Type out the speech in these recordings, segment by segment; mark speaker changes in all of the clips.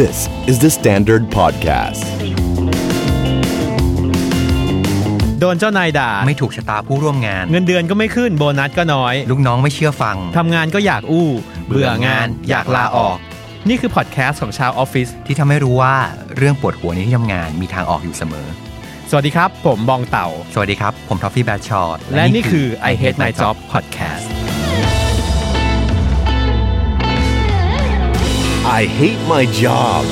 Speaker 1: This is the Standard Podcast.
Speaker 2: โดนเจ้านายด่า
Speaker 3: ไม่ถูกชะตาผู้ร่วมงาน
Speaker 2: เงินเดือนก็ไม่ขึ้นโบนัสก็น้อย
Speaker 3: ลูกน้องไม่เชื่อฟัง
Speaker 2: ทำงานก็อยากอู้
Speaker 3: เบื่
Speaker 2: เบื่
Speaker 3: อ
Speaker 2: อาง
Speaker 3: งาน น
Speaker 2: อยากลาออก นี่คือพอดแคสต์ของชาวออฟฟิศ
Speaker 3: ที่ทำให้รู้ว่าเรื่องปวดหัวในที่ทำงานมีทางออกอยู่เสมอ
Speaker 2: สวัสดีครับ ผมบองเต่า
Speaker 3: สวัสดีครับ ผมทอฟฟี่แบชชอร์
Speaker 2: และนี่คือ I Hate My Job Podcast
Speaker 1: I hate my job.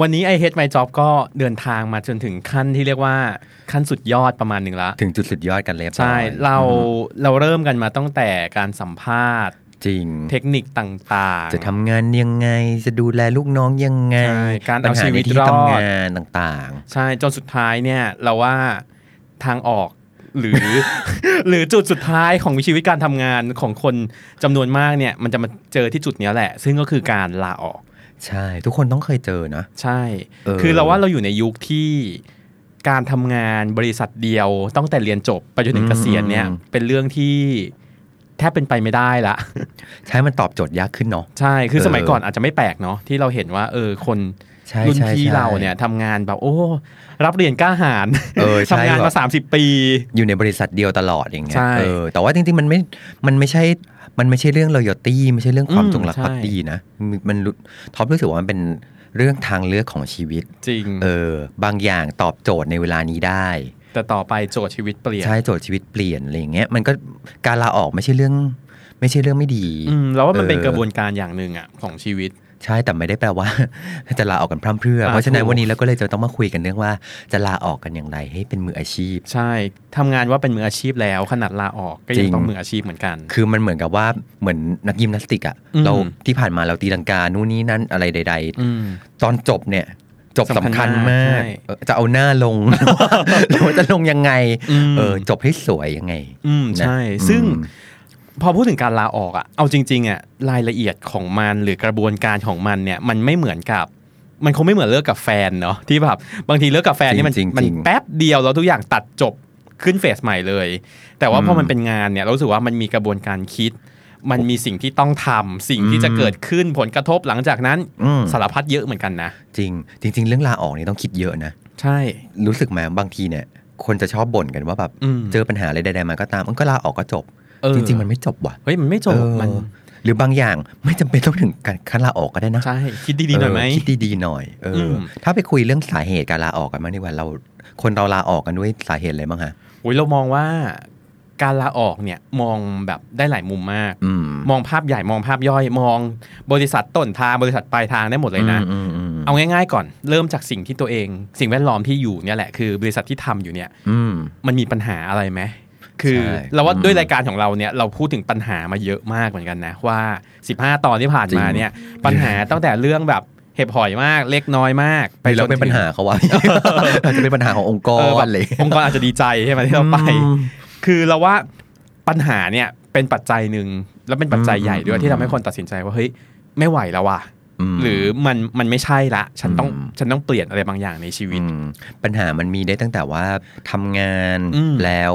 Speaker 2: วันนี้ I Hate My Job ก็เดินทางมาจนถึงขั้นที่เรียกว่าขั้นสุดยอดประมาณหนึ่งละ
Speaker 3: ถึงจุดสุดยอดกันเล็บ
Speaker 2: ใช่ เราเราเริ่มกันมาตั้งแต่การสัมภาษณ์
Speaker 3: จริง
Speaker 2: เทคนิคต่าง
Speaker 3: จะทำงานยังไง จะดูแลลูกน้องยังไง
Speaker 2: ใช่การเอา
Speaker 3: ปัญห
Speaker 2: ชีวิต
Speaker 3: ในที่
Speaker 2: รอด
Speaker 3: ทำงานต่าง
Speaker 2: ใช่จนสุดท้ายเนี่ยเราว่าทางออกหรือ หรือจุดสุดท้ายของชีวิตการทำงานของคนจำนวนมากเนี่ย มันจะมาเจอที่จุดเนี้ยแหละ ซึ่งก็คือการลาออก
Speaker 3: ๆ ใช่ ทุกคนต้องเคยเจอนะ
Speaker 2: ใช่
Speaker 3: เออ
Speaker 2: คือเราว่าเราอยู่ในยุคที่การทำงานบริษัทเดียวตั้งแต่เรียนจบไปจนถึงเกษียณเนี่ยเป็นเรื่องที่แทบเป็นไปไม่ได้ละ
Speaker 3: ใช่มันตอบโจทย์ยากขึ้นเนาะ
Speaker 2: ใช่ คือ
Speaker 3: เออ
Speaker 2: สมัยก่อนอาจจะไม่แปลกเนาะที่เราเห็นว่า เออ คน
Speaker 3: ใช่
Speaker 2: รุ่น
Speaker 3: ใช่
Speaker 2: พี่
Speaker 3: ใช่
Speaker 2: เราเนี่ยทำงานแบบโอ้ รับเหรียญกล้าหาร
Speaker 3: เออใช่
Speaker 2: ทำงาน
Speaker 3: แบ
Speaker 2: มา
Speaker 3: บ
Speaker 2: 30 ปี
Speaker 3: อยู่ในบริษัทเดียวตลอดอย่างเงี้
Speaker 2: ใช่
Speaker 3: ยเออแต่ว่าจริงๆ มันไม่ มันไม่ใช่ มันไม่ใช่เรื่อง loyalty ไม่ใช่เรื่องความ
Speaker 2: อืม
Speaker 3: จงรัก
Speaker 2: ใช่
Speaker 3: ภักดีนะ มันมันรู้ท็อปรู้สึกว่ามันเป็นเรื่องทางเลือกของชีวิต
Speaker 2: จริง
Speaker 3: เออบางอย่างตอบโจทย์ในเวลานี้ได้
Speaker 2: แต่ต่อไปโจทย์ชีวิตเปลี่ยน
Speaker 3: ใช่โจทย์ชีวิตเปลี่ยนอะไรอย่างเงี้ยมันก็การลาออกไม่ใช่เรื่อง ไม่ใช่เรื่องไม่ดี
Speaker 2: อืมแล้วว่ามันเป็น
Speaker 3: เออ
Speaker 2: กระบวนการอย่างหนึ่งอะของชีวิต
Speaker 3: ใช่แต่ไม่ได้แปลว่า จะลาออกกันพร่ำเพรื่อ
Speaker 2: อ่า
Speaker 3: เพราะฉะนั้
Speaker 2: ถู
Speaker 3: น
Speaker 2: ก
Speaker 3: วันนี้เราก็เลยจะต้องมาคุยกันเรื่องว่าจะลาออกกันอย่างไรให้เป็นมืออาชีพ
Speaker 2: ใช่ทำงานว่าเป็นมืออาชีพแล้ว ขนาดลาออกก็
Speaker 3: จริ
Speaker 2: ยัง
Speaker 3: ง
Speaker 2: ต้องมืออาชีพเหมือนกัน
Speaker 3: คือมันเหมือนกับว่าเหมือนนักยิมนาสติกอะ
Speaker 2: อืม
Speaker 3: เราที่ผ่านมาเราตีลังกานู่นนี่นั่นอะไรใด
Speaker 2: อืม
Speaker 3: ๆ ตอนจบเนี่ยจบสำ
Speaker 2: สำคั
Speaker 3: คั
Speaker 2: ญ
Speaker 3: ญ
Speaker 2: มาม
Speaker 3: าก ก
Speaker 2: ใช่
Speaker 3: เออจะเอาหน้า ลง หรือว่าจะลงยังไง
Speaker 2: อืม
Speaker 3: เออจบให้สวยยังไง
Speaker 2: อืม ใช่
Speaker 3: นะอืม
Speaker 2: ซึ่งพอพูดถึงการลาออกอะเอาจริงๆอะรายละเอียดของมันหรือกระบวนการของมันเนี่ย มันไม่เหมือนกับ มันคงไม่เหมือนเลิกกับแฟนเนาะที่แบบบางทีเลิกกับแฟนนี่มัน
Speaker 3: จริงๆ
Speaker 2: มัน
Speaker 3: จริง
Speaker 2: แป๊บเดียวแล้วทุกอย่างตัดจบขึ้นเฟสใหม่เลย แต่ว่าพออ
Speaker 3: ม
Speaker 2: มันเป็นงานเนี่ยเรารู้สึกว่ามันมีกระบวนการคิด มันมีสิ่งที่ต้องทำสิ่งที่จะเกิดขึ้นผลกระทบหลังจากนั้น
Speaker 3: อืม
Speaker 2: สารพัดเยอะเหมือนกันนะ
Speaker 3: จริง จริง ๆ เรื่องลาออกนี่ต้องคิดเยอะนะ
Speaker 2: ใช่
Speaker 3: รู้สึกไหมบางทีเนี่ยคนจะชอบบ่นกันว่าแบบ
Speaker 2: อืม
Speaker 3: เจอปัญหาอะไรใดๆมาก็ตามมันก็ลาออกก็จบ
Speaker 2: เออ
Speaker 3: จริง ๆ มันไม่จบว่ะ
Speaker 2: เฮ้ยมันไม่จบ
Speaker 3: เออ
Speaker 2: มัน
Speaker 3: หรือบางอย่างไม่จำเป็นต้องถึงการขั้นลาออกก็ได้นะ
Speaker 2: ใช่คิดดีๆหน่อยไหม
Speaker 3: เคิดดีๆหน่อยเอออ
Speaker 2: ม
Speaker 3: ถ้าไปคุยเรื่องสาเหตุการลาออกกันบ้างดีกว่าเรา คนเราลาออกกันด้วยสาเหตุอะไรบ้างฮะ
Speaker 2: โอ้ยเรามองว่าการลาออกเนี่ยมองแบบได้หลายมุมมาก
Speaker 3: อืม
Speaker 2: มองภาพใหญ่มองภาพย่อยมองบริษัทต้นทางบริษัทปลายทางได้หมดเลยนะ
Speaker 3: อืมอืมอืม
Speaker 2: เอาง่ายๆก่อนเริ่มจากสิ่งที่ตัวเอง สิ่งแวดล้อมที่อยู่เนี่ยแหละคือบริษัทที่ทำอยู่เนี่ย
Speaker 3: อืม
Speaker 2: มันมีปัญหาอะไรไหม คือ
Speaker 3: ใช่
Speaker 2: เราว่า
Speaker 3: อืม
Speaker 2: ด้วยรายการของเราเนี่ยเราพูดถึงปัญหามาเยอะมากเหมือนกันนะ ว่า 15 ตอนที่ผ่านมา
Speaker 3: จริง
Speaker 2: เนี่ยปัญหาตั้งแต่เรื่องแบบเห็บหอยมากเล็กน้อยมาก
Speaker 3: ไปเรา
Speaker 2: จ
Speaker 3: เป็นปัญหา
Speaker 2: ถึง
Speaker 3: เขาว่า อาจจะเป็นปัญหาขององค์ก
Speaker 2: เออแบ
Speaker 3: ร
Speaker 2: บ
Speaker 3: เลย
Speaker 2: องค์กรอาจจะดีใจใช่ไหมที่เราไป
Speaker 3: อืม
Speaker 2: คือเราว่าปัญหาเนี่ยเป็นปัจจัยหนึ่งแล้วเป็นปัจจัยใหญ่ด้วย
Speaker 3: อืม
Speaker 2: ที่ทำให้คนตัดสินใจว่าเฮ้ยไม่ไหวแล้วว่ะ
Speaker 3: ม
Speaker 2: หรือมันมันไม่ใช่ละ ฉันต้อง
Speaker 3: อืม
Speaker 2: ฉันต้องเปลี่ยนอะไรบางอย่างในชีวิต
Speaker 3: อืมปัญหามันมีได้ตั้งแต่ว่าทำงาน
Speaker 2: อืม
Speaker 3: แล้ว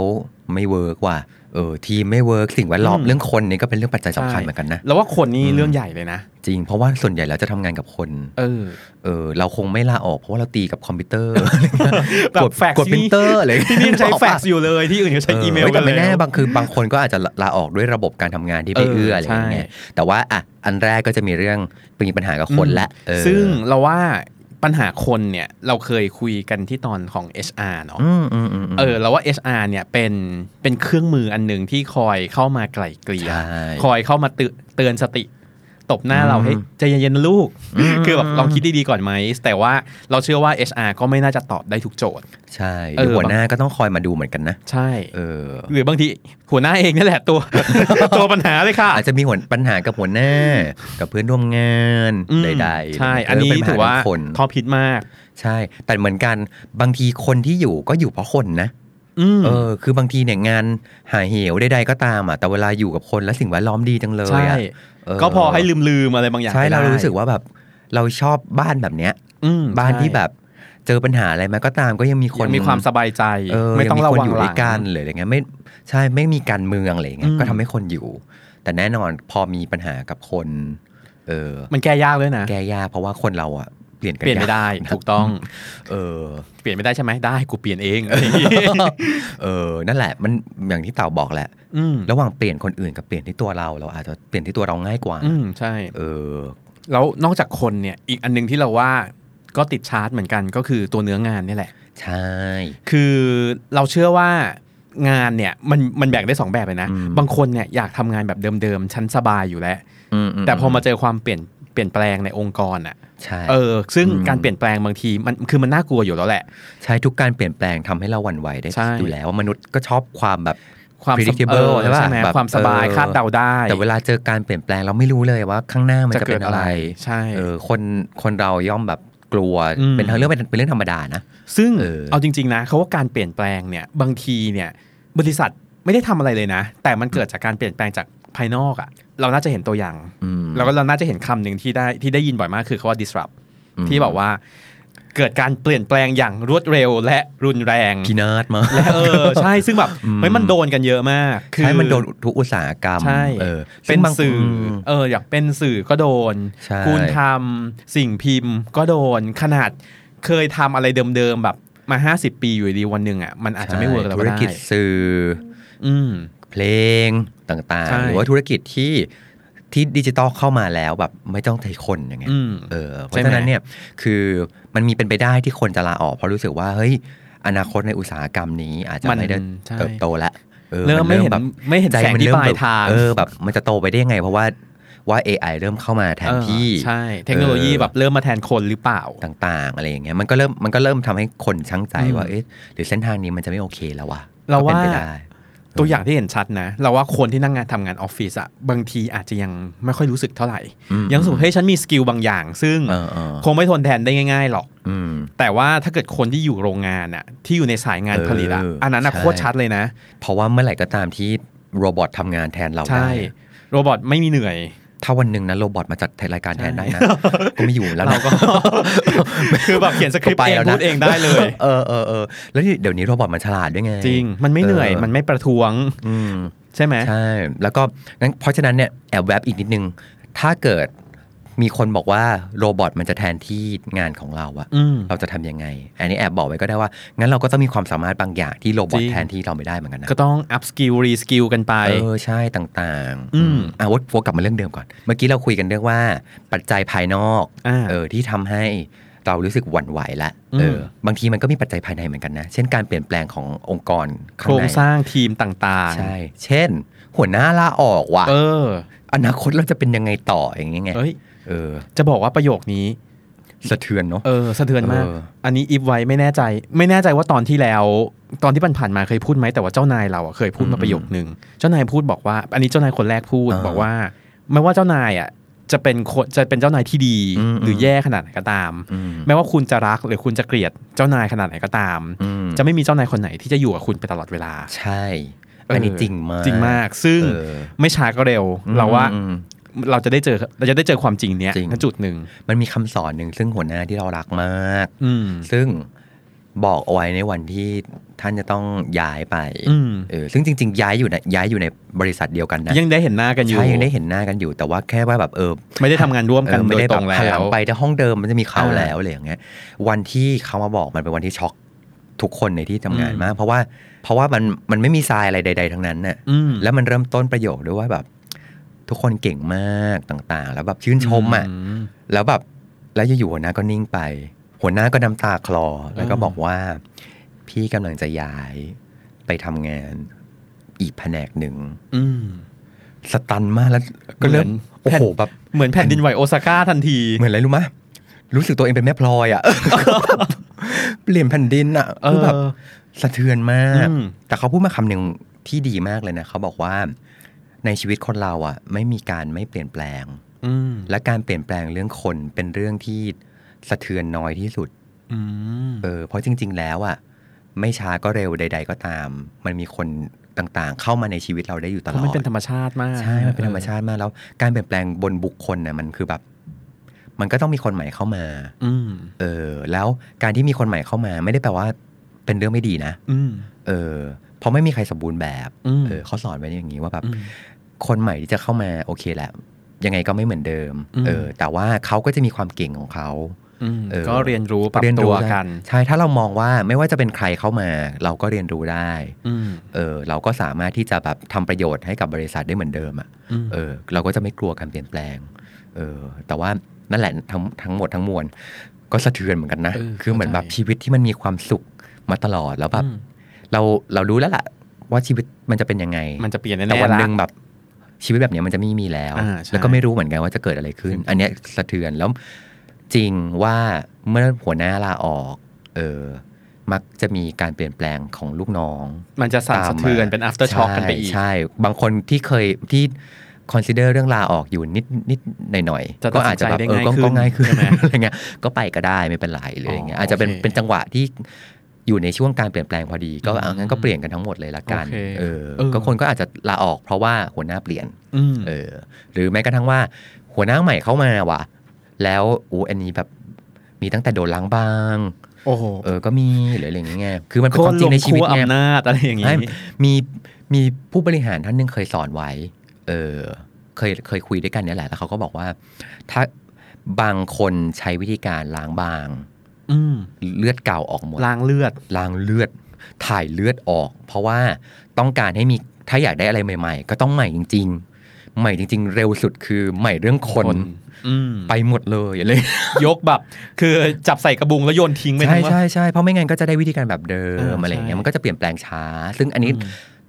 Speaker 3: ไม่เวิร์กว่ะเออทีมไม่เวิร์กสิ่งแวดล้อม
Speaker 2: อืม
Speaker 3: เรื่องคนนี่ก็เป็นเรื่องปัจจัยสำคัญเหมือนกันนะ
Speaker 2: เราว่าคนนี่
Speaker 3: อืม
Speaker 2: เรื่องใหญ่เลยนะ
Speaker 3: จริงเพราะว่าส่วนใหญ่แล้วจะทำงานกับคน
Speaker 2: เออ
Speaker 3: เออเราคงไม่ลาออกเพราะว่าเราตีกับคอมพิวเตอร์
Speaker 2: แบบ
Speaker 3: กด
Speaker 2: แฟกซ์
Speaker 3: กด
Speaker 2: นี่
Speaker 3: พิมพ์เตอ ร์อะไร
Speaker 2: ที่นี่ใช้
Speaker 3: นึกออก
Speaker 2: แฟ
Speaker 3: ปะ
Speaker 2: กซ์อยู่เลยที่อื่นก็ใช้อีเมล
Speaker 3: ฮ้ย
Speaker 2: กั
Speaker 3: แต่
Speaker 2: น
Speaker 3: ไม่
Speaker 2: แล้
Speaker 3: แน่
Speaker 2: ว
Speaker 3: บางคือบางคนก็อาจจะลาออกด้วยระบบการทำงานที่ไม่
Speaker 2: เออ
Speaker 3: เอื้ออะไรอย่างเงี้ย
Speaker 2: ใช่
Speaker 3: แต่ว่าอ่ะอันแรกก็จะมีเรื่องมีปัญหากับคนละเออ
Speaker 2: ซึ่งเราว่าปัญหาคนเนี่ยเราเคยคุยกันที่ตอนของ HR เนาะ
Speaker 3: อืมอืมอืมม
Speaker 2: เออเราว่า HR เนี่ยเป็นเป็นเครื่องมืออันหนึ่งที่คอยเข้ามาไกล่เกลี่ย
Speaker 3: ใช่
Speaker 2: คอยเข้ามาเตือนเตือนสติ ตบหน้าเรา
Speaker 3: อืม
Speaker 2: ให้ใจเย็นๆนะลูก
Speaker 3: อืม
Speaker 2: คือแบบลองคิดดีๆก่อนไหม แต่ว่าเราเชื่อว่า HR ก็ไม่น่าจะตอบได้ทุกโจทย์
Speaker 3: ใช่
Speaker 2: เออ
Speaker 3: หัวหน้าก็ต้องคอยมาดูเหมือนกันนะ
Speaker 2: ใช่
Speaker 3: เออ
Speaker 2: หรือบางทีหัวหน้าเองนั่นแหละตัว ตัวปัญหาเลยค่ะ
Speaker 3: อาจจะมีหัวปัญหากับหัวหน้า กับเพื่อนร่วมงาน
Speaker 2: อืม
Speaker 3: ใดๆ
Speaker 2: ใช่
Speaker 3: เ
Speaker 2: อันนี้
Speaker 3: เป็ปัญห
Speaker 2: ถือว่า
Speaker 3: ของคน
Speaker 2: ท็อปฮิตมาก
Speaker 3: ใช่ แต่เหมือนกันบางทีคนที่อยู่ก็อยู่เพราะคนนะ
Speaker 2: อืม
Speaker 3: เออ คือบางทีเนี่ยงานหาเหวใดๆก็ตามอ่ะแต่เวลาอยู่กับคนแล้วสิ่งแวดล้อมดีจังเลย
Speaker 2: ใช่
Speaker 3: อะเ
Speaker 2: ก็พอให้ลืมๆอะไรบางอย่าง
Speaker 3: ใช่
Speaker 2: ไป
Speaker 3: เรา
Speaker 2: ได้
Speaker 3: รู้สึกว่าแบบเราชอบบ้านแบบเนี้ย
Speaker 2: อืม
Speaker 3: บ้าน
Speaker 2: ใช่
Speaker 3: ที่แบบเจอปัญหาอะไรมาก็ตามก็ยังมีค
Speaker 2: ยั
Speaker 3: น
Speaker 2: งมีความสบายใจ
Speaker 3: เออ
Speaker 2: ไม่ต้องระวั
Speaker 3: ยังมีคน
Speaker 2: ง
Speaker 3: อยู่
Speaker 2: ห
Speaker 3: ด้
Speaker 2: ลั
Speaker 3: วย
Speaker 2: ง
Speaker 3: กันหรืออะไรเงี้ยไม่ใช่ไม่มีการเมืองอะไรเงี้
Speaker 2: อื
Speaker 3: ย
Speaker 2: ม
Speaker 3: ก็ทำให้คนอยู่ แต่แน่นอนพอมีปัญหากับคน เออ
Speaker 2: มันแก้ยากเลยนะ
Speaker 3: แก้ยากเพราะว่าคนเราอะเปลี่ยนกั
Speaker 2: เปลี่ยนไม่
Speaker 3: ยาก
Speaker 2: ได้ถูกต้อง
Speaker 3: เออ
Speaker 2: เปลี่ยนไม่ได้ใช่ไหมได้กูเปลี่ยนเอง
Speaker 3: เออ นั่นแหละ มันอย่างที่เต่าบอกแหละ
Speaker 2: อืม
Speaker 3: ระหว่างเปลี่ยนคนอื่นกับเปลี่ยนที่ตัวเรา เราอาจจะเปลี่ยนที่ตัวเราง่ายกว่า
Speaker 2: อืมใช่
Speaker 3: เออ
Speaker 2: แล้วนอกจากคนเนี่ย อีกอันหนึงที่เราว่าก็ติดชาร์จเหมือนกันก็คือตัวเนื้องานนี่แหละ
Speaker 3: ใช่
Speaker 2: คือเราเชื่อว่างานเนี่ยมันมันแบ่งได้สองแบบเลยนะ
Speaker 3: อืม
Speaker 2: บางคนเนี่ยอยากทำงานแบบเดิมๆฉันสบายอยู่แล้ว
Speaker 3: อืๆ
Speaker 2: แต่พอมาเจอความเปลี่ยนเปลี่ยนแปลงในองค์กรอ่ะ
Speaker 3: ใช่
Speaker 2: เออ ซึ่ง
Speaker 3: อืม
Speaker 2: การเปลี่ยนแปลงบางทีมันคือมันน่ากลัวอยู่แล้วแหละ
Speaker 3: ใช่ทุกการเปลี่ยนแปลงทำให้เราหวั่นไหวได้
Speaker 2: ใช่
Speaker 3: อยู่แล้วมนุษย์ก็ชอบความแบบ
Speaker 2: ความ
Speaker 3: predictable
Speaker 2: เออ
Speaker 3: ใช่ปะ
Speaker 2: ไหม
Speaker 3: แบบ
Speaker 2: ความสบาย
Speaker 3: เออ
Speaker 2: คาดเดาได้
Speaker 3: แต่เวลาเจอการเปลี่ยนแปลงเราไม่รู้เลยว่าข้างหน้ามันจะเป็นอะไร
Speaker 2: ใช่
Speaker 3: เออ คนคนเราย่อมแบบกลัว
Speaker 2: อืม
Speaker 3: เป็นทางเรื่องเป็นเป็นเรื่องธรรมดานะ
Speaker 2: ซึ่ง
Speaker 3: เออ
Speaker 2: เอาจริง ๆ นะเขาว่าการเปลี่ยนแปลงเนี่ยบางทีเนี่ยบริษัทไม่ได้ทำอะไรเลยนะ แต่มันเกิดจากการเปลี่ยนแปลงจากภายนอกอะ่ะเราน่าจะเห็นตัวอย่าง
Speaker 3: อืม
Speaker 2: แล้วก็เราน่าจะเห็นคำหนึ่งที่ได้ที่ได้ยินบ่อยมากคือคาว่า disrupt
Speaker 3: อืม
Speaker 2: ที่บอกว่า เกิดการเปลี่ยนแปลงอย่างรวดเร็วและรุนแรง
Speaker 3: พินาศมาก
Speaker 2: และเออใช่ซึ่งแบบเฮ้ยมันโดนกันเยอะมากคือ
Speaker 3: ใช่มันโดนทุกอุตสาหกรรม
Speaker 2: ใช่
Speaker 3: เออซึ่
Speaker 2: เป็
Speaker 3: ง
Speaker 2: น
Speaker 3: บาง
Speaker 2: สื่อ
Speaker 3: ม
Speaker 2: เอออยากเป็นสื่อก็โดน
Speaker 3: ใช่
Speaker 2: คุณทำสิ่งพิมพ์ก็โดนขนาดเคยทำอะไรเดิมๆแบบมา 50 ปีอยู่ดีวันหนึ่งอ่ะมันอาจจะไม่เวิร์กแล้ว
Speaker 3: ธุ
Speaker 2: ก็
Speaker 3: ร
Speaker 2: ได้
Speaker 3: กิจสื่อ
Speaker 2: อืม
Speaker 3: เพลงต่าง
Speaker 2: ใช่
Speaker 3: ๆ หรือว่าธุรกิจที่ที่ดิจิตอลเข้ามาแล้วแบบไม่ต้องใช้คนอย่างเงี้ย
Speaker 2: อืม
Speaker 3: เออเพ
Speaker 2: ใช่
Speaker 3: ราะ
Speaker 2: ไหม
Speaker 3: ฉะนั้นเนี่ยคือมันมีเป็นไปได้ที่คนจะลาออกเพราะรู้สึกว่าเฮ้ยอนาคตในอุตสาหกรรมนี้อาจจะไม่ได้
Speaker 2: ใช่
Speaker 3: เติบโตละออ
Speaker 2: เริ่มไม่เห็น
Speaker 3: แบบ
Speaker 2: ไม่เห็น
Speaker 3: ใจ
Speaker 2: แสง
Speaker 3: มัน
Speaker 2: ที่
Speaker 3: เริ่ม
Speaker 2: ปลาย
Speaker 3: แบบ
Speaker 2: ทาง
Speaker 3: เออแบบมันจะโตไปได้ยังไง เพราะว่าว่า AI เริ่มเข้ามาแทนที่
Speaker 2: เออใช่ เทคโนโลยีแบบเริ่มมาแทนคนหรือเปล่า
Speaker 3: ต่างๆ อะไรอย่างเงี้ยมันก็เริ่มมันก็เริ่มทำให้คนช่างใจ
Speaker 2: อืม
Speaker 3: ว่าเอ๊ะหรือเส้นทางนี้มันจะไม่โอเคแล้ววะ
Speaker 2: เรา
Speaker 3: ก็ป็นไป
Speaker 2: ว่า
Speaker 3: ได้
Speaker 2: ตัวอย่างที่เห็นชัดนะ เราว่าคนที่นั่งงานทำงานออฟฟิศอะบางทีอาจจะยังไม่ค่อยรู้สึกเท่าไหร่
Speaker 3: อืม
Speaker 2: ยังรู้สึกเฮ้ยฉันมีสกิลบางอย่าง ซึ่ง
Speaker 3: เออเออ
Speaker 2: คงไม่ทนแทนได้ง่ายๆหรอก
Speaker 3: อืม
Speaker 2: แต่ว่าถ้าเกิดคนที่อยู่โรงงานอะที่อยู่ในสายงานผลิตอะ
Speaker 3: เออ
Speaker 2: อันนั้นอะ
Speaker 3: ใช่
Speaker 2: โคตรชัดเลยนะ
Speaker 3: เพราะว่าเมื่อไหร่ก็ตามที่โรบอททำงานแทนเรา
Speaker 2: ใช่
Speaker 3: ได้
Speaker 2: โรบอทไม่มีเห นื่อย
Speaker 3: ถ้าวันหนึ่งนะโรบอทมาจัดรายการแทนได้นะ ก็ไม่อยู่แล้ว
Speaker 2: เรา
Speaker 3: นะ
Speaker 2: ก็ คือแบบเขียนสคริปต์
Speaker 3: ก็
Speaker 2: เอง
Speaker 3: แล้ว
Speaker 2: พู
Speaker 3: นะ
Speaker 2: ดเองได้เลย
Speaker 3: เออเออเออแล้วเดี๋ยวนี้โรบอทมันฉลาดด้วยไง
Speaker 2: จริง มันไม่เหนื่อย มันไม่ประท้วง
Speaker 3: อืม
Speaker 2: ใช่ไหม
Speaker 3: ใช่ แล้วก็งั้นเพราะฉะนั้นเนี่ยแอบแวบอีกนิดนึง ถ้าเกิดมีคนบอกว่าโรบอทมันจะแทนที่งานของเราอะ
Speaker 2: อืม
Speaker 3: เราจะทำยังไง อันนี้แอบบอกไว้ก็ได้ว่า งั้นเราก็ต้องมีความสามารถบางอย่างที่โรบอ
Speaker 2: จ
Speaker 3: ท
Speaker 2: ริง
Speaker 3: แทนที่เราไม่ได้เหมือนกันนะ
Speaker 2: ก็ต้องอัพสกิลรีสกิลกันไป
Speaker 3: เออ ใช่ต่างๆ
Speaker 2: อืม
Speaker 3: อ่ะวดโฟกัสมาเรื่องเดิมก่อน เมื่อกี้เราคุยกันเรื่องว่าปัจจัยภายนอก
Speaker 2: อ่า
Speaker 3: เออที่ทำให้เรารู้สึกหวั่นไหวละ
Speaker 2: อืม
Speaker 3: เออบางทีมันก็มีปัจจัยภายในเหมือนกันนะ เช่นการเปลี่ยนแปลงขององค์กร
Speaker 2: โค
Speaker 3: ข้
Speaker 2: ร
Speaker 3: ใน
Speaker 2: งสร้างทีมต่าง
Speaker 3: ใช่ เช่น หัวหน้าลาออกว่ะ
Speaker 2: ๆ เออ
Speaker 3: อนาคตเราจะเป็นยังไงต่ออย่างเงี้ยไง
Speaker 2: เอ้ย
Speaker 3: เออ
Speaker 2: จะบอกว่าประโยคนี้
Speaker 3: สะเทือนเนาะ
Speaker 2: เออสะเทือนมาก
Speaker 3: เออ
Speaker 2: อันนี้อีฟไว้ไม่แน่ใจ ไม่แน่ใจว่าตอนที่แล้ว ตอนที่ผ่านๆมาเคยพูดไหมแต่ว่าเจ้านายเราอ่ะเคยพูดมาประโยคนึง เจ้านายพูดบอกว่า อันนี้เจ้านายคนแรกพูด
Speaker 3: อ่า
Speaker 2: บอกว่า ไม่ว่าเจ้านายอ่ะจะเป็นคนจะเป็นเจ้านายที่ดี
Speaker 3: อืม
Speaker 2: หรือแย่ขนาดไหนก็ตาม
Speaker 3: อืม
Speaker 2: ไม่ว่าคุณจะรักหรือคุณจะเกลียดเจ้านายขนาดไหนก็ตาม
Speaker 3: อืม
Speaker 2: จะไม่มีเจ้านายคนไหนที่จะอยู่กับคุณไปตลอดเวลา
Speaker 3: ใช่ อันนี้
Speaker 2: เ
Speaker 3: จริงมาก
Speaker 2: จริงมาก ซึ่ง
Speaker 3: เออ
Speaker 2: ไม่ช้าก็เร็ว เราว่า
Speaker 3: อืม
Speaker 2: เราจะได้เจอเราจะได้เจอความจริงเนี้ย
Speaker 3: จริง
Speaker 2: ณจุดหนึ่ง
Speaker 3: มันมีคำสอนหนึ่งซึ่งหัวหน้าที่เรารักมาก
Speaker 2: อืม
Speaker 3: ซึ่งบอกเอาไว้ในวันที่ท่านจะต้องย้ายไป
Speaker 2: อืม
Speaker 3: เออซึ่งจริง ๆ ย้ายอยู่นะย้ายอยู่ในบริษัทเดียวกันนะ
Speaker 2: ยังได้เห็นหน้ากันอยู่
Speaker 3: ใช่ยังได้เห็นหน้ากันอยู่แต่ว่าแค่ว่าแบบเออ
Speaker 2: ไม่ได้ทำงานร่วมกัน
Speaker 3: เอ
Speaker 2: โด
Speaker 3: อไม่
Speaker 2: ย
Speaker 3: ได้
Speaker 2: ต
Speaker 3: แบ
Speaker 2: ร
Speaker 3: บ
Speaker 2: งแล้
Speaker 3: หันหลั
Speaker 2: ว
Speaker 3: งไปแต่ห้องเดิมมันจะมีเขา
Speaker 2: อ่า
Speaker 3: แล้วอะไรอย่างเงี้ยวันที่เขามาบอกมันเป็นวันที่ช็อกทุกคนในที่ทำงาน
Speaker 2: อืม
Speaker 3: มาก เพราะว่าเพราะว่ามันมันไม่มีทรายอะไรใด ๆ ทั้งนั้นน่ะ
Speaker 2: อืม
Speaker 3: แล้วมันเริ่มต้นประโยคด้วยว่าแบบ ทุกคนเก่งมากต่างๆ แล้วแบบชื่นชมอ่ะ
Speaker 2: ม
Speaker 3: แล้วแบบแล้วอยู่ๆหัวหน้าก็นิ่งไป หัวหน้าก็น้ำตาคลอ แล้วก็
Speaker 2: อืม
Speaker 3: บอกว่า พี่กำลังจะย้ายไปทำงานอีกแผนกหนึ่ง
Speaker 2: อืม
Speaker 3: สตันมากแล้วก็เริ่ม
Speaker 2: เหมือน
Speaker 3: โอ้โหแบบ
Speaker 2: เหมือนแผ่นดินไหวโอซาก้าทันที
Speaker 3: เหมือนอะไรรู้มะรู้สึกตัวเองเป็นแม่พลอยอะ เปลี่ยนแผ่นดินอะคือแบบสะเทือนมาก
Speaker 2: อืม
Speaker 3: แต่เขาพูดมาคำหนึ่งที่ดีมากเลยนะเขาบอกว่า ในชีวิตคนเราอะไม่มีการไม่เปลี่ยนแปลง
Speaker 2: อืม
Speaker 3: และการเปลี่ยนแปลงเรื่องคนเป็นเรื่องที่สะเทือนน้อยที่สุด
Speaker 2: อืม
Speaker 3: เออเพราะจริง ๆ แล้วอะไม่ช้าก็เร็วใด ๆ ก็ตาม มันมีคนต่างๆ เข้ามาในชีวิตเราได้อยู่ต
Speaker 2: เพ
Speaker 3: ลอ
Speaker 2: ราะ
Speaker 3: ด
Speaker 2: มันเป็นธรรมชาติมาก
Speaker 3: ใช่มันเป็นธรรมชาติมากแล้ว การเปลี่ยนแปลงบนบุคคลน่ะมันคือแบบ มันก็ต้องมีคนใหม่เข้ามา
Speaker 2: อืม
Speaker 3: เออ แล้วการที่มีคนใหม่เข้ามา ไม่ได้แปลว่าเป็นเรื่องไม่ดีนะ
Speaker 2: อืม
Speaker 3: เออเพราะไม่มีใครสมบูรณ์แบบ
Speaker 2: อืม
Speaker 3: เออเขาสอนไว้อย่างนี้ว่าแบบ
Speaker 2: อืม
Speaker 3: คนใหม่ที่จะเข้ามาโอเคแหละ ยังไงก็ไม่เหมือนเดิม
Speaker 2: อืม
Speaker 3: เออแต่ว่าเขาก็จะมีความเก่งของเขา
Speaker 2: อืม
Speaker 3: เออ
Speaker 2: ก็เรียนรู้ปรับ
Speaker 3: เรียน
Speaker 2: ตัว
Speaker 3: ได้
Speaker 2: กัน
Speaker 3: ใช่ถ้าเรามองว่าไม่ว่าจะเป็นใครเข้ามา เราก็เรียนรู้ได้
Speaker 2: อืม
Speaker 3: เออเราก็สามารถที่จะแบบทำประโยชน์ให้กับบริษัทได้เหมือนเดิมอ่ะ
Speaker 2: อืม
Speaker 3: เออเราก็จะไม่กลัวการเปลี่ยนแปลงเออแต่ว่านั่นแหละทั้งทั้งหมดทั้งมวลก็สะเทือนเหมือนกันนะ
Speaker 2: เออ
Speaker 3: คือเหมือนแบบ
Speaker 2: เข้าใจ
Speaker 3: ชีวิตที่มันมีความสุขมาตลอดแล้วแบบเราเรารู้แล้วล่ะว่าชีวิตมันจะเป็นยังไง
Speaker 2: มันจะเปลี่ยนแน่ๆ
Speaker 3: แต่วัน
Speaker 2: ละ
Speaker 3: หนึ่งแบบชีวิตแบบเนี้ยมันจะไม่มีแล้ว
Speaker 2: อ่าใช่
Speaker 3: แล้วก็ไม่รู้เหมือนกันว่าจะเกิดอะไรขึ้น อันเนี้ยสะเทือนแล้วจริงว่าเมื่อหัวหน้าลาออก เออ มักจะมีการเปลี่ยนแปลงของลูกน้อง
Speaker 2: มันจะสั่นสะเทือน
Speaker 3: ตามมา
Speaker 2: เป็น after shock กันไปอีก
Speaker 3: ใช่ใช่ บางคนที่เคยที่ consider เรื่องลาออกอยู่นิดนิดหน่อยหน่อยๆ
Speaker 2: จะตั
Speaker 3: ก็
Speaker 2: ดสินใจ
Speaker 3: อาจจะแบบ
Speaker 2: ได้
Speaker 3: เออ
Speaker 2: ง่าย
Speaker 3: ก็
Speaker 2: ขึ้น
Speaker 3: ก็ง่ายขึ้น
Speaker 2: ใช่ไหม
Speaker 3: อะไรเงี้ยก็ไปก็ได้ไม่เป็นไรหรืออย่างเงี้ย
Speaker 2: อ๋อ
Speaker 3: อาจจะเป็น
Speaker 2: โอเค
Speaker 3: เป็นจังหวะที่อยู่ในช่วงการเปลี่ยนแปลงพอดี ก็อ่ะงั้นก็
Speaker 2: อืม
Speaker 3: เปลี่ยนกันทั้งหมดเลยละกัน
Speaker 2: โอเค
Speaker 3: เออ
Speaker 2: เออ
Speaker 3: ก็คนก็อาจจะลาออกเพราะว่าหัวหน้าเปลี่ยน
Speaker 2: อืม
Speaker 3: เออหรือแม้กระทั่งว่า หัวหน้าใหม่เข้ามาว่ะ แล้วอู้อันนี้แบบมีตั้งแต่โดนล้างบาง
Speaker 2: โอ้โห
Speaker 3: เออก็มีหรืออะไรอย่างเงี้ยคือมันเป็น
Speaker 2: โค
Speaker 3: ควาน ม
Speaker 2: จ
Speaker 3: จ
Speaker 2: ริ
Speaker 3: ริ
Speaker 2: งใน
Speaker 3: งใน
Speaker 2: ชี
Speaker 3: ชี
Speaker 2: วิ
Speaker 3: วิ
Speaker 2: ต
Speaker 3: ต
Speaker 2: อำ
Speaker 3: เนี่ย
Speaker 2: นาจอะไรอย่างนี้
Speaker 3: ใช่มีมีผู้บริหารท่านหนึงเคยสอนไว้ เออเคยเคยคุยด้วยกันเนี่ยแหละแล้วเขาก็บอกว่า ถ้าบางคนใช้วิธีการล้างบาง
Speaker 2: อืม
Speaker 3: เลือดเก่าออกหมด
Speaker 2: ล้างเลือด
Speaker 3: ล้างเลือดถ่ายเลือดออก เพราะว่าต้องการให้มีถ้าอยากได้อะไรใหม่ ๆ ก็ต้องใหม่จริง ๆ ใหม่จริง ๆ เร็วสุดคือใหม่เรื่องคน
Speaker 2: คนอืม
Speaker 3: ไปหมดเลยอะไร
Speaker 2: ยกแบบ คือจับใส่กระบุงแล้วโยนทิ้งไป
Speaker 3: ใช่
Speaker 2: ทั้งว่า
Speaker 3: ใช่ใช่เพราะไม่งั้นก็จะได้วิธีการแบบเดิ
Speaker 2: เออ
Speaker 3: มอะไรอย่างเงี้ย
Speaker 2: ใช่
Speaker 3: มันก็จะเปลี่ยนแปลงช้า ซึ่งอันนี้
Speaker 2: อืม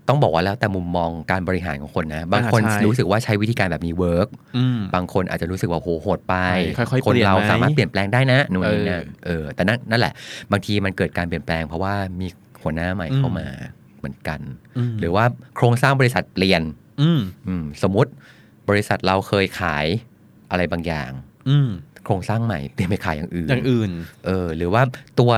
Speaker 3: ต้องบอกว่าแล้วแต่มุมมองการบริหารของคนนะ บางคน
Speaker 2: อ่าใช่
Speaker 3: รู้สึกว่าใช้วิธีการแบบนี้เวิร์ก
Speaker 2: อืม
Speaker 3: บางคนอาจจะรู้สึกว่าโหโหดไป
Speaker 2: ใช่ค่อยๆ
Speaker 3: คน
Speaker 2: เปลี่ยน
Speaker 3: เรา
Speaker 2: ไหม
Speaker 3: สามารถเปลี่ยนแปลงได้นะนู่นนี่
Speaker 2: เออ
Speaker 3: นะเออแต่นั่นนั่นแหละ บางทีมันเกิดการเปลี่ยนแปลง เพราะว่ามีหัวหน้าใหม่เข้ามาเหมือนกัน
Speaker 2: ม
Speaker 3: หรือว่าโครงสร้างบริษัทเปลี่ยน
Speaker 2: อืม
Speaker 3: อืมสมมติบริษัทเราเคยขายอะไรบางอย่าง
Speaker 2: อืม
Speaker 3: โครงสร้างใหม่เปลี่ยนไปขายอย่างอื่น
Speaker 2: อย่างอื่น
Speaker 3: เออ หรือว่าตัว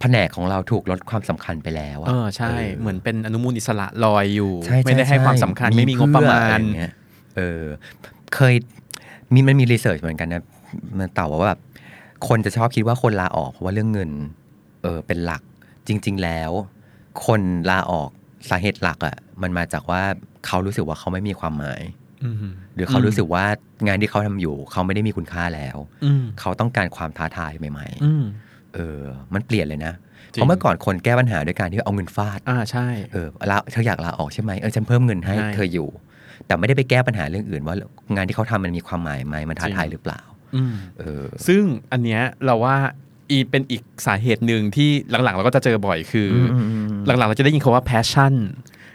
Speaker 3: แผนกของเราถูกลดความสำคัญไปแล้วะ
Speaker 2: เออใช่ เหมือนเป็นอนุมูลอิสระลอยอยู่
Speaker 3: ใช่
Speaker 2: ไม่ได้ให้ความสำคัญไม่มีงบประมา
Speaker 3: เพื่ออ
Speaker 2: ณ
Speaker 3: ไอย่งเงี้ยเออเคยมีมันมีรีเสิร์ชเหมือนกันนะมันเต่าว่าแบบคนจะชอบคิดว่าคนลาออกเพราะว่าเรื่องเงิน เออเป็นหลักจริง ๆ แล้ว คนลาออกสาเหตุหลักอะ่ะมันมาจากว่าเขารู้สึกว่าเขาไม่มีความหมาย
Speaker 2: อืม
Speaker 3: หรือเขารู้สึกว่างานที่เขาทำอยู่ เขาไม่ได้มีคุณค่าแล้ว
Speaker 2: อืม
Speaker 3: เขาต้องการความท้าทายใหม่
Speaker 2: อืม
Speaker 3: ๆ เออ มันเปลี่ยนเลยนะ
Speaker 2: จริง
Speaker 3: เพราะเมื่อก่อนคนแก้ปัญหาด้วยการที่เอาเงินฟาด
Speaker 2: อ่าใช่
Speaker 3: เออลาเธออยากลาออกใช่ไหมเออฉันเพิ่มเงินให้
Speaker 2: ใช่
Speaker 3: เธออยู่ แต่ไม่ได้ไปแก้ปัญหาเรื่องอื่น ว่างานที่เขาทำมันมีความหมายไหมมันท้า
Speaker 2: จริง
Speaker 3: ทายหรือเปล่า
Speaker 2: อืม
Speaker 3: เออ
Speaker 2: ซึ่งอันเนี้ยเราว่าอีเป็นอีกสาเหตุหนึ่งที่หลังๆ เราก็จะเจอบ่อยคืออ
Speaker 3: มอืมอืม
Speaker 2: หลังๆ เราจะได้ยินคำว่า passion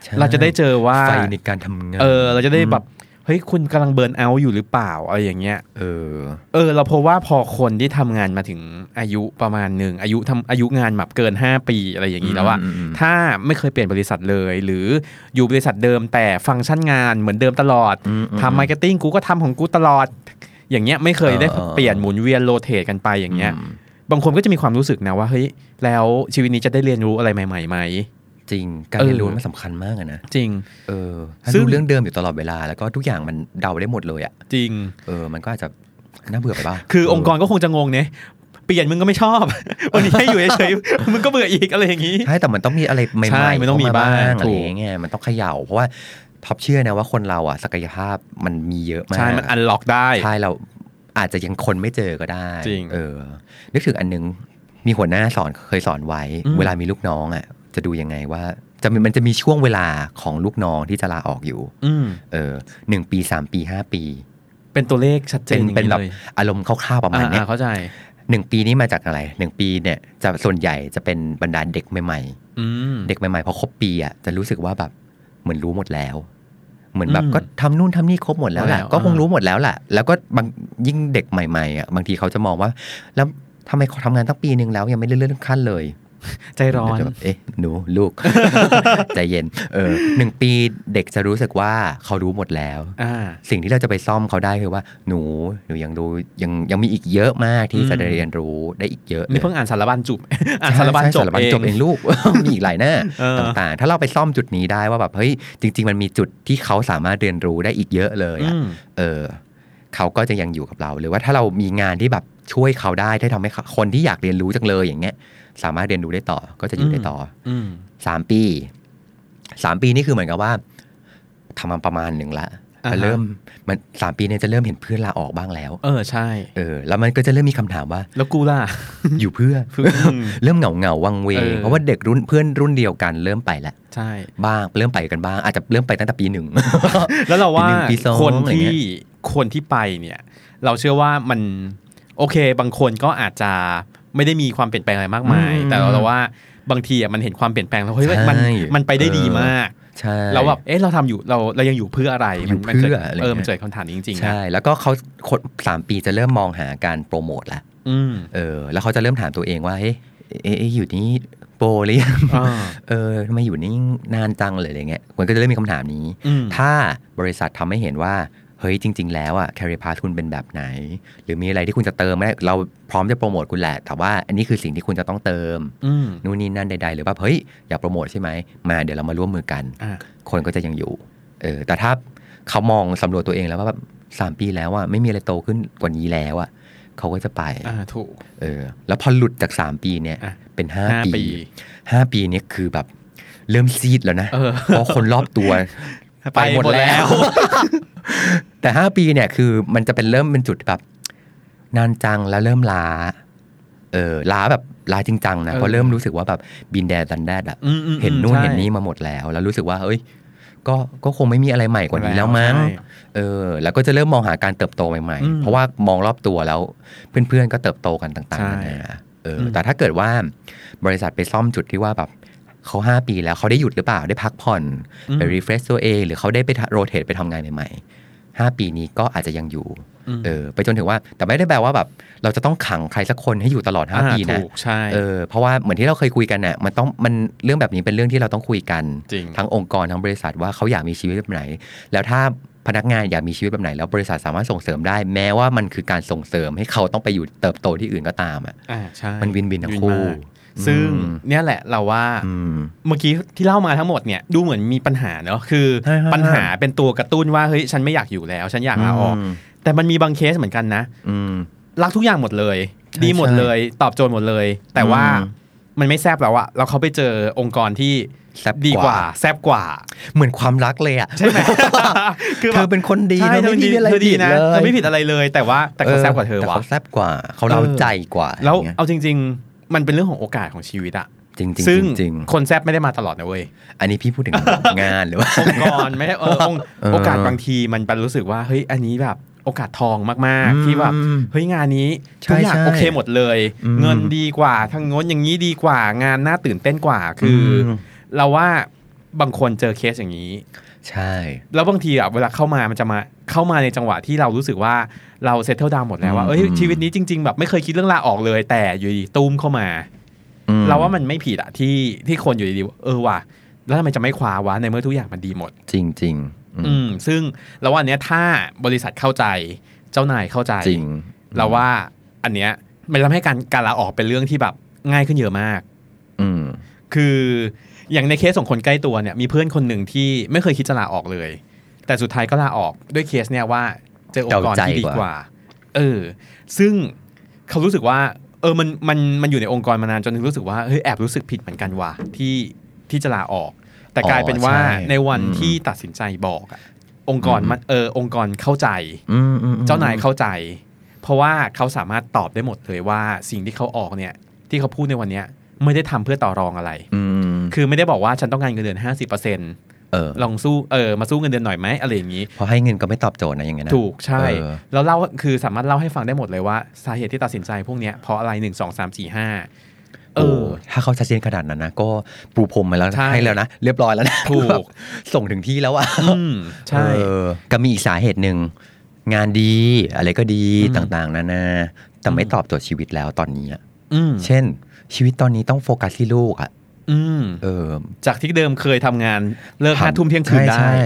Speaker 3: ใช่
Speaker 2: เราจะได้เจอว่า
Speaker 3: ไฟในการทำงาน
Speaker 2: เออ เราจะได้แบบ เฮ้ย คุณกำลังเบิร์นเอาท์อยู่หรือเปล่าอะไรอย่างเงี้ย
Speaker 3: เออ
Speaker 2: เออ เราพบว่าพอคนที่ทำงานมาถึงอายุประมาณหนึ่งอายุทำอายุงานแบบเกิน 5 ปีอะไรอย่างนี้แล้วอะ
Speaker 3: อืมอืมอืม
Speaker 2: ถ้าไม่เคยเปลี่ยนบริษัทเลย หรืออยู่บริษัทเดิมแต่ฟังก์ชันงานเหมือนเดิมตลอด
Speaker 3: อืมอืม
Speaker 2: ทำมาร์เก็ตติ้งกูก็ทำของกูตลอด อย่างเงี้ยไม่เคยได้
Speaker 3: เออเออ
Speaker 2: เปลี่ยนหมุนเวียนโรเตทกันไปอย่างเงี้ย
Speaker 3: อืม
Speaker 2: บางคนก็จะมีความรู้สึกนะว่าเฮ้ยแล้วชีวิตนี้จะได้เรียนรู้อะไรใหม่ๆไหม
Speaker 3: จริงการ
Speaker 2: เออ
Speaker 3: เรียนรู้มันสำคัญมากอะนะ
Speaker 2: จริง
Speaker 3: เออถ้า
Speaker 2: ซึ่ง
Speaker 3: รู้เรื่องเดิมอยู่ตลอดเวลาแล้วก็ทุกอย่างมันเดาได้หมดเลยอ่ะ
Speaker 2: จริง
Speaker 3: เออ มันก็อาจจะน่าเบื่อไปบ้าง
Speaker 2: คือองค์กรก็คงจะงงเนี่ยเปลี่ยนมึงก็ไม่ชอบ วันนี้ให้อยู่เฉยๆ มึงก็เบื่ออีกอะไรอย่างนี้
Speaker 3: ใช่ แต่มันต้องมีอะไรใหม่ๆ
Speaker 2: ใช่มันต้องมีบ้าง
Speaker 3: เข้
Speaker 2: ถู
Speaker 3: อะไร
Speaker 2: ก
Speaker 3: อย่างเงี้ย มันต้องเขย่า เพราะว่าท็อปเชื่อนะว่าคนเราอ่ะศักยภาพมันมีเยอะมาก
Speaker 2: ใช่ มันอันล็อกได้
Speaker 3: ใช่เราอาจจะยังคนไม่เจอก็ได้
Speaker 2: จริง
Speaker 3: เออ นึกถึงอันหนึง มีหัวหน้าสอนเคยสอนไว้
Speaker 2: อืม
Speaker 3: เวลามีลูกน้องอ่ะ จะดูยังไงว่า จะมันจะมีช่วงเวลาของลูกน้องที่จะลาออกอยู่
Speaker 2: อืม
Speaker 3: เออหนึ่งปีสามปีห้าปี
Speaker 2: เป็นตัวเลขชัดเจ
Speaker 3: เป็น
Speaker 2: อ
Speaker 3: น
Speaker 2: ย่าง
Speaker 3: เป็นแบบ
Speaker 2: เลย
Speaker 3: อารมณ์คร่าวๆประมาณ
Speaker 2: อ่า
Speaker 3: เนี้ย
Speaker 2: อ่าเข้าใจ
Speaker 3: หนึ่งปีนี้มาจากอะไรหนึ่งปีเนี่ยจะส่วนใหญ่จะเป็นบรรดาเด็กใหม่
Speaker 2: อืม
Speaker 3: ๆ เด็กใหม่ๆพอครบปีอ่ะจะรู้สึกว่าแบบเหมือนรู้หมดแล้ว เหมือนแบบ
Speaker 2: อืม
Speaker 3: ก็ทำนู่นทำนี่ครบหมดแล้วแหละ
Speaker 2: แล้ว
Speaker 3: ก็คง
Speaker 2: อ่ารู้
Speaker 3: รู้หมดแล้วแหละแล้วก็บางยิ่งเด็กใหม่ๆอ่ะบางทีเขาจะมองว่า แล้วทำไมเขาทำงานตั้งปีหนึ่งแล้วยังไม่ได้เลื่อนขั้นเลย
Speaker 2: ใจร้อน
Speaker 3: เดี๋ยวแบบเอ๊ะหนูลูก ใจเย็นเออหนึ่งปีเด็กจะรู้สึกว่าเขารู้หมดแล้ว
Speaker 2: อ่า
Speaker 3: สิ่งที่เราจะไปซ่อมเขาได้คือว่าหนูหนูยังรู้ยังยังมีอีกเยอะมากที่จะได้
Speaker 2: อืม
Speaker 3: เรียนรู้ได้อีกเยอะเล
Speaker 2: นี่
Speaker 3: ย
Speaker 2: เพิ่งอ่านสารบัญจบ อ่านสารบัญ
Speaker 3: ใช่
Speaker 2: จบ
Speaker 3: ใช่สารบัญ
Speaker 2: เอง
Speaker 3: จบเองลูก มีอีกหลายหน้า
Speaker 2: เออ
Speaker 3: ต่างๆ ถ้าเราไปซ่อมจุดนี้ได้ว่าแบบเฮ้ยจริง ๆ มันมีจุดที่เขาสามารถเรียนรู้ได้อีกเยอะเลยอะ
Speaker 2: อืม
Speaker 3: เออเขาก็จะยังอยู่กับเรา หรือว่าถ้าเรามีงานที่แบบช่วยเขาได้ที่ทำให้เขาคนที่อยากเรียนรู้จังเลยอย่างเงี้ย สามารถเรียนรู้ได้ต่อก็จะอยู่ได้ต่อ
Speaker 2: อืม
Speaker 3: สามปีสามปีนี่คือเหมือนกับว่าทำมาประมาณหนึ่งละ
Speaker 2: อ่าฮะ
Speaker 3: มันเริ่มมันสามปีเนี่ยจะเริ่มเห็นเพื่อนลาออกบ้างแล้ว
Speaker 2: เออใช่
Speaker 3: เออ แล้วมันก็จะเริ่มมีคำถามว่า
Speaker 2: แล้วกูล่ะ
Speaker 3: อยู่เพื่อ
Speaker 2: ม
Speaker 3: เริ่มเหงาเหงาๆวังเวง
Speaker 2: เออ
Speaker 3: เพราะว่าเด็กรุ่นเพื่อนรุ่นเดียวกันเริ่มไปแล้ว
Speaker 2: ใช่
Speaker 3: บ้างเริ่มไปกันบ้าง อาจจะเริ่มไปตั้งแต่ปีหนึ่ ง
Speaker 2: แล้วเราว่า
Speaker 3: ปีหนึ่งปีสอง
Speaker 2: คน
Speaker 3: อะไรเงี้
Speaker 2: ที่
Speaker 3: ย
Speaker 2: คนที่ไปเนี่ย เราเชื่อว่ามันโอเค บางคนก็อาจจะไม่ได้มีความเปลี่ยนแปลงอะไรมากมาย
Speaker 3: อืม
Speaker 2: แต่เราเราว่าบางทีอ่ะมันเห็นความเปลี่ยนแปลงแล้วเฮ้ยมัน
Speaker 3: ใช่
Speaker 2: มันไปได้ดี
Speaker 3: เออ
Speaker 2: มาก
Speaker 3: ใช่
Speaker 2: เราแบบเอ๊ะเราทำอยู่เราเรายังอยู่เพื่ออะไร
Speaker 3: อยู่
Speaker 2: มัเกิด
Speaker 3: เพื่ออะไรเงี้ย
Speaker 2: เออมันเกิดคำถามนี้จริงๆนะ
Speaker 3: ใช่ แล้วก็เขาคนสามปีจะเริ่มมองหาการโปรโมทละ
Speaker 2: อืม
Speaker 3: เออ แล้วเขาจะเริ่มถามตัวเองว่า เฮ้ยเอ๊ะเอ๊ะอยู่นี่โปรหรือยัง
Speaker 2: อ่า
Speaker 3: เออทำไมอยู่นี่นานจังเลยอะไรเงี้ยคนก็จะเริ่มมีคำถามนี้
Speaker 2: อืม
Speaker 3: ถ้าบริษัททำให้เห็นว่า เฮ้ยจริง ๆ แล้วอะแคริพาคุณเป็นแบบไหน หรือมีอะไรที่คุณจะเติมไหมเราพร้อมจะโปรโมทคุณแหละ แต่ว่าอันนี้คือสิ่งที่คุณจะต้องเติม
Speaker 2: อืม
Speaker 3: นู่นนี่นั่นใดๆ หรือว่าเฮ้ย อยากโปรโมทใช่ไหมมาเดี๋ยวเรามาร่วมมือกัน
Speaker 2: อ่า
Speaker 3: คนก็จะยังอยู่เออแต่ถ้าเขามองสำรวจตัวเองแล้วว่าแบบสามปีแล้วอะไม่มีอะไรโตขึ้นกว่านี้แล้วอะเขาก็จะไป
Speaker 2: อ่าถูก
Speaker 3: เออแล้วพอหลุดจากสามปีเนี่ย
Speaker 2: อ่ะ
Speaker 3: เป็นห้า
Speaker 2: ห้าปี
Speaker 3: ปีห้าปีเนี่ยคือแบบเริ่มซีดแล้วนะ
Speaker 2: เออ
Speaker 3: เพราะคนรอบตัว ไปหมดแล้ว แต่ห้าปีเนี่ยคือมันจะเป็นเริ่มเป็นจุดแบบ นานจังแล้วเริ่มล้า เออล้าแบบล้าจริงจังนะ
Speaker 2: เออ
Speaker 3: เพราะเริ่มรู้สึกว่าแบบบินแดนดันแดดอะ
Speaker 2: อืมอืมอืม
Speaker 3: เห็นนู่น
Speaker 2: ใช่
Speaker 3: เห็นนี่มาหมดแล้ว แล้วรู้สึกว่า เอ้ย ก็ก็คงไม่มีอะไรใหม่กว่านี้แล้วมั้ง
Speaker 2: ใช่
Speaker 3: เออ แล้วก็จะเริ่มมองหาการเติบโตใหม่
Speaker 2: อืม
Speaker 3: ๆ เพราะว่ามองรอบตัวแล้ว เพื่อนๆก็เติบโตกันต่างๆ
Speaker 2: ใช่
Speaker 3: นานาเอออ
Speaker 2: ม
Speaker 3: แต่ถ้าเกิดว่าบริษัทไปซ่อมจุดที่ว่าแบบเขาห้าปีแล้วเขาได้หยุดหรือเปล่าได้พักผ่อน
Speaker 2: อืม
Speaker 3: ไปรีเฟรชตัวเอง หรือเขาได้ไปโรเตทไปทำงานใหม่ๆห้าปีนี้ก็อาจจะยังอยู่
Speaker 2: ม
Speaker 3: เออ ไปจนถึงว่า แต่ไม่ได้แปลว่าแบบ เราจะต้องขังใครสักคนให้อยู่ตลอดห้า
Speaker 2: อ่
Speaker 3: ปีนะ
Speaker 2: ถูกใช่
Speaker 3: เออ เพราะว่าเหมือนที่เราเคยคุยกันน่ะ มันต้องมันเรื่องแบบนี้เป็นเรื่องที่เราต้องคุยกัน
Speaker 2: จริง
Speaker 3: ทั้งองค์กรทั้งบริษัทว่าเขาอยากมีชีวิตแบบไหน แล้วถ้าพนักงานอยากมีชีวิตแบบไหน แล้วบริษัทสามารถส่งเสริมได้ แม้ว่ามันคือการส่งเสริมให้เขาต้องไปอยู่เติบโตที่อื่นก็ตามอ่ะ
Speaker 2: อ่าใช่
Speaker 3: มันวินวินทั้งคู่
Speaker 2: มากซึ่ง
Speaker 3: อืม
Speaker 2: เนี่ยแหละเราว่า
Speaker 3: อืม
Speaker 2: เมื่อกี้ที่เล่ามาทั้งหมดเนี่ยดูเหมือนมีปัญหาเนอะคือ
Speaker 3: ใช่ใช่
Speaker 2: ปัญหาเป็นตัวกระตุ้นว่าเฮ้ยฉันไม่อยากอยู่แล้ว ฉันอยากลาออก แต่มันมีบางเคสเหมือนกันนะ
Speaker 3: อืม
Speaker 2: รักทุกอย่างหมดเลย
Speaker 3: ใช่
Speaker 2: ดีหมดเลย ตอบโจทย์หมดเลย แต่ว่า
Speaker 3: อืม
Speaker 2: มันไม่แซบแล้วอะแล้วเขาไปเจอองค์กรที่
Speaker 3: แซ่บ
Speaker 2: ดีกว่าแซบกว่า
Speaker 3: เหมือนความรักเลยอ่ะ
Speaker 2: ใช่ไหม คือ
Speaker 3: เธ
Speaker 2: แบบ
Speaker 3: อเป็น คนดี
Speaker 2: ใช่
Speaker 3: เธ
Speaker 2: เธ
Speaker 3: อไม่
Speaker 2: อ
Speaker 3: มีอะไร
Speaker 2: เธอดี
Speaker 3: ผิด
Speaker 2: นะ
Speaker 3: เล
Speaker 2: เธอย ไม่ผิดอะไรเลย แต่ว่าแต่เขาแซบกว่าเธอ
Speaker 3: แต่
Speaker 2: วะ
Speaker 3: เขาแซบกว่า เขาเล่า
Speaker 2: เออ
Speaker 3: ใจกว่า
Speaker 2: แล้ว
Speaker 3: อย่างเงี้ย
Speaker 2: เอาจริง ๆ มันเป็นเรื่องของโอกาสของชีวิตอะ
Speaker 3: จริงจริง
Speaker 2: ซึ่ง
Speaker 3: จริง
Speaker 2: คนแซบไม่ได้มาตลอดนะเว้ย
Speaker 3: ๆอันนี้พี่พูดถึง งานหรือว่า
Speaker 2: องค์กรไม่ใช่เออองค์
Speaker 3: เออ
Speaker 2: โอกาสบางทีมันเป็นรู้สึกว่าเฮ้ยอันนี้แบบโอกาสทองมาก
Speaker 3: อืม
Speaker 2: ๆ ที่แบบเฮ้ยงานนี้
Speaker 3: ใช่
Speaker 2: ทุกอย่าง
Speaker 3: ใช่
Speaker 2: โอเคหมดเลย
Speaker 3: อืม
Speaker 2: เงินดีกว่าทางโน้นอย่างนี้ดีกว่างานน่าตื่นเต้นกว่าคืออ
Speaker 3: ม
Speaker 2: เราว่าบางคนเจอเคสอย่างนี้
Speaker 3: ใช่
Speaker 2: แล้วบางทีอ่ะเวลาเข้ามามันจะมาเข้ามาในจังหวะที่เรารู้สึกว่าเราเซตเทิลดาวหมดแล้วว่า
Speaker 3: อืม
Speaker 2: เอ้ย
Speaker 3: อืม
Speaker 2: ชีวิตนี้จริง ๆ แบบไม่เคยคิดเรื่องลาออกเลย แต่อยู่ดีๆตุ้มเข้ามา
Speaker 3: อื
Speaker 2: เราว่ามันไม่ผิดอะที่ที่คนอยู่ดีๆเออว่ะแล้วทำไมจะไม่คว้าวะในเมื่อทุกอย่างมันดีหมด
Speaker 3: จริงจริงๆอืม
Speaker 2: อืมซึ่งเราว่าอันเนี้ยถ้าบริษัทเข้าใจเจ้านายเข้าใจ
Speaker 3: จริง
Speaker 2: เราว่าอันเนี้ยมันทำให้การการลาออกเป็นเรื่องที่แบบง่ายขึ้นเยอะมาก
Speaker 3: อืม
Speaker 2: คืออย่างในเคสของคนใกล้ตัวเนี่ยมีเพื่อนคนหนึ่งที่ไม่เคยคิดจะลาออกเลย แต่สุดท้ายก็ลาออกด้วยเคสเนี่ยว่าเจอองค์กรที่ดีกว่า เออ ซึ่งเขารู้สึกว่า เออมันมันมันอยู่ในองค์กรมานานจนถึงรู้สึกว่าเฮ้ยแอบรู้สึกผิดเหมือนกันว่ะที่ที่จะลาออก แต่กลายเป็นว่า
Speaker 3: อ๋อใช่
Speaker 2: ในวัน
Speaker 3: อืม
Speaker 2: ที่ตัดสินใจบอกอะองค์กร
Speaker 3: อืม
Speaker 2: มันเออองค์กรเข้าใจ
Speaker 3: อืมอืมอืม
Speaker 2: เจ้านายเข้าใจ เพราะว่าเขาสามารถตอบได้หมดเลยว่าสิ่งที่เขาออกเนี่ย ที่เขาพูดในวันเนี้ยไม่ได้ทำเพื่อต่อรองอะไร
Speaker 3: อืม
Speaker 2: คือไม่ได้บอกว่าฉันต้องการเงินเดือน 50%
Speaker 3: เออ
Speaker 2: ลองสู้เออมาสู้เงินเดือนหน่อยไหมอะไรอย่างนี้
Speaker 3: เพอให้เงินก็ไม่ตอบโจทย์นะอย่างเงี้ยนะ
Speaker 2: ถูกใช่
Speaker 3: เออ
Speaker 2: แล้วเล่าคือสามารถเล่าให้ฟังได้หมดเลยว่า สาเหตุที่ตัดสินใจพวกเนี้ยเพราะอะไร 1 2 3 4 5 เอ
Speaker 3: โอ้
Speaker 2: อ
Speaker 3: ถ้าเขาชัดเจนขนาดนั้นนะก็ปูพรมมาแล้ว
Speaker 2: ใช่
Speaker 3: ให้แล้วนะเรียบร้อยแล้วนะ
Speaker 2: ถูก
Speaker 3: แบบส่งถึงที่แล้วอะ
Speaker 2: อืมใช่
Speaker 3: เออก็มีอีกสาเหตุหนึ่ง งานดีอะไรก็ดี
Speaker 2: อืม
Speaker 3: ต่างๆนานาแต่ไม่ตอบโจทย์ชีวิตแล้วตอนนี้อะ
Speaker 2: อืม
Speaker 3: เช่น ชีวิตตอนนี้ต้องโฟกัสที่ลูกอ่ะ
Speaker 2: อืม
Speaker 3: เออ
Speaker 2: จากที่เดิมเคยทำงานเลิก
Speaker 3: ทำ
Speaker 2: ห้าทุ่มเที่ยงคืนได้
Speaker 3: ใช่ใช่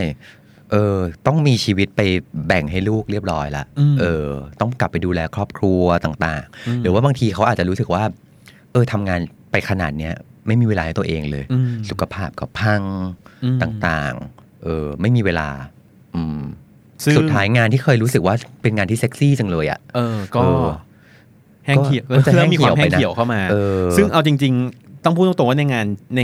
Speaker 3: เออต้องมีชีวิตไปแบ่งให้ลูกเรียบร้อยละ
Speaker 2: อืม
Speaker 3: เออ ต้องกลับไปดูแลครอบครัวต่าง
Speaker 2: อืม
Speaker 3: ๆ หรือว่าบางทีเขาอาจจะรู้สึกว่า เออทำงานไปขนาดเนี้ยไม่มีเวลาให้ตัวเองเลย
Speaker 2: อืม
Speaker 3: สุขภาพก็พัง
Speaker 2: อืม
Speaker 3: ต่างๆ เออ ไม่มีเวลา อืม
Speaker 2: ซึ่ง
Speaker 3: สุดท้ายงานที่เคยรู้สึกว่าเป็นงานที่เซ็กซี่จังเลยอ่ะ
Speaker 2: เออก็
Speaker 3: เออ
Speaker 2: แห้งเขียว
Speaker 3: ก็ก็จะ
Speaker 2: เริ่มมีความ
Speaker 3: แห้
Speaker 2: แห้ง
Speaker 3: งเหี่
Speaker 2: เขีย
Speaker 3: ยว ว
Speaker 2: เข้ามา
Speaker 3: เออ
Speaker 2: ซึ่งเอาจริง ๆ ต้องพูดตรงๆว่าในงานใน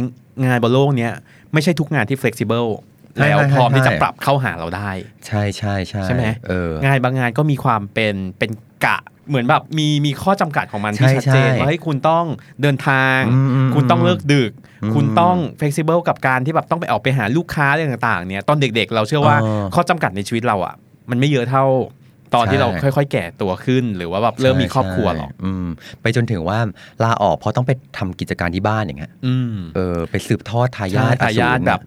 Speaker 2: งานบนโลกเนี้ยไม่ใช่ทุกงานที่ flexible
Speaker 3: ใช่
Speaker 2: แล้ว
Speaker 3: ใช่
Speaker 2: พร้อมที่จะ
Speaker 3: ใช่
Speaker 2: ปรับเข้าหาเราได้
Speaker 3: ใช่ใช่ใช่
Speaker 2: ใช่ไหม
Speaker 3: เออ
Speaker 2: งานบางงานก็มีความเป็นเป็นกะเหมือนแบบมีมีข้อจำกัดของมัน
Speaker 3: ใช่
Speaker 2: ที่ชัดเจน
Speaker 3: ใช่
Speaker 2: ว่าเฮ้ยคุณต้องเดินทาง
Speaker 3: อืมอืม
Speaker 2: คุณต้องเลิกดึก
Speaker 3: อืม
Speaker 2: คุณต้องเฟกซิเบิลกับการที่แบบต้องไปออกไปหาลูกค้าอะไรต่างๆเนี่ยตอนเด็กๆ เราเชื่อว่า
Speaker 3: เออ
Speaker 2: ข้อจำกัดในชีวิตเราอ่ะ มันไม่เยอะเท่าตอนที่
Speaker 3: ใช่
Speaker 2: เราค่อย ๆ แก่ตัวขึ้น หรือว่าแบบเริ่มมีครอบครัวหรอก
Speaker 3: ใช่อืมไปจนถึงว่าลาออกเพราะต้องไปทำกิจการที่บ้านอย่างเงี้ย
Speaker 2: อืม
Speaker 3: เออไปสืบทอดทายาทอ
Speaker 2: ทา
Speaker 3: สูร
Speaker 2: ยาทแบบ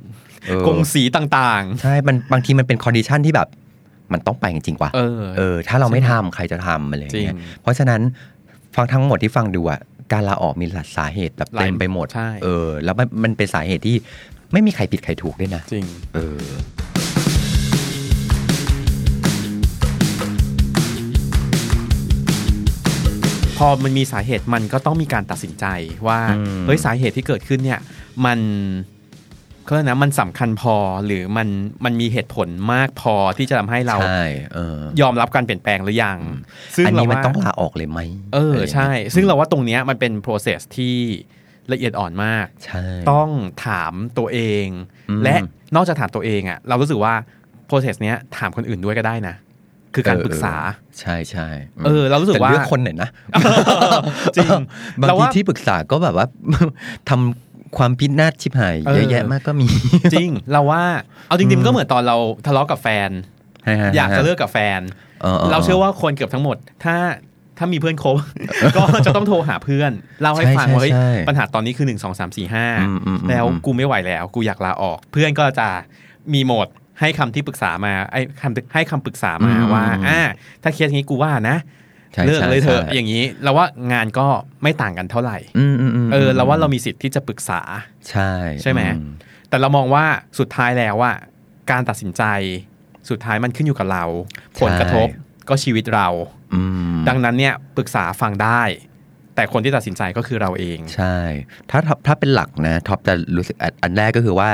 Speaker 3: เออก
Speaker 2: งสีต่าง
Speaker 3: ใช่มันบางทีมันเป็นคอนดิชันที่แบบ มันต้องไปจริงๆว่ะ
Speaker 2: ๆ เออ
Speaker 3: เออ ถ้าเราไม่ทำใครจะทำอะไรอย่างเงี้ย
Speaker 2: จริง
Speaker 3: เพราะฉะนั้นฟังทั้งหมดที่ฟังดูอ่ะการลาออกมีหลายสาเหตุแบบ
Speaker 2: หลาย
Speaker 3: เต็มไปหมด
Speaker 2: ใช่
Speaker 3: เออ แล้วมันมันเป็นสาเหตุที่ไม่มีใครผิดใครถูกด้วยนะ
Speaker 2: จริง
Speaker 3: เออ
Speaker 2: พอมันมีสาเหตุมันก็ต้องมีการตัดสินใจว่า
Speaker 3: อืม
Speaker 2: เฮ้ยสาเหตุที่เกิดขึ้นเนี่ย มันเขาเรียกนะมันสำคัญพอหรือมันมันมีเหตุผลมากพอที่จะทำให้เรา
Speaker 3: ใช่เออย
Speaker 2: อมรับการเปลี่ยนแปลงหรือยัง ซึ่ง
Speaker 3: อัน
Speaker 2: เรา
Speaker 3: นี้มัน
Speaker 2: ว่า
Speaker 3: ต้องลาออกเลยไหม
Speaker 2: เออ
Speaker 3: ะไรย่างงี้ย
Speaker 2: ใช่ ซึ่งเราว่าตรงเนี้ยมันเป็น process ที่ละเอียดอ่อนมาก
Speaker 3: ใช่
Speaker 2: ต้องถามตัวเอง
Speaker 3: อืม
Speaker 2: และนอกจากถามตัวเองอะเรารู้สึกว่า process เนี้ยถามคนอื่นด้วยก็ได้นะ คือการ
Speaker 3: เออ
Speaker 2: ปรึกษา
Speaker 3: ใช่ใช่ม
Speaker 2: เออเรารู้สึก
Speaker 3: แต่
Speaker 2: ว่า
Speaker 3: เลือกคนหน่อยนะ
Speaker 2: จริง
Speaker 3: บาง
Speaker 2: เร
Speaker 3: ที
Speaker 2: ว่า
Speaker 3: ที่ปรึกษาก็แบบว่า ทำความพินาศชิบหาย
Speaker 2: เออ
Speaker 3: เยอะแยะมากก็มี
Speaker 2: จริง เราว่าเอาจริงๆก็เหมือนตอนเราทะเลาะกับแฟน อยากจะเลิกกับแฟน เราเชื่อว่าคนเกือบทั้งหมด ถ้าถ้ามีเพื่อน คบ ก็จะต้องโทรหาเพื่อนเล่าให้
Speaker 3: ใช่
Speaker 2: ฟังว่าเฮ้ย
Speaker 3: ใช่
Speaker 2: ปัญหาตอนนี้คือหนึ่งสองสามสี่ห้า
Speaker 3: อืมอืมอืม
Speaker 2: แล้วกูไม่ไหวแล้ว กูอยากลาออก เพื่อนก็จะมีโหมดให้คำที่ปรึกษามาไอ้คำให้คำปรึกษามาว่าอ่าถ้าเคสนี้กูว่านะ
Speaker 3: ใช่
Speaker 2: เลิกเลยเถอะ
Speaker 3: ใช่
Speaker 2: อย่างนี้เราว่างานก็ไม่ต่างกันเท่าไหร่
Speaker 3: อืมอืมม
Speaker 2: เออเราว่าเรามีสิทธิ์ที่จะปรึกษา
Speaker 3: ใช่
Speaker 2: ใช่ไหม
Speaker 3: อื
Speaker 2: แต่เรามองว่าสุดท้ายแล้วว่าการตัดสินใจสุดท้ายมันขึ้นอยู่กับเรา ผลกระทบก็ชีวิตเรา
Speaker 3: อืม
Speaker 2: ดังนั้นเนี่ยปรึกษาฟังได้ แต่คนที่ตัดสินใจก็คือเราเอง
Speaker 3: ใช่ ถ้าถ้าถ้าเป็นหลักนะท็อปจะรู้สึกอันอันแรกก็คือว่า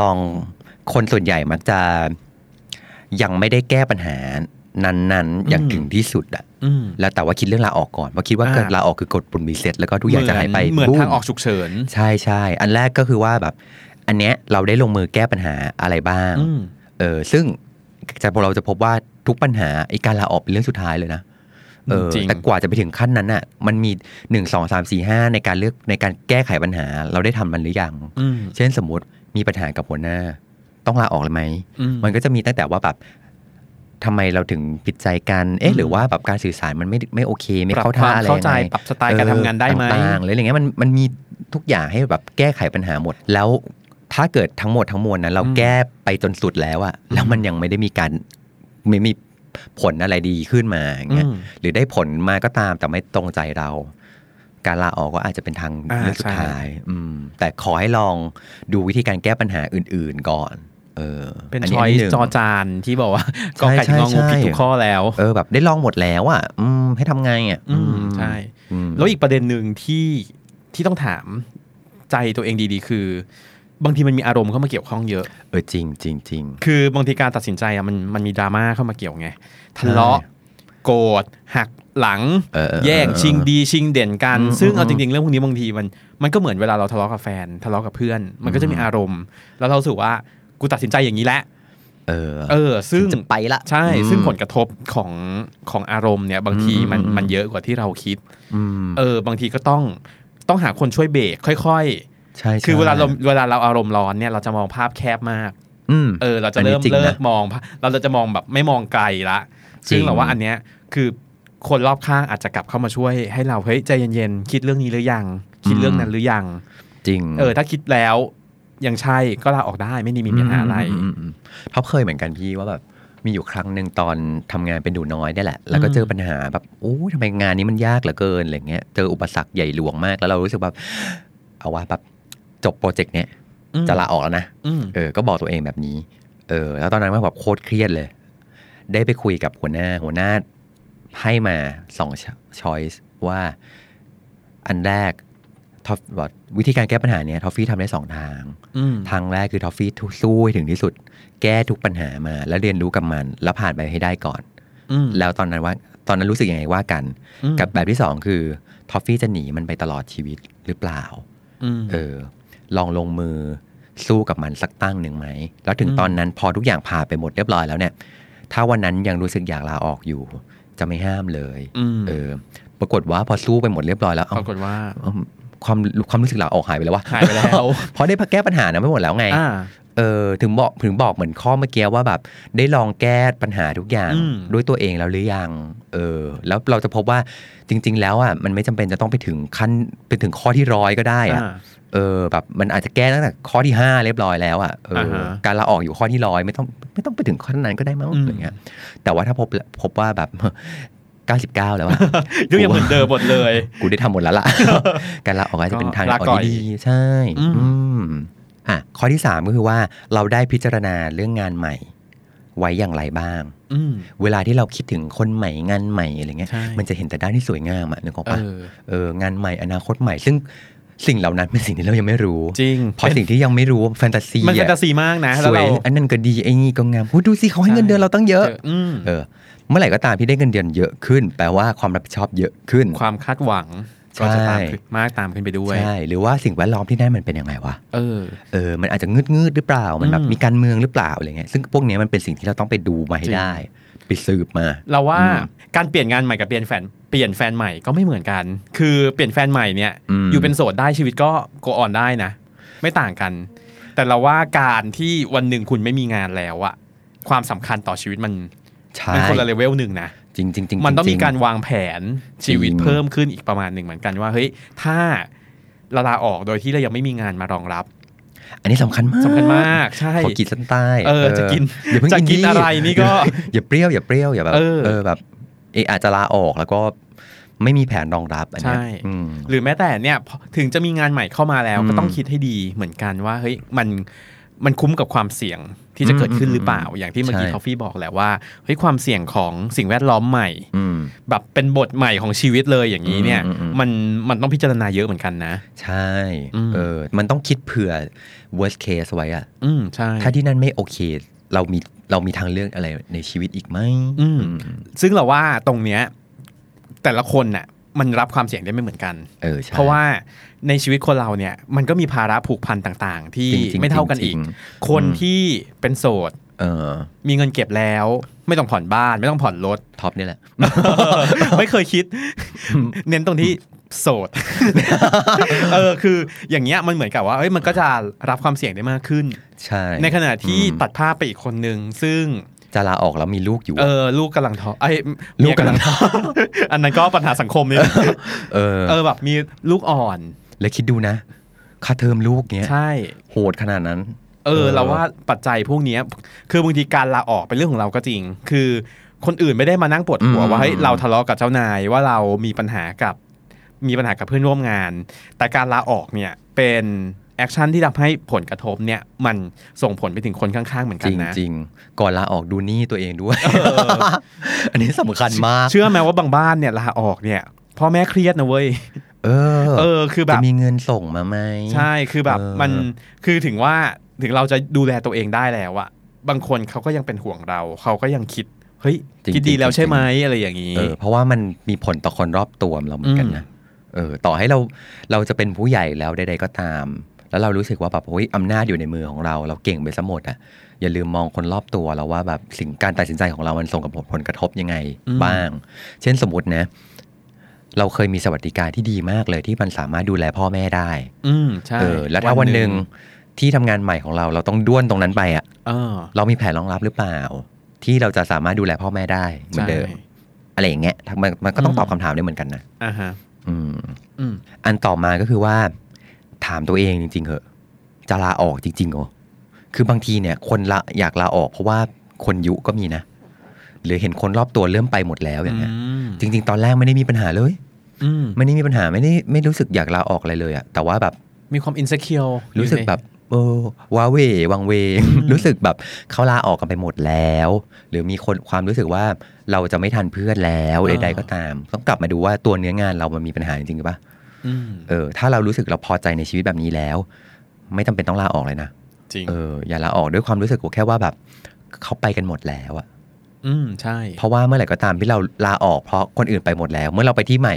Speaker 3: ลองคนส่วนใหญ่มักจะ ยังไม่ได้แก้ปัญหา นั้นๆ อย่าง
Speaker 2: อืม
Speaker 3: ถึงที่สุดอะ
Speaker 2: อืม
Speaker 3: แล้วแต่ว่าคิดเรื่องลาออกก่อนเพราะคิดว่า
Speaker 2: อ่า
Speaker 3: การลาออกคือกดปุ่มรีเซ็ตแล้วก็ทุกอย่างจะหายไป
Speaker 2: เหมือน
Speaker 3: บูม
Speaker 2: ทางออกฉุกเฉิน
Speaker 3: ใช่ใช่อันแรกก็คือว่าแบบ อันเนี้ยเราได้ลงมือแก้ปัญหาอะไรบ้าง
Speaker 2: อืม
Speaker 3: เออซึ่งจากพวกเราจะพบว่าทุกปัญหาไอ้การลาออกเป็นเรื่องสุดท้ายเลยนะเออ
Speaker 2: จริง
Speaker 3: แต่กว่าจะไปถึงขั้นนั้นน่ะ มันมีหนึ่งสองสามสี่ห้าในการเลือกในการแก้ไขปัญหา เราได้ทำมันหรือยัง
Speaker 2: อืม
Speaker 3: เช่นสมมติมีปัญหากับหัวหน้า ต้องลาออกเลยไหม
Speaker 2: อืม
Speaker 3: มันก็จะมีตั้งแต่ว่าแบบทำไมเราถึงผิดใจกัน
Speaker 2: อื
Speaker 3: เอ๊ะ
Speaker 2: ม
Speaker 3: หรือว่าแบบการสื่อสารมันไม่ไม่โอเคไม่
Speaker 2: ปรับ
Speaker 3: เข้า
Speaker 2: ควา
Speaker 3: ท่าม อะไร
Speaker 2: เข้าใจ
Speaker 3: ยังไง
Speaker 2: ปรับสไตล์การทำงานได้ไหม
Speaker 3: เออต่างๆหรืออะไรเงี้ยมันมันมีทุกอย่างให้แบบแก้ไขปัญหาหมด แล้วถ้าเกิดทั้งหมดทั้งมวลนั้น เรา
Speaker 2: อืม
Speaker 3: แก้ไปจนสุดแล้วอะแล้วมันยังไม่ได้มีการไม่มีผลอะไรดีขึ้นมาอย่างเงี้ย
Speaker 2: อืม
Speaker 3: หรือได้ผลมาก็ตามแต่ไม่ตรงใจเรา การลาออกก็อาจจะเป็นทาง
Speaker 2: อ่า
Speaker 3: เลือกสุด
Speaker 2: ใช่
Speaker 3: ท้าย อืม แต่ขอให้ลองดูวิธีการแก้ปัญหาอื่น ๆก่อน เออ
Speaker 2: เป็น
Speaker 3: อั
Speaker 2: ช้อย
Speaker 3: ที่หนึ่ง
Speaker 2: จอจานที่บอกว่า
Speaker 3: ใช่
Speaker 2: ก็ไก่ถึงงอ
Speaker 3: ใช่
Speaker 2: งูผิด
Speaker 3: ใช่
Speaker 2: ทุกข้อแล้ว
Speaker 3: เออแบบได้ลองหมดแล้วอ่ะ อืม ให้ทำไงอ่ะ
Speaker 2: อืมใช่
Speaker 3: อืม
Speaker 2: แล้วอีกประเด็นหนึ่งที่ที่ต้องถามใจตัวเองดีๆ คือ บางทีมันมีอารมณ์เข้ามาเกี่ยวข้องเยอะ
Speaker 3: เออจริงจริงจริง
Speaker 2: คือบางทีการตัดสินใจอะมันมันมีดราม่าเข้ามาเกี่ยวไงทะเลาะโกรธหักหลัง
Speaker 3: เออเออ
Speaker 2: แย่ง
Speaker 3: เออ
Speaker 2: ชิงดีชิงเด่นกัน
Speaker 3: อืม
Speaker 2: ซึ่งเอา
Speaker 3: อืม
Speaker 2: จริงๆ เรื่องพวกนี้บางทีมันมันก็เหมือนเวลาเราทะเลาะกับแฟน ทะเลาะกับเพื่อน มันก็จะมีอารมณ์ แล้วเรารู้สึกว่ากูตัดสินใจอย่างนี้แหละ
Speaker 3: เออ
Speaker 2: เออ ซึ่ง
Speaker 3: จะไปละ
Speaker 2: ใช่
Speaker 3: อืม
Speaker 2: ซึ่งผลกระทบของของอารมณ์เนี่ยบางทีมัน
Speaker 3: อืม
Speaker 2: มันเยอะกว่าที่เราคิด
Speaker 3: อืม
Speaker 2: เออบางทีก็ต้องต้องหาคนช่วยเบรกค่อย
Speaker 3: ใช่
Speaker 2: ๆ คือเวลาเราเวลาเราอารมณ์ร้อนเนี่ยเราจะมองภาพแคบมาก
Speaker 3: อืม
Speaker 2: เออเราจะ
Speaker 3: อันนี้
Speaker 2: เริ่ม
Speaker 3: จริงนะ
Speaker 2: เลิกมองพะเราจะมองแบบไม่มองไกลละ
Speaker 3: จริ
Speaker 2: ซึ่
Speaker 3: ง
Speaker 2: งเราว่าอันเนี้ยคือคนรอบข้างอาจจะกลับเข้ามาช่วยให้เราเฮ้ยใจเย็นๆคิดเรื่องนี้หรือยัง คิดเรื่องนั้นหรือยัง
Speaker 3: จริง
Speaker 2: เออ ถ้าคิดแล้วยังใช่ก็ลาออกได้ไม่ได้มีปัญหาอะไร
Speaker 3: มมมอืมท็อปเคยเหมือนกันพี่ว่าแบบมีอยู่ครั้งหนึ่งตอนทำงานเป็นหนูน้อยเนี่ยแหละ แล้วก็
Speaker 2: อืม
Speaker 3: เจอปัญหาแบบโอ้ยทำไมงานนี้มันยากเหลือเกินอะไรเงี้ยเจออุปสรรคใหญ่หลวงมากแล้วเรารู้สึกแบบเอาวะแบบจบโปรเจกต์เนี้ยจะลาออกแล้วนะ
Speaker 2: อืม
Speaker 3: เออ ก็บอกตัวเองแบบนี้ เออ แล้วตอนนั้นก็แบบโคตรเครียดเลย ได้ไปคุยกับหัวหน้า หัวหน้าให้มาสองช้อยส์ว่า อันแรกท็อฟบอกวิธีการแก้ปัญหาเนี้ยท็อฟฟี่ทำได้สองทาง
Speaker 2: อืม
Speaker 3: ทางแรกคือท็อฟฟี่สู้ให้ถึงที่สุด แก้ทุกปัญหามา แล้วเรียนรู้กับมัน แล้วผ่านไปให้ได้ก่อน
Speaker 2: อืม
Speaker 3: แล้วตอนนั้นว่า ตอนนั้นรู้สึกยังไงว่ากัน
Speaker 2: อืม
Speaker 3: กับแบบที่สองคือท็อฟฟี่จะหนีมันไปตลอดชีวิตหรือเปล่า
Speaker 2: อืม
Speaker 3: เออลองลงมือ สู้กับมันสักตั้งหนึ่งไหม แล้วถึงตอนนั้นพอทุกอย่างผ่านไปหมดเรียบร้อยแล้วเนี่ย ถ้าวันนั้นยังรู้สึกอยากลาออกอยู่ จะไม่ห้ามเลย
Speaker 2: อืม
Speaker 3: เออ ปรากฏว่าพอสู้ไปหมดเรียบร้อยแล้วเอ้าร
Speaker 2: ปากฏว่า
Speaker 3: เอ้าความความรู้สึกลาออกหายไปแล้ววะ
Speaker 2: หายไปแล้ว
Speaker 3: เพราะได้แก้ปัญหานะไม่หมดแล้วไง
Speaker 2: อ่า
Speaker 3: เออถึงบอกถึงบอกเหมือนข้อเมื่อกี้ว่าแบบได้ลองแก้ปัญหาทุกอย่าง
Speaker 2: อืม
Speaker 3: ด้วยตัวเองแล้วหรือยังเออแล้วเราจะพบว่าจริง ๆ แล้วอ่ะมันไม่จำเป็นจะต้องไปถึงขั้นไปถึงข้อที่ร้อยก็ได้อ่ะ
Speaker 2: อ่า
Speaker 3: เออแบบมันอาจจะแก้ตั้งแต่ข้อที่ 5 เรียบร้อยแล้วอ่ะเออ
Speaker 2: อ่าฮะ
Speaker 3: การลาออกอยู่ข้อที่ร้อยไม่ต้องไม่ต้องไปถึงข้อนั้นก็ได้มั้ง
Speaker 2: อืม
Speaker 3: อะไรเงี้ยแต่ว่าถ้าพบพบว่าแบบ 99 แล้วอ่ะ
Speaker 2: ยังยังเหมือนเดิมหมดเลย
Speaker 3: กูได้ทำหมดแล้วล่ะ การลาออกอาจจะเป็นทางออก
Speaker 2: ลาก่อย
Speaker 3: ที่ดีใช่
Speaker 2: อืม
Speaker 3: อืมอ่ะข้อที่ 3 ก็คือว่าเราได้พิจารณาเรื่องงานใหม่ ไว้อย่างไรบ้าง
Speaker 2: อืม
Speaker 3: เวลาที่เราคิดถึงคนใหม่งานใหม่อะไรเงี้ย
Speaker 2: ใช่
Speaker 3: มันจะเห็นแต่ด้านที่สวยงามอะนึกออก
Speaker 2: เอ
Speaker 3: ปะ
Speaker 2: อ
Speaker 3: เอองานใหม่อนาคตใหม่ ซึ่งสิ่งเหล่านั้นเป็นสิ่งที่เรายังไม่รู้
Speaker 2: จริง
Speaker 3: เพราะ
Speaker 2: เป็น
Speaker 3: สิ่งที่ยังไม่รู้แฟนตาซี
Speaker 2: มันแฟน
Speaker 3: อะ
Speaker 2: ตาซีมากนะ
Speaker 3: ส
Speaker 2: แล้ว
Speaker 3: วย
Speaker 2: เรา
Speaker 3: อันนั้นก็ดีไอ้นี่ก็งามหูดูสิเขาให้เงินเดือนเราตั้งเยอะ
Speaker 2: อืม
Speaker 3: เออ เมื่อไหร่ก็ตามที่ได้เงินเดือนเยอะขึ้น แปลว่าความรับผิดชอบเยอะขึ้น
Speaker 2: ความคาดหวังก็จะตามขึ้น
Speaker 3: ใช่
Speaker 2: มากตามขึ้นไปด้วย
Speaker 3: ใช่ หรือว่าสิ่งแวดล้อมที่นั่นมันเป็นยังไงวะ
Speaker 2: เออ
Speaker 3: เออ มันอาจจะงืดงืดๆหรือเปล่า มันแบ
Speaker 2: อื
Speaker 3: บ
Speaker 2: ม
Speaker 3: มีการเมืองหรือเปล่าอะไรเงี้ย ซึ่งพวกเนี้ยมันเป็นสิ่งที่เราต้องไปดูมาให้ได้ ไปสืบมา
Speaker 2: เราว่า
Speaker 3: อืม
Speaker 2: การเปลี่ยนงานใหม่กับเปลี่ยนแฟนเปลี่ยนแฟนใหม่ก็ไม่เหมือนกัน คือเปลี่ยนแฟนใหม่เนี่ย
Speaker 3: อืม
Speaker 2: ยู่เป็นโสดได้ชีวิตก็โกออนได้นะ ไม่ต่างกัน แต่เราว่าการที่วันหนึ่งคุณไม่มีงานแล้วอะความสำคัญต่อชีวิตมัน
Speaker 3: ใช่
Speaker 2: มันคนละเลเวลหนึ่งนะ
Speaker 3: จริงๆจริงๆจริงๆ
Speaker 2: มันต้องมีการวางแผนชีวิต
Speaker 3: จริง
Speaker 2: เพิ่มขึ้นอีกประมาณหนึ่งเหมือนกันว่าเฮ้ยถ้าเราลาออกโดยที่เรายังไม่มีงานมารองรับ
Speaker 3: อันนี้สำคัญมาก
Speaker 2: สำคัญมากใช่
Speaker 3: ขอกินสั้นใต้
Speaker 2: เออจะกิน
Speaker 3: อย่าเพิ่ง
Speaker 2: จะกิน
Speaker 3: ดี้
Speaker 2: อะไรนี่ก็
Speaker 3: อย่าเปรี้ ยวอย่าเปรี้ยวอย่าแบบ
Speaker 2: เออ
Speaker 3: เออแบบเอะอาจจะลาออกแล้วก็ไม่มีแผนรองรับอันเนี้ย
Speaker 2: ใช่
Speaker 3: อืม
Speaker 2: หรือแม้แต่เนี่ยพอถึงจะมีงานใหม่เข้ามาแล้ว
Speaker 3: อืม
Speaker 2: ก็ต้องคิดให้ดีเหมือนกันว่าเฮ้ยมันมันคุ้มกับความเสี่ยงที่จะเกิดขึ้นหรือเปล่า อย่างที่เมื่อกี้
Speaker 3: ใช่
Speaker 2: ทอฟฟี่บอกแหละว่าเฮ้ยความเสี่ยงของสิ่งแวดล้อมใหม่
Speaker 3: อืม
Speaker 2: แบบเป็นบทใหม่ของชีวิตเลยอย่างนี้เนี่ย
Speaker 3: อืมอืมอืม
Speaker 2: มันมันต้องพิจารณาเยอะเหมือนกันนะ
Speaker 3: ใช่
Speaker 2: อืม
Speaker 3: เออ มันต้องคิดเผื่อ worst case ไว้อะ
Speaker 2: อืมใช่
Speaker 3: ถ้าที่นั่นไม่โอเค เรามีเรามีทางเลือกอะไรในชีวิตอีกไหม
Speaker 2: อืม ซึ่งเราว่าตรงเนี้ยแต่ละคนน่ะมันรับความเสี่ยงได้ไม่เหมือนกัน
Speaker 3: เออใช่
Speaker 2: เพราะว่าในชีวิตคนเราเนี่ยมันก็มีภาระผูกพันต่างๆ ที่
Speaker 3: จริงๆ
Speaker 2: ไม่เท่ากันอีก
Speaker 3: จริง
Speaker 2: คนที่เป็นโสด
Speaker 3: เออ
Speaker 2: มีเงินเก็บแล้ว ไม่ต้องผ่อนบ้านไม่ต้องผ่อนรถ
Speaker 3: ท็อปนี่แหละ
Speaker 2: ไม่เคย คิด เน้นตรงที่โสด เออคืออย่างเงี้ยมันเหมือนกับว่าเอ้ยมันก็จะรับความเสี่ยงได้มากขึ้น
Speaker 3: ใช่
Speaker 2: ในขณะที่ตัดภาพไปอีกคนนึง ซึ่ง
Speaker 3: จะลาออกแล้วมีลูกอยู่
Speaker 2: เออลูกกำลังท้องไอ้ย
Speaker 3: ลูกกำลั งท้อง
Speaker 2: อันนั้นก็ปัญหาสังคมนี่
Speaker 3: เออ
Speaker 2: เออแบบมีลูกอ่อน
Speaker 3: แล้วคิดดูนะค่าเทอมลูกเนี้ย
Speaker 2: ใช่
Speaker 3: โหดขนาดนั้น
Speaker 2: เออเราว่าปัจจัยพวกเนี้ยคือบางทีการลาออกเป็นเรื่องของเราก็จริง คือคนอื่นไม่ได้มานั่งปวดหัว
Speaker 3: อืม
Speaker 2: ว่าเฮ้ยเราทะเลาะกับเจ้านายว่าเรามีปัญหากับมีปัญหากับเพื่อนร่วมงาน แต่การลาออกเนี่ยเป็นแอคชั่นที่ทำให้ผลกระทบเนี่ยมันส่งผลไปถึงคนข้างๆเหมือนกัน
Speaker 3: จริง
Speaker 2: นะ
Speaker 3: จริงๆก่อนลาออกดูหนี่ตัวเองด้วย อันนี้สำคัญมาก
Speaker 2: เชื่อไหมว่าบางบ้านเนี่ยลาออกเนี่ยพ่อแม่เครียดนะเว้ย
Speaker 3: เออ
Speaker 2: เออคือแบ
Speaker 3: จะ
Speaker 2: บ
Speaker 3: มีเงินส่งมาไหม
Speaker 2: ใช่คือแบบ
Speaker 3: เออ
Speaker 2: มันคือถึงว่าถึงเราจะดูแลตัวเองได้แล้วอะบางคนเขาก็ยังเป็นห่วงเรา เขาก็ยังคิด เฮ้ย คิดดีแล้วใช่ไหมอะไรอย่างนี้
Speaker 3: เออเพราะว่ามันมีผลต่อคนรอบตัวเราเหมือนกันนะ เออ ต่อให้เราเราจะเป็นผู้ใหญ่แล้วใดๆก็ตาม แล้วเรารู้สึกว่าแบบโอ้ยอำนาจอยู่ในมือของเรา เราเก่งไปซะหมดอ่ะ อย่าลืมมองคนรอบตัวเราว่าแบบสิ่งการตัดสินใจของเรามันส่งกับผลผลกระทบยังไง
Speaker 2: อืม
Speaker 3: บ้าง เช่นสมมตินะ เราเคยมีสวัสดิการที่ดีมากเลยที่มันสามารถดูแลพ่อแม่ได้
Speaker 2: อืมใช่
Speaker 3: เออ แล้วถ้าวันหนึ่งที่ทำงานใหม่ของเราเราต้องด้วนตรงนั้นไปอ่ะ
Speaker 2: เออ
Speaker 3: เรามีแผนรองรับหรือเปล่า ที่เราจะสามารถดูแลพ่อแม่ได้เหมือนเดิม
Speaker 2: ใช่
Speaker 3: อะไรอย่างเงี้ยมันมันก็ต้อง
Speaker 2: อืม
Speaker 3: ตอบคำถามได้เหมือนกันนะ
Speaker 2: อ่าฮะ
Speaker 3: อืม
Speaker 2: อืม
Speaker 3: อันต่อมาก็คือว่า ถามตัวเองจริงๆเหอะ จะลาออกจริงๆเหรอคือบางทีเนี่ย คนละอยากลาออกเพราะว่าคนยุก็มีนะ หรือเห็นคนรอบตัวเริ่มไปหมดแล้วอย่างเงี้ย
Speaker 2: ม
Speaker 3: จริง ๆ ตอนแรกไม่ได้มีปัญหาเลย
Speaker 2: อืม
Speaker 3: ไม่ได้มีปัญหาไม่ได้ไม่รู้สึกอยากลาออกอะไรเลยอะแต่ว่าแบบ
Speaker 2: มีความอินสเคียว
Speaker 3: รู้สึกแบบเออว้าเหววังเวง รู้สึกแบบเขาลาออกกันไปหมดแล้ว หรือมีคนความรู้สึกว่าเราจะไม่ทันเพื่อนแล้ว
Speaker 2: อ่า
Speaker 3: ใดๆก็ตาม ต้องกลับมาดูว่าตัวเนื้องานเรามันมีปัญหาจริงๆหรือเปล่า
Speaker 2: อืม
Speaker 3: เออถ้าเรารู้สึกเราพอใจในชีวิตแบบนี้แล้ว ไม่จำเป็นต้องลาออกเลยนะ
Speaker 2: จริง
Speaker 3: เอออย่าลาออกด้วยความรู้สึกว่าแค่ว่าแบบเขาไปกันหมดแล้วอะ
Speaker 2: อืมใช่
Speaker 3: เพราะว่าเมื่อไหร่ก็ตามที่เราลาออกเพราะคนอื่นไปหมดแล้ว เมื่อเราไปที่ใหม่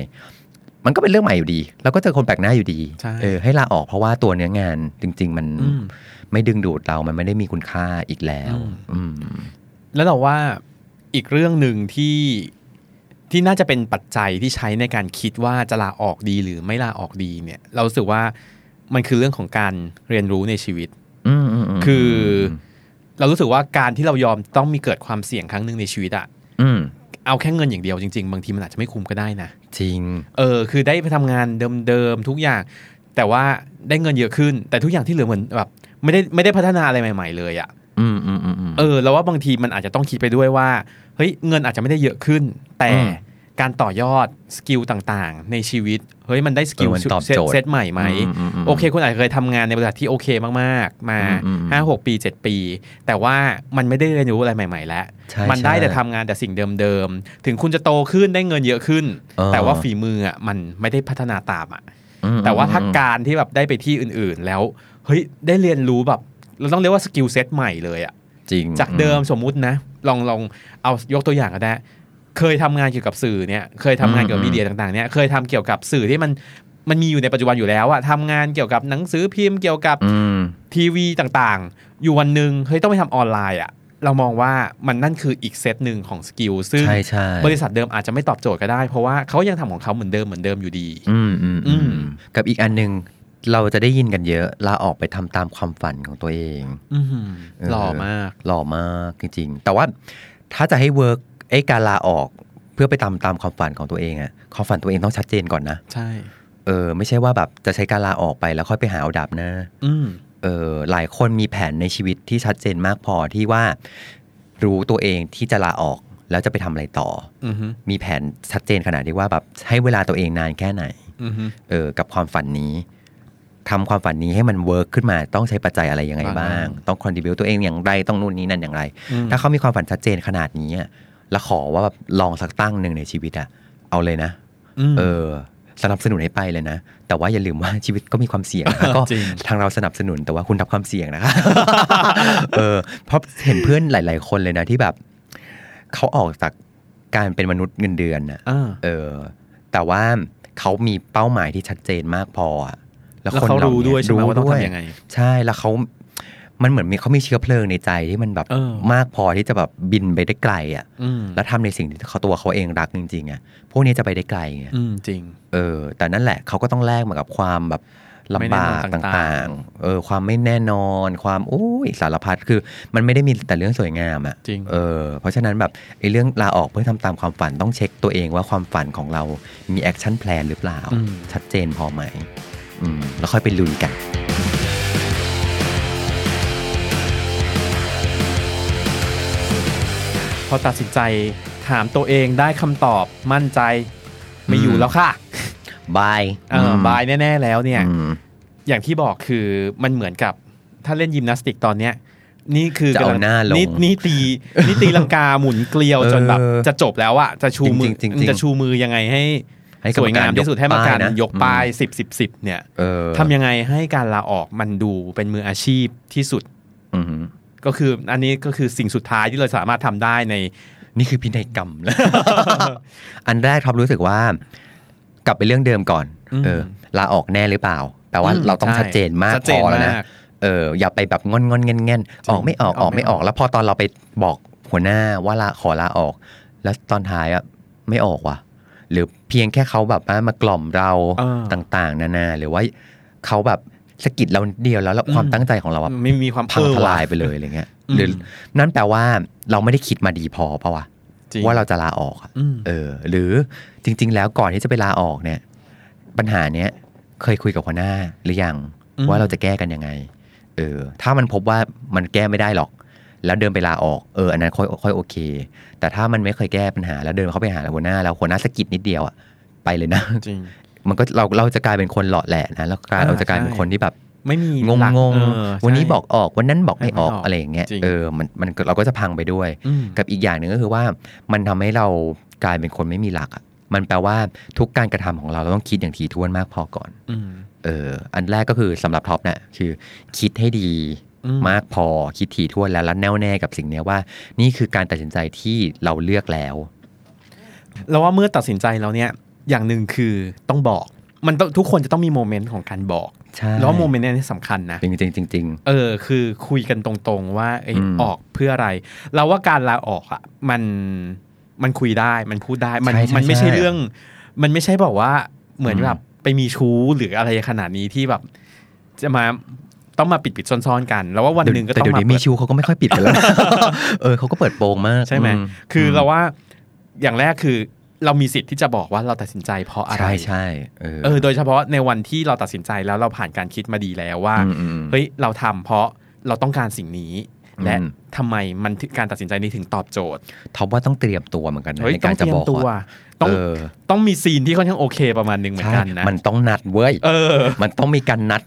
Speaker 3: มันก็เป็นเรื่องใหม่อยู่ดีเราก็เจอคนแปลกหน้าอยู่ดี
Speaker 2: ใช่
Speaker 3: เออให้ลาออกเพราะว่าตัวเนื้องานจริง ๆ มัน
Speaker 2: อืม
Speaker 3: ไม่ดึงดูดเรามันไม่ได้มีคุณค่าอีกแล้ว อืม
Speaker 2: แล้วเราว่าอีกเรื่องหนึ่งที่ที่น่าจะเป็นปัจจัยที่ใช้ในการคิดว่าจะลาออกดีหรือไม่ลาออกดีเนี่ย เรารู้สึกว่ามันคือเรื่องของการเรียนรู้ในชีวิต
Speaker 3: อืมอืมม
Speaker 2: คืออเรารู้สึกว่าการที่เรายอมต้องมีเกิดความเสี่ยงครั้งหนึ่งในชีวิตอะ
Speaker 3: อืม
Speaker 2: เอาแค่เงินอย่างเดียวจริง ๆ บางทีมันอาจจะไม่คุ้มก็ได้นะ
Speaker 3: จริง
Speaker 2: เออคือได้ไปทำงานเดิมๆทุกอย่าง แต่ว่าได้เงินเยอะขึ้น แต่ทุกอย่างที่เหลือเหมือนแบบไม่ได้ไม่ได้พัฒนาอะไรใหม่ ๆ เลยอะ
Speaker 3: อืมอืมอืมอืม
Speaker 2: เออแล้วว่าบางทีมันอาจจะต้องคิดไปด้วยว่าเฮ้ยเงินอาจจะไม่ได้เยอะขึ้น แต่
Speaker 3: อืม
Speaker 2: การต่อยอดสกิลต่างๆ ในชีวิตเฮ้ยมันได้สกิล
Speaker 3: เออมันตอบ
Speaker 2: เซ็ต
Speaker 3: โจทย์
Speaker 2: เซ็ตใหม่ไหม
Speaker 3: อืมอืมอืม
Speaker 2: โอเค คุณอาจจะเคยทำงานในบริษัทที่โอเคมากๆ มา
Speaker 3: อืมอืมอืม
Speaker 2: ห้าหกปีเจ็ดปี แต่ว่ามันไม่ได้เรียนรู้อะไรใหม่ ๆ แล้ว
Speaker 3: ใช่
Speaker 2: มันได้
Speaker 3: ใช่
Speaker 2: แต่ทำงานแต่สิ่งเดิมๆถึงคุณจะโตขึ้นได้เงินเยอะขึ้น
Speaker 3: เออ
Speaker 2: แต่ว่าฝีมืออ่ะมันไม่ได้พัฒนาตามอ่ะ
Speaker 3: อืม
Speaker 2: แต่ว่าถ้า
Speaker 3: อืม
Speaker 2: การที่แบบได้ไปที่อื่นๆ แล้วเฮ้ยได้เรียนรู้แบบเราต้องเรียกว่าสกิลเซ็ตใหม่เลยอ่ะ
Speaker 3: จริง
Speaker 2: จากเดิมสมมุตินะ ลองลองเอายกตัวอย่างก็ได้ เคยทำงานเกี่ยวกับสื่อเนี่ยเคยทำงานเกี่ยวกับมีเดียต่างๆเนี่ยเคยทำเกี่ยวกับสื่อที่มันมันมีอยู่ในปัจจุบันอยู่แล้วอะทำงานเกี่ยวกับหนังสือพิมพ์เกี่ยวกับ
Speaker 3: อืม
Speaker 2: ทีวีต่างๆ อยู่วันหนึ่งเฮ้ยต้องไปทำออนไลน์อะเรามองว่ามันนั่นคืออีกเซตหนึ่งของสกิลซึ่ง
Speaker 3: ใช่ใช่
Speaker 2: บริษัทเดิมอาจจะไม่ตอบโจทย์ก็ได้ เพราะว่าเขายังทำของเขาเหมือนเดิมเหมือนเดิมอยู่ดี
Speaker 3: อืมอืม
Speaker 2: อื
Speaker 3: อื
Speaker 2: ม
Speaker 3: มกับอีกอันหนึ่งเราจะได้ยินกันเยอะลาออกไปทำตามความฝันของตัวเอง
Speaker 2: อื้อหือหล่อมาก
Speaker 3: หล่อมากจริงๆ แต่ว่าถ้าจะให้เวิร์กไอ้การลาออกเพื่อไปตามตามความฝันของตัวเองอะความฝันตัวเองต้องชัดเจนก่อนนะ
Speaker 2: ใช่
Speaker 3: เออไม่ใช่ว่าแบบจะใช้การลาออกไปแล้วค่อยไปหาเอาดับหนะ
Speaker 2: อืม
Speaker 3: เออหลายคนมีแผนในชีวิตที่ชัดเจนมากพอที่ว่า รู้ตัวเองที่จะลาออกแล้วจะไปทำอะไรต่อ
Speaker 2: อือหือ
Speaker 3: มีแผนชัดเจนขนาดที่ว่าแบบให้เวลาตัวเองนานแค่ไหน
Speaker 2: อือหือ
Speaker 3: เออกับความฝันนี้ทำความฝันนี้ให้มันเวิร์กขึ้นมาต้องใช้ปัจจัยอะไรยังไงบ้า
Speaker 2: บ้าง
Speaker 3: ง ต้องคอนดิบิวตัวเองอย่างไรต้องนู่นนี้นั่นอย่างไร
Speaker 2: อืม
Speaker 3: ถ้าเขามีความฝันชัดเจนขนาดนี้อะแล้วขอว่าแบบลองสักตั้งหนึ่งในชีวิตอะเอาเลยนะ
Speaker 2: ม
Speaker 3: เออสนับสนุนให้ไปเลยนะ แต่ว่าอย่าลืมว่า ชีวิตก็มีความเสี่ยง นะ ก็
Speaker 2: จริง
Speaker 3: ทางเราสนับสนุนแต่ว่าคุณรับความเสี่ยงนะคะ เออเพราะเห็นเพื่อนหลาย ๆ คนเลยนะที่แบบเขาออกจากการเป็นมนุษย์เงินเดือนน่ะ
Speaker 2: อ่า
Speaker 3: เออแต่ว่าเขามีเป้าหมายที่ชัดเจนมากพออะ
Speaker 2: แล้วเขา
Speaker 3: หนี้
Speaker 2: รู้ด้วยใช่ไหมว่าต้อง
Speaker 3: รู้ด้
Speaker 2: ทำยังไง
Speaker 3: ใช่แล้วเขามันเหมือนมีเขามีเชื้อเพลิงในใจที่มันแบบ
Speaker 2: เออ
Speaker 3: มากพอที่จะแบบบินไปได้ไกลอ่ะ
Speaker 2: อืม
Speaker 3: แล้วทำในสิ่งที่เขาตัวเขาเองรักจริงๆอ่ะพวกนี้จะไปได้ไกลไง
Speaker 2: อืมจริง
Speaker 3: เออ แต่นั่นแหละเขาก็ต้องแลกมากับความแบบลำบาก
Speaker 2: ไม่แน่นอนต่างๆ
Speaker 3: ต่างๆเออความไม่แน่นอน ความโอ้ยสารพัดคือ มันไม่ได้มีแต่เรื่องสวยงามอ่ะ
Speaker 2: จริง
Speaker 3: เออเพราะฉะนั้นแบบไอ้เรื่องลาออกเพื่อทำตามความฝันต้องเช็คตัวเองว่าความฝันของเรามีแอคชั่นแพลนหรือเปล่า
Speaker 2: อืม
Speaker 3: ชัดเจนพอไหมอืมแล้วค่อยไปลุยกัน
Speaker 2: พอตัดสินใจถามตัวเองได้คำตอบมั่นใจไม่อยู่แล้วค่ะ
Speaker 3: บาย
Speaker 2: เอออบายแน่ ๆ แล้วเนี่ย
Speaker 3: อืม
Speaker 2: อย่างที่บอกคือมันเหมือนกับถ้าเล่นยิมนาสติกตอนเนี้ย นี่คือ
Speaker 3: จะเอาหน้าลง
Speaker 2: นี่นี่ตีนี่ตีลังกาหมุนเกลียวจนแบบ
Speaker 3: เออ
Speaker 2: จะจบแล้วอะจะชูมือ
Speaker 3: จริงๆจริงๆ
Speaker 2: จะชูมือยังไงให้
Speaker 3: ให้
Speaker 2: สวยงามที่สุดให้มาก
Speaker 3: รรม
Speaker 2: กา
Speaker 3: การ รยกป้าย
Speaker 2: ย
Speaker 3: นะ
Speaker 2: กป้ายสิบสิบสิบเนี่ย
Speaker 3: เออ
Speaker 2: ทำยังไงให้การลาออกมันดูเป็นมืออาชีพที่สุด
Speaker 3: อืม
Speaker 2: ก็คืออันนี้ก็คือสิ่งสุดท้ายที่เราสามารถทำได้ใน
Speaker 3: นี่คือพินัยกรรม อันแรกท็อปรู้สึกว่า กลับไปเรื่องเดิมก่อน
Speaker 2: อืม
Speaker 3: เออลาออกแน่หรือเปล่าแปลว่า
Speaker 2: อืม
Speaker 3: เราต้อง
Speaker 2: ใช่
Speaker 3: ชัดเจนมาก
Speaker 2: ชัด
Speaker 3: พ
Speaker 2: เจน
Speaker 3: อแล้วนะ
Speaker 2: มาก
Speaker 3: เอออย่าไปแบบงอนงอนเงนเงนออกไม่ออกออกไม่ออก แล้วพอตอนเราไปบอกหัวหน้าว่าลาขอลาออก แล้วตอนท้ายอะไม่ออกว่ะ หรือเพียงแค่เขาแบบว่ามากล่อมเรา
Speaker 2: เออ
Speaker 3: ต่างๆ นานาหรือว่าเขาแบบสะกิดเรานิดเดียวแล้วแล้วความ
Speaker 2: อืม
Speaker 3: ตั้งใจของเราอะ
Speaker 2: ไม่มีความ
Speaker 3: พัง
Speaker 2: เออ
Speaker 3: ท
Speaker 2: ว่ะ
Speaker 3: ลายไปเลยอะไรเงี้ย
Speaker 2: อืม
Speaker 3: หรือนั่นแปลว่าเราไม่ได้คิดมาดีพอปะวะ
Speaker 2: จริง
Speaker 3: ว่าเราจะลาออกอะ
Speaker 2: อืม
Speaker 3: เออ หรือจริง ๆ แล้วก่อนที่จะไปลาออกเนี่ย ปัญหาเนี้ยเคยคุยกับหัวหน้าหรือยังว่าเราจะแก้กันยังไง เออ ถ้ามันพบว่ามันแก้ไม่ได้หรอก แล้วเดินไปลาออกเอออันนั้นค่อยค่อยโอเค แต่ถ้ามันไม่เคยแก้ปัญหาแล้วเดินเข้าไปหาหัวหน้าแล้วหัวหน้าสะกิดนิดเดียวอ่ะไปเลยนะ
Speaker 2: จริง
Speaker 3: มันก็เราเราจะกลายเป็นคนหล่อแหละนะแล้วกลาย
Speaker 2: อ่า
Speaker 3: เราจะกลายเป็น
Speaker 2: ใช่
Speaker 3: คนที่แบบ
Speaker 2: ไม่มี
Speaker 3: งง
Speaker 2: หลัก
Speaker 3: งง
Speaker 2: เออ
Speaker 3: วันนี้
Speaker 2: ใช่
Speaker 3: บอกออกวันนั้นบอกไม่ออก
Speaker 2: ไม่ออก
Speaker 3: อะไรอย่างเงี้ย
Speaker 2: จริง
Speaker 3: เออมันมันเราก็จะพังไปด้วย
Speaker 2: อืม
Speaker 3: กับอีกอย่างหนึ่งก็คือว่ามันทำให้เรากลายเป็นคนไม่มีหลักอะมันแปลว่าทุกการกระทำของเราเราต้องคิดอย่างถี่ถ้วนมากพอก่อน
Speaker 2: อืม
Speaker 3: เอออันแรกก็คือสำหรับท็อปเนี่ยคือคิดให้ดี
Speaker 2: อืม
Speaker 3: มากพอคิดถี่ถ้วนแล้วแล้วแน่วแน่กับสิ่งเนี้ยว่า นี่คือการตัดสินใจที่เราเลือกแล้ว
Speaker 2: เราว่าเมื่อตัดสินใจแล้วเนี่ย อย่างหนึ่งคือต้องบอกมันต้องทุกคนจะต้องมีโมเมนต์ของการบอก
Speaker 3: ใช่
Speaker 2: แล้วโมเมนต์เนี้สำคัญนะ
Speaker 3: จริงจริงจริง
Speaker 2: เออคือคุยกันตรงๆว่าเอย
Speaker 3: อืม
Speaker 2: ออกเพื่ออะไร เราว่าการลาออกอ่ะมันมันคุยได้มันพูดได้มัน
Speaker 3: ใช่ใช่
Speaker 2: มันไม่ใช่
Speaker 3: ใช่
Speaker 2: เรื่อง มันไม่ใช่บอกว่าเหมือน
Speaker 3: อืม
Speaker 2: แบบไปมีชู้หรืออะไรขนาดนี้ที่แบบ จะมาต้องมาปิดปิดๆซ่อนๆกัน แล้วว่าวัน
Speaker 3: เดี๋ย
Speaker 2: ห
Speaker 3: ว
Speaker 2: นึ่งก็
Speaker 3: แต่
Speaker 2: ต้อ
Speaker 3: เดี๋ย
Speaker 2: งมา
Speaker 3: วนี้มี
Speaker 2: เปิด
Speaker 3: ชูเขาก็ไม่ค่อยปิด กันแล้ว เออเขาก็เปิดโปงมาก
Speaker 2: ใช่ไหม
Speaker 3: อื
Speaker 2: คือเราว่าอย่างแรกคือเรามีสิทธิ์ที่จะบอกว่าเราตัดสินใจเพราะอะไร
Speaker 3: ใช่ใช่เออ
Speaker 2: เออ โดยเฉพาะในวันที่เราตัดสินใจแล้วเราผ่านการคิดมาดีแล้วว่า
Speaker 3: มอืม
Speaker 2: เฮ้ยเราทำเพราะเราต้องการสิ่งนี้
Speaker 3: อืม
Speaker 2: และทำไมมันถึงการตัดสินใจนี้ถึงตอบโจทย์
Speaker 3: ท็อปว่าต้องเตรียมตัวเหมือนกันนะ
Speaker 2: เฮ้ย
Speaker 3: ใน
Speaker 2: ต้อง
Speaker 3: การ
Speaker 2: เต
Speaker 3: จะ
Speaker 2: รีย
Speaker 3: บ
Speaker 2: ม
Speaker 3: อก
Speaker 2: ตัว
Speaker 3: อะ
Speaker 2: ต้อง
Speaker 3: เออ
Speaker 2: ต้องมีซีนที่ค่อนข้างโอเคประมาณหนึ่งเหมือน
Speaker 3: ใช่
Speaker 2: กันนะ
Speaker 3: มันต้องนัดเว้ย
Speaker 2: เออ
Speaker 3: มันต้องมีการนัด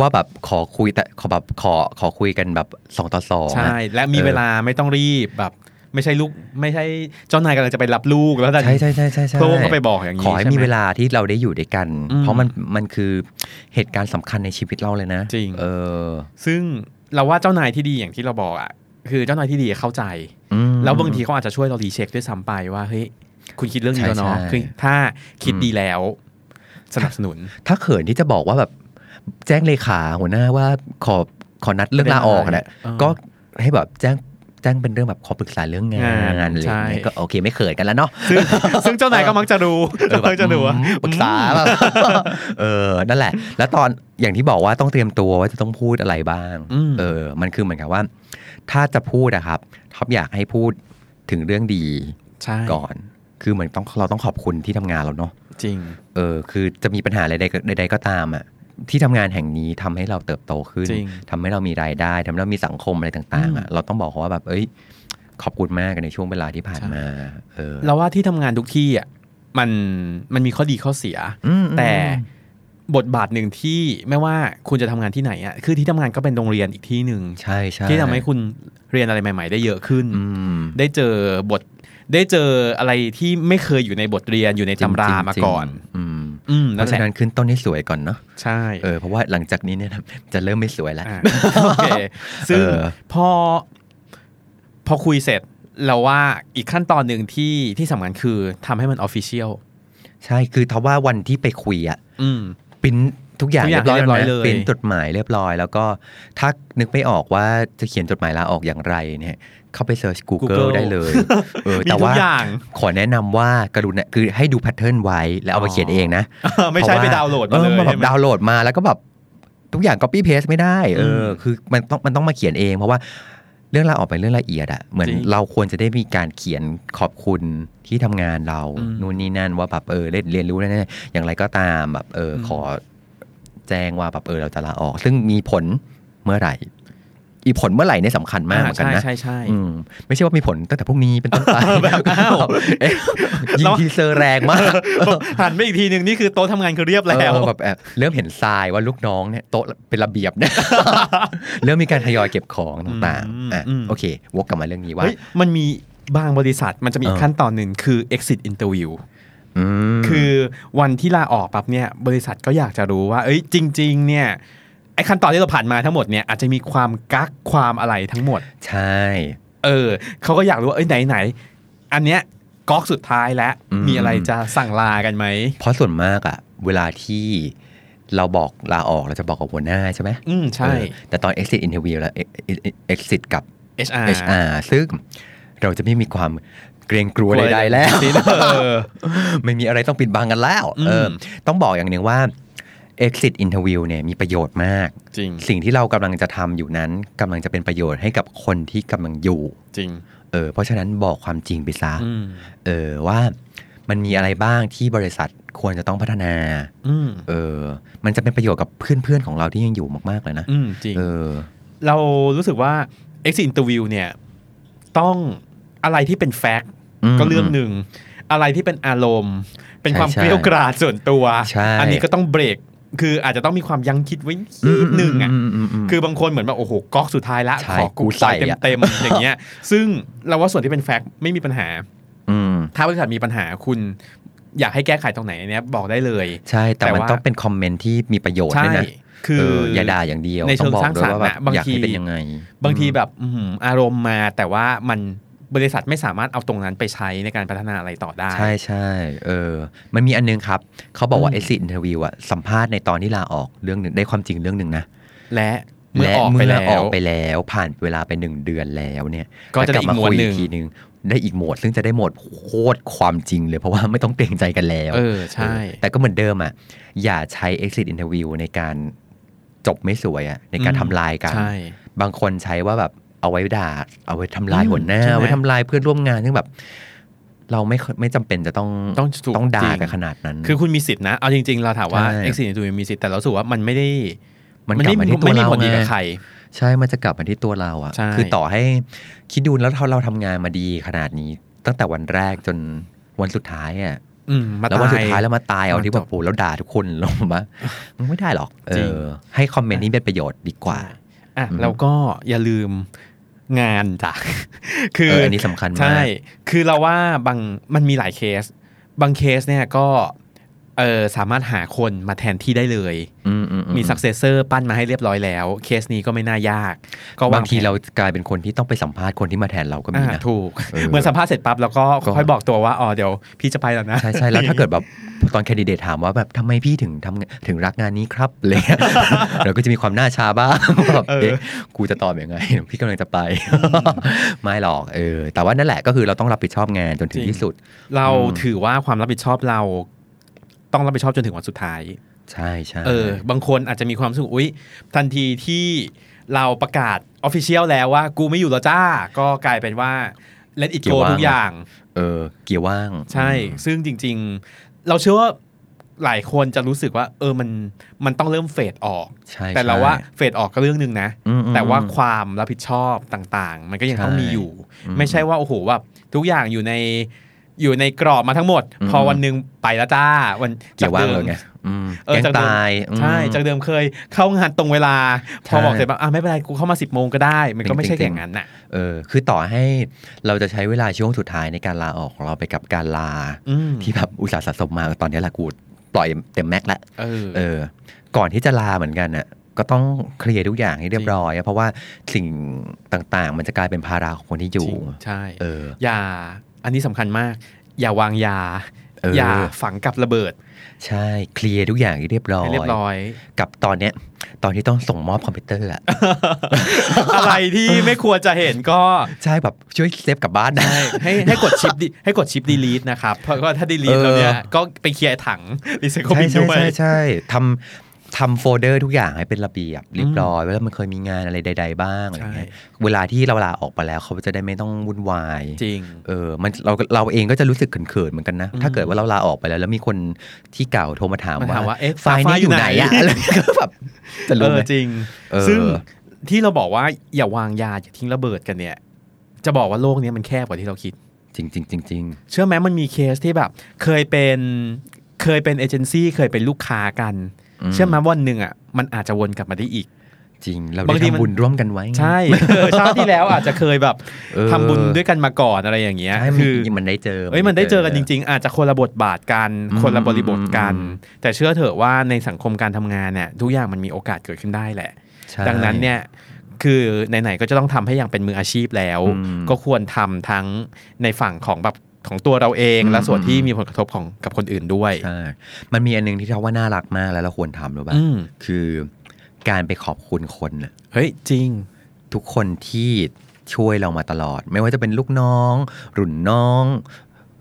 Speaker 3: ว่าแบบขอคุยแต่ขอแบบขอขอคุยกันแบบสองต่อสองอะ
Speaker 2: ใช่ และมี
Speaker 3: เออ
Speaker 2: เวลาไม่ต้องรีบแบบ ไม่ใช่ลูกไม่ใช่เจ้านายกำลังจะไปรับลูกแล้วแต่
Speaker 3: ใช่ใช่ใช่ใช่ใช่
Speaker 2: โพงก็ไปบอกอย่างนี้
Speaker 3: ขอให้
Speaker 2: ช่
Speaker 3: มี
Speaker 2: ไ
Speaker 3: เวลาที่เราได้อยู่ด้วยกัน
Speaker 2: อืม
Speaker 3: เพราะมันมันคือเหตุการณ์สำคัญในชีวิตเราเลยนะ
Speaker 2: จริง
Speaker 3: เออ
Speaker 2: ซึ่งเราว่าเจ้านายที่ดีอย่างที่เราบอกอ่ะคือเจ้านายที่ดีเข้าใจ
Speaker 3: อืม
Speaker 2: แล้วบางทีเขาอาจจะช่วยเรารีเช็คด้วยซ้ำไปว่าเฮ้ยคุณคิดเรื่องนี้แล้วเนาะ
Speaker 3: ใช่ใช่
Speaker 2: คือถ้าคิดดีแล้วสนับส นุน
Speaker 3: ถ้าเขินที่จะบอกว่าแบบแจ้งเลขาหัวหน้าว่าขอขอนัดเรื่องลาออกนะ
Speaker 2: เออ
Speaker 3: ก็ให้แบบแจ้งแจ้งเป็นเรื่องแบบขอปรึกษาเรื่องงาน
Speaker 2: งาน
Speaker 3: อะไรอย่างเงี้
Speaker 2: ใช่
Speaker 3: ยก็โอเคไม่เขินกันแล้วเนาะ
Speaker 2: ซึ่งซึ่งเจ้านายก็มักจะรู้
Speaker 3: เออแบ
Speaker 2: มั
Speaker 3: บ
Speaker 2: กจะรู้ว่า
Speaker 3: อืมปรึกษาแบบเออ นั่นแหละ แล้วตอนอย่างที่บอกว่าต้องเตรียมตัวว่าจะต้องพูดอะไรบ้าง
Speaker 2: อืม
Speaker 3: เออ มันคือเหมือนกับว่า ถ้าจะพูดอะครับท็อปอยากให้พูดถึงเรื่องดี
Speaker 2: ใช่
Speaker 3: ก่อน คือเหมือนต้องเราต้องขอบคุณที่ทำงานเราเนาะ
Speaker 2: จริง
Speaker 3: เออ คือจะมีปัญหาอะไรใดก็ใด ๆ ก็ตามอะที่ทำงานแห่งนี้ทำให้เราเติบโตขึ้น
Speaker 2: จริง
Speaker 3: ทำให้เรามีรายได้ทำให้เรามีสังคมอะไรต่าง ๆอะเราต้องบอกเขาว่าแบบเอ้ย ขอบคุณมากในช่วงเวลาที่ผ่าน
Speaker 2: ใช่
Speaker 3: มา เออ
Speaker 2: เราว่าที่ทำงานทุกที่อ่ะมันมันมีข้อดีข้อเสีย
Speaker 3: อืม
Speaker 2: แต่บทบาทหนึ่งที่ไม่ว่าคุณจะทำงานที่ไหนอ่ะคือที่ทำงานก็เป็นโรงเรียนอีกที่หนึ่ง
Speaker 3: ใช่ใช่
Speaker 2: ที่ทำให้คุณเรียนอะไรใหม่ ๆ ได้เยอะขึ้น
Speaker 3: อืม
Speaker 2: ได้เจอบทได้เจออะไรที่ไม่เคยอยู่ในบทเรียนอยู่ในตำรามาก่อน
Speaker 3: อืม
Speaker 2: อืม
Speaker 3: เพ
Speaker 2: นั่นแห
Speaker 3: ราะฉะ
Speaker 2: ละ
Speaker 3: นั้นขึ้นต้นให้สวยก่อนเนาะ
Speaker 2: ใช่
Speaker 3: เออเพราะว่าหลังจากนี้เนี่ยนะจะเริ่มไม่สวยแล้ว
Speaker 2: ะโอเคซึ่ง
Speaker 3: เออ
Speaker 2: พอพอคุยเสร็จเราว่าอีกขั้นตอนหนึ่งที่ที่สำคัญคือทำให้มันออฟฟิเชียล
Speaker 3: ใช่คือทว่าวันที่ไปคุยอะ
Speaker 2: อืม
Speaker 3: ปริ้นทุกอย่าง
Speaker 2: ทุกอ
Speaker 3: เรี
Speaker 2: ย่าง
Speaker 3: ยบร้อย
Speaker 2: เรียบร้อย
Speaker 3: นะ
Speaker 2: เลย
Speaker 3: ปริ้นจดหมายเรียบร้อย แล้วก็ถ้านึกไม่ออกว่าจะเขียนจดหมายลาออกอย่างไรเนี่ยเข้าไปเซิร์ช Google
Speaker 2: Google
Speaker 3: ได้ เลยเออ
Speaker 2: มี
Speaker 3: แต่
Speaker 2: ทุ
Speaker 3: ว่าก
Speaker 2: อย่าง
Speaker 3: ขอแนะนำว่ากรุณาคือให้ดูแพทเทิร์นไว้แล้วเอามาเขียนเองนะ
Speaker 2: ไม่ใช่ไป
Speaker 3: เพระ
Speaker 2: ดาวน์โหลดมาเล
Speaker 3: อย อแบบ
Speaker 2: ใช่ไหม
Speaker 3: ดาวน์โหลดมาแล้วก็แบบทุกอย่าง copy paste ไม่ได้เอ
Speaker 2: ม
Speaker 3: ออคือมันต้องมันต้องมาเขียนเอง เพราะว่าเรื่องราวออกเป็นเรื่องละเอียดอะเหมือน
Speaker 2: จริง
Speaker 3: เราควรจะได้มีการเขียนขอบคุณที่ทำงานเรา
Speaker 2: อืม
Speaker 3: นู่นนี่นั่นว่าแบบเออได้เรียนรู้แน่ๆอย่างไรก็ตามแบบเอออ
Speaker 2: ม
Speaker 3: ขอแจ้งว่าแบบเออเราจะลาออก ซึ่งมีผลเมื่อไหร่ อีผลเมื่อไหร่เนี่ยสำคัญมากเหมือนกันนะ
Speaker 2: ใช่ใช่ใช่
Speaker 3: อืมไม่ใช่ว่ามีผลตั้งแต่พรุ่งนี้เป็นต้นไป
Speaker 2: แบบอ้าว
Speaker 3: เอ๊ะยิงทีเซอร์แรงมาก
Speaker 2: หันไปอีกทีหนึ่งนี่คือโต๊ะทำงานคือเรียบแล้ว
Speaker 3: เออแบบแอบเริ่มเห็นทรายว่าลูกน้องเนี่ยโต๊ะเป็นระเบียบ เนี่ย เริ่มมีการทยอยเก็บของต่าง
Speaker 2: อืม
Speaker 3: ๆอ่ะ
Speaker 2: อืม
Speaker 3: โอเควกกลับมาเรื่องนี้ว่า
Speaker 2: เฮ้ยมันมีบางบริษัทมันจะมีอีก
Speaker 3: เออ
Speaker 2: ขั้นตอนหนึ่งคือ exit interview
Speaker 3: ม
Speaker 2: คือวันที่ลาออกปั๊บเนี่ยบริษัทก็อยากจะรู้ว่า เอ้ยจริง ๆ เนี่ยไอ้ขั้นตอนที่เราผ่านมาทั้งหมดเนี่ยอาจจะมีความกักความอะไรทั้งหมด
Speaker 3: ใช่
Speaker 2: เออเขาก็อยากรู้ว่าเอ้ยไหนไหนๆอันเนี้ยก๊อกสุดท้ายแล้วมีอะไรจะสั่งลากันไหม
Speaker 3: เพราะส่วนมากอ่ะ เวลาที่เราบอกลาออกเราจะบอกกับหัวหน้าใช่ไหม
Speaker 2: อืมใช่
Speaker 3: เออแต่ตอน exit interview แล้ว exit กับ
Speaker 2: HR
Speaker 3: HR ซึ่งเราจะไม่มีความเกรงกลัวใดๆแล้ว
Speaker 2: สิเออ
Speaker 3: ไม่มีอะไรต้องปิดบังกันแล้ว
Speaker 2: อืม
Speaker 3: เออ ต้องบอกอย่างหนึ่งว่า exit interview เนี่ยมีประโยชน์มาก
Speaker 2: จริง
Speaker 3: สิ่งที่เรากำลังจะทำอยู่นั้นกำลังจะเป็นประโยชน์ให้กับคนที่กำลังอยู่
Speaker 2: จริง
Speaker 3: เออ เพราะฉะนั้นบอกความจริงไปซะ
Speaker 2: อืม
Speaker 3: เออ ว่ามันมีอะไรบ้างที่บริษัทควรจะต้องพัฒนา
Speaker 2: อืม
Speaker 3: เออ มันจะเป็นประโยชน์กับเพื่อนๆของเราที่ยังอยู่มากๆเลยนะ
Speaker 2: อืมจริง
Speaker 3: เออ
Speaker 2: เรารู้สึกว่า exit interview เนี่ยต้องอะไรที่เป็นแฟกต์
Speaker 3: อืม
Speaker 2: ก็เรื่องหนึ่ง อะไรที่เป็นอารมณ์ เป็น
Speaker 3: ใช่
Speaker 2: ความ
Speaker 3: ใช่
Speaker 2: เกรี้ยวกราดส่วนตัว
Speaker 3: ใช่
Speaker 2: อันี้ก็ต้องเบรก คืออาจจะต้องมีความยั้งคิดไว้นิดนึงอ่ะ
Speaker 3: มมมม
Speaker 2: คือบางคนเหมือนแบบโอ้โหก๊อกสุดท้ายละ
Speaker 3: ใช่
Speaker 2: ขอกู
Speaker 3: กูใส่
Speaker 2: ใส่
Speaker 3: อะ
Speaker 2: เต็มๆอย่างเงี้ย ซึ่งเราว่าส่วนที่เป็นแฟกต์ไม่มีปัญหา
Speaker 3: ม
Speaker 2: ถ้าบริษัทมีปัญหาคุณ อยากให้แก้ไขตรงไหนเนี้ยบอกได้เลย
Speaker 3: ใช่ แต่มัน
Speaker 2: แต่ว่า
Speaker 3: ต้องเป็นคอมเมนต์ที่มีประโยชน์
Speaker 2: ใช่
Speaker 3: ด้วยนะ
Speaker 2: คือ
Speaker 3: เอย่าด่าอย่างเดียว
Speaker 2: ในเชิง
Speaker 3: ต้อบอก
Speaker 2: สร้าง
Speaker 3: ด้วย
Speaker 2: สรรค์
Speaker 3: ว่าแบบ
Speaker 2: อะบาง
Speaker 3: อยาก
Speaker 2: ที
Speaker 3: ให้เป็นยังไง
Speaker 2: บางทีแบบอื้อหืออารมณ์มาแต่ว่ามัน บริษัทไม่สามารถเอาตรงนั้นไปใช้ในการพัฒนาอะไรต่อได้
Speaker 3: ใช่ใช่เออ มันมีอันนึงครับ เขาบอกว่า
Speaker 2: อืม
Speaker 3: exit interview อะสัมภาษณ์ในตอนที่ลาออกเรื่องหนึ่งได้ความจริงเรื่องหนึ่งนะ
Speaker 2: และเมื่อ
Speaker 3: และ
Speaker 2: ออกไป
Speaker 3: เมื่อ
Speaker 2: แล้ว
Speaker 3: ออกไปแล้ว ผ่านเวลาไปหนึ่งเดือนแล้วเนี่ย
Speaker 2: ก็จะได้อีกหมวดห
Speaker 3: แล้
Speaker 2: นึ่
Speaker 3: ลับาง คุยทีนึง ได้อีกหมวด ซึ่งจะได้หมวดโคตรความจริงเลย เพราะว่าไม่ต้องเกรงใจกันแล้ว
Speaker 2: เออใช่
Speaker 3: เออแต่ก็เหมือนเดิมอ่ะ อย่าใช้ exit interview ในการจบไม่สวยอ่ะ ในการ
Speaker 2: อืม
Speaker 3: ทำลายกัน
Speaker 2: ใช่
Speaker 3: บางคนใช้ว่าแบบเอาไว้ด่า เอาไว้ทำลาย
Speaker 2: อืม
Speaker 3: หัวหน้า
Speaker 2: ใช่ไหม
Speaker 3: เอาไว้ทำลายเพื่อนร่วมงานซึ่งแบบ เราไม่ค่อยไม่จำเป็นจะต้อง
Speaker 2: ต้องถูก
Speaker 3: ต้องด่า
Speaker 2: จริ
Speaker 3: กัน
Speaker 2: ง
Speaker 3: ขนาดนั้น
Speaker 2: คือคุณมีสิทธินะ เอาจริง ๆ เราถามว่า
Speaker 3: ใช่
Speaker 2: exit interview มีสิทธิ์แต่เรารู้สึกว่ามันไม่ได้
Speaker 3: มันกลั
Speaker 2: ไม่
Speaker 3: บมาที่ตัว
Speaker 2: ไม่มี
Speaker 3: เรา
Speaker 2: ผลดี
Speaker 3: ไง
Speaker 2: กับใคร
Speaker 3: ใช่ มันจะกลับมาที่ตัวเรา
Speaker 2: ใช่
Speaker 3: อะ่ะ คือต่อให้คิดดูแล้วเราเราทำงานมาดีขนาดนี้ ตั้งแต่วันแรกจนวันสุดท้ายอ่ะ
Speaker 2: อืมมา
Speaker 3: แล้ววัน
Speaker 2: ตา
Speaker 3: สุดท้าย
Speaker 2: ย
Speaker 3: แล้วมาตายเอาที่
Speaker 2: มั
Speaker 3: แบ
Speaker 2: นจบบ
Speaker 3: โอ้โหแล้วด่าทุกคนลงมามันไม่ได้หรอก เอ
Speaker 2: จริง
Speaker 3: อ ให้คอมเมนต์นี้เป็นประโยชน์ดีกว่า
Speaker 2: อ่ะ
Speaker 3: อืม
Speaker 2: แล้วก็อย่าลืมงานจ้ะ คือ
Speaker 3: เออ
Speaker 2: อ
Speaker 3: อันนี้สำคัญมาก
Speaker 2: ใช่ คือเราว่าบางมันมีหลายเคส บางเคสเนี่ยก็เออสามารถหาคนมาแทนที่ได้เลย
Speaker 3: อืมอือื
Speaker 2: มี successor ปั้นมาให้เรียบร้อยแล้ว เคสนี้ก็ไม่น่ายาก ก็ว
Speaker 3: บางที
Speaker 2: แผน
Speaker 3: เรากลายเป็นคนที่ต้องไปสัมภาษณ์คนที่มาแทนเราก็มี
Speaker 2: อ่า
Speaker 3: นะ
Speaker 2: ถูก
Speaker 3: เออ
Speaker 2: เหมือนสัมภาษณ์เสร็จปั๊บแล้วก็
Speaker 3: ก็
Speaker 2: ค่อยบอกตัวว่า อ๋อ เดี๋ยวพี่จะไปแล้วนะ
Speaker 3: ใช่ใช่แล้วถ้าเกิดแบบตอนแคนดิเดตถามว่าแบบทำไมพี่ถึงทำถึงรักงานนี้ครับอะไรเลย เราก็จะมีความหน้าชาบ้างแบบเอ๊ะกูจะตอบยังไง พี่กำลังจะไป ไม่หรอกเออ แต่ว่านั่นแหละก็คือเราต้องรับผิดชอบงานจนถึ
Speaker 2: จริง
Speaker 3: งที่สุด
Speaker 2: เรา
Speaker 3: อืม
Speaker 2: ถือว่าความรับผิดชอบเรา ต้องรับผิดชอบจนถึงวันสุดท้าย
Speaker 3: ใช่ใช่
Speaker 2: เออ บางคนอาจจะมีความรู้สึกอุ๊ย ทันทีที่เราประกาศออฟฟิเชียลแล้วว่า กูไม่อยู่แล้วจ้า ก็กลายเป็นว่าเลดอิ
Speaker 3: เกี่
Speaker 2: โก
Speaker 3: ยวว่าง
Speaker 2: ทุกอย่าง
Speaker 3: เออ เกียร์ว่าง
Speaker 2: ใช่
Speaker 3: อืม
Speaker 2: ซึ่งจริง ๆ เราเชื่อว่าหลายคนจะรู้สึกว่า เออ มัน มันต้องเริ่มเฟดออก
Speaker 3: ใช่
Speaker 2: แต่เรา
Speaker 3: ใช่
Speaker 2: ว่าเฟดออกก็เรื่องหนึ่งนะ
Speaker 3: อืมอืม
Speaker 2: แต่ว่าความรับผิดชอบต่างๆ มันก็ยัง
Speaker 3: ใช่
Speaker 2: ต้องมีอยู่
Speaker 3: อืม
Speaker 2: ไม่ใช่ว่าโอ้โหแบบทุกอย่างอยู่ในอยู่ในกรอบมาทั้งหมด พอ
Speaker 3: ม
Speaker 2: วันหนึ่งไปแล้วจ้าวัน
Speaker 3: เกียร์ว่างเลยไงอืม
Speaker 2: เออ
Speaker 3: แกง
Speaker 2: จากเดิม
Speaker 3: ตายอืม
Speaker 2: ใช่จากเดิมเคยเข้างานตรงเวลา พอ
Speaker 3: ใช่
Speaker 2: บอกเสร็จปั๊บอ่ะไม่เป็นไรกูเข้ามาสิบโมงก็ได้ มันก็ไม่ใช่
Speaker 3: จริ
Speaker 2: อง
Speaker 3: ๆ
Speaker 2: ย่างนั้นน่ะ
Speaker 3: เออคือต่อให้เราจะใช้เวลาช่วงสุดท้ายในการลาออกของเราไปกับการลา
Speaker 2: อืม
Speaker 3: ที่แบบอุตสาห์สะสมมาตอนนี้แหละกูปล่อยเต็มแม็กซ์ละ
Speaker 2: เออ
Speaker 3: เออ ก่อนที่จะลาเหมือนกันน่ะก็ต้องเคลียร์ทุกอย่างให้เรียบร้อยอะเพราะว่าสิ่งต่างๆ มันจะกลายเป็นภาระของคนที่อยู่
Speaker 2: จริงใช่
Speaker 3: เออ
Speaker 2: อย่า อันนี้สำคัญมาก อย่าวางยา
Speaker 3: เอออ
Speaker 2: อย่าฝังกับระเบิด
Speaker 3: ใช่เคลียร์ทุกอย่างให้เรียบร้อย
Speaker 2: ให้เรียบร้อย
Speaker 3: กับตอนเนี้ยตอนที่ต้องส่งมอบคอมพิวเตอร์ อะ
Speaker 2: อะไรที่ไม่ควรจะเห็นก็
Speaker 3: ใช่แบบช่วยเซฟกลับบ้านนะ
Speaker 2: ใช่ให้ให้กดชิปดิให้กดชิปดีลีทนะครับเพราะว่าถ้าดีลีท
Speaker 3: เออ
Speaker 2: แล้วเนี่ย ก็ไปเคลียร์ถังรีไซเคิล
Speaker 3: ใช่
Speaker 2: บิน
Speaker 3: ใช่
Speaker 2: ด้วย
Speaker 3: ใช่ใช่ทำทำโฟลเดอร์ทุกอย่างให้เป็นระเบียบเรียบร้อยว่ามันเคยมีงานอะไรใด ๆ บ้างอะไรเงี้ย
Speaker 2: ใช่
Speaker 3: เวลาที่เราลาออกไปแล้วเขาจะได้ไม่ต้องวุ่นวาย
Speaker 2: จริง
Speaker 3: เออมันเราเราเองก็จะรู้สึกเขินๆเหมือนกันนะ
Speaker 2: อืม
Speaker 3: ถ้าเกิดว่าเราลาออกไปแล้ว แล้วมีคนที่เก่าโทรมาถาม
Speaker 2: มาถามว่าเอ๊ะ
Speaker 3: ไฟล์นี้
Speaker 2: ไฟล์
Speaker 3: อยู่ไหน
Speaker 2: อยู่ไหน
Speaker 3: อะอะไรก็แบบจะ
Speaker 2: เอ
Speaker 3: รู้ไห
Speaker 2: อ
Speaker 3: ม
Speaker 2: จริง
Speaker 3: เออ
Speaker 2: ซึ่งที่เราบอกว่าอย่าวางยาอย่าทิ้งระเบิดกันเนี่ย จะบอกว่าโลกเนี้ยมันแคบกว่าที่เราคิด
Speaker 3: จริงจริงจริงจริง
Speaker 2: เชื่อไหมมันมีเคสที่แบบ เคยเป็นเคยเป็นเอเจนซี่เคยเป็นลูกค้ากัน เชื่อไหมวันหนึ่งอ่ะมันอาจจะวนกลับมาได้อีก
Speaker 3: จริง เรา
Speaker 2: บา
Speaker 3: ได้
Speaker 2: งทีมัน
Speaker 3: ทำบุญร่วมกันไว้ไง
Speaker 2: ใช่ เออชาติที่แล้วอาจจะเคยแบบ
Speaker 3: เออ
Speaker 2: ทำบุญด้วยกันมาก่อนอะไรอย่างเงี้ย
Speaker 3: ใช่
Speaker 2: คือ
Speaker 3: มันได้เจอ
Speaker 2: เอ้ยมันได้เจอกันจริง ๆ อาจจะคนละบทบาทกัน
Speaker 3: อืม
Speaker 2: คนละบริบทกัน
Speaker 3: อืม
Speaker 2: แต่เชื่อเถอะว่าในสังคมการทำงานเนี่ยทุกอย่างมันมีโอกาสเกิดขึ้นได้แหละ
Speaker 3: ใช่
Speaker 2: ดังนั้นเนี่ยคือไหนๆก็จะต้องทำให้อย่างเป็นมืออาชีพแล้ว
Speaker 3: อืม
Speaker 2: ก็ควรทำทั้งในฝั่งของแบบของตัวเราเอง
Speaker 3: อืม
Speaker 2: และส่วนที่มีผลกระทบของกับคนอื่นด้วย
Speaker 3: ใช่มันมีอันนึงที่เขาว่าน่ารักมากแล้วเราควรทำหรือเปล่า
Speaker 2: อืม
Speaker 3: คือการไปขอบคุณคนน่ะ
Speaker 2: เฮ้ยจริง
Speaker 3: ทุกคนที่ช่วยเรามาตลอด ไม่ว่าจะเป็นลูกน้อง รุ่นน้อง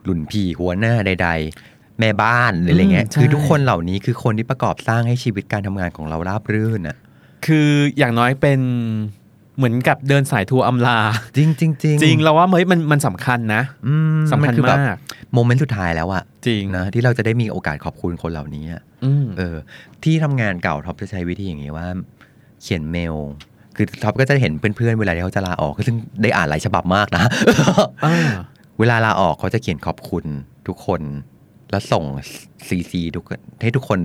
Speaker 3: รุ่นพี่หัวหน้าใด ๆ แม่บ้านหรืออะไรเงี้ย
Speaker 2: อืมใช่
Speaker 3: คือทุกคนเหล่านี้คือคนที่ประกอบสร้างให้ชีวิตการทำงานของเราราบรื่นอ่ะ
Speaker 2: คืออย่างน้อยเป็นเหมือนกับเดินสายทัวร์อำลา
Speaker 3: จริงจริงจริง
Speaker 2: จริงเราว่าเฮ้ยมันมันสำคัญนะ
Speaker 3: อืม
Speaker 2: สำคัญ
Speaker 3: นอแบบ
Speaker 2: มาก
Speaker 3: โมเมนต์สุดท้ายแล้วอะ
Speaker 2: จริง
Speaker 3: นะที่เราจะได้มีโอกาสขอบคุณคนเหล่านี้อะ
Speaker 2: อืม
Speaker 3: เออที่ทำงานเก่าท็อปจะใช้วิธีอย่างนี้ว่า เขียนเมล คือท็อปก็จะเห็นเพื่อนๆเวลาที่เขาจะลาออกซึ่งได้อ่านหลายฉบับมากนะ
Speaker 2: อ่า
Speaker 3: เวลาลาออกเขาจะเขียนขอบคุณทุกคน แล้วส่งซีซีทุกคนให้ทุกคน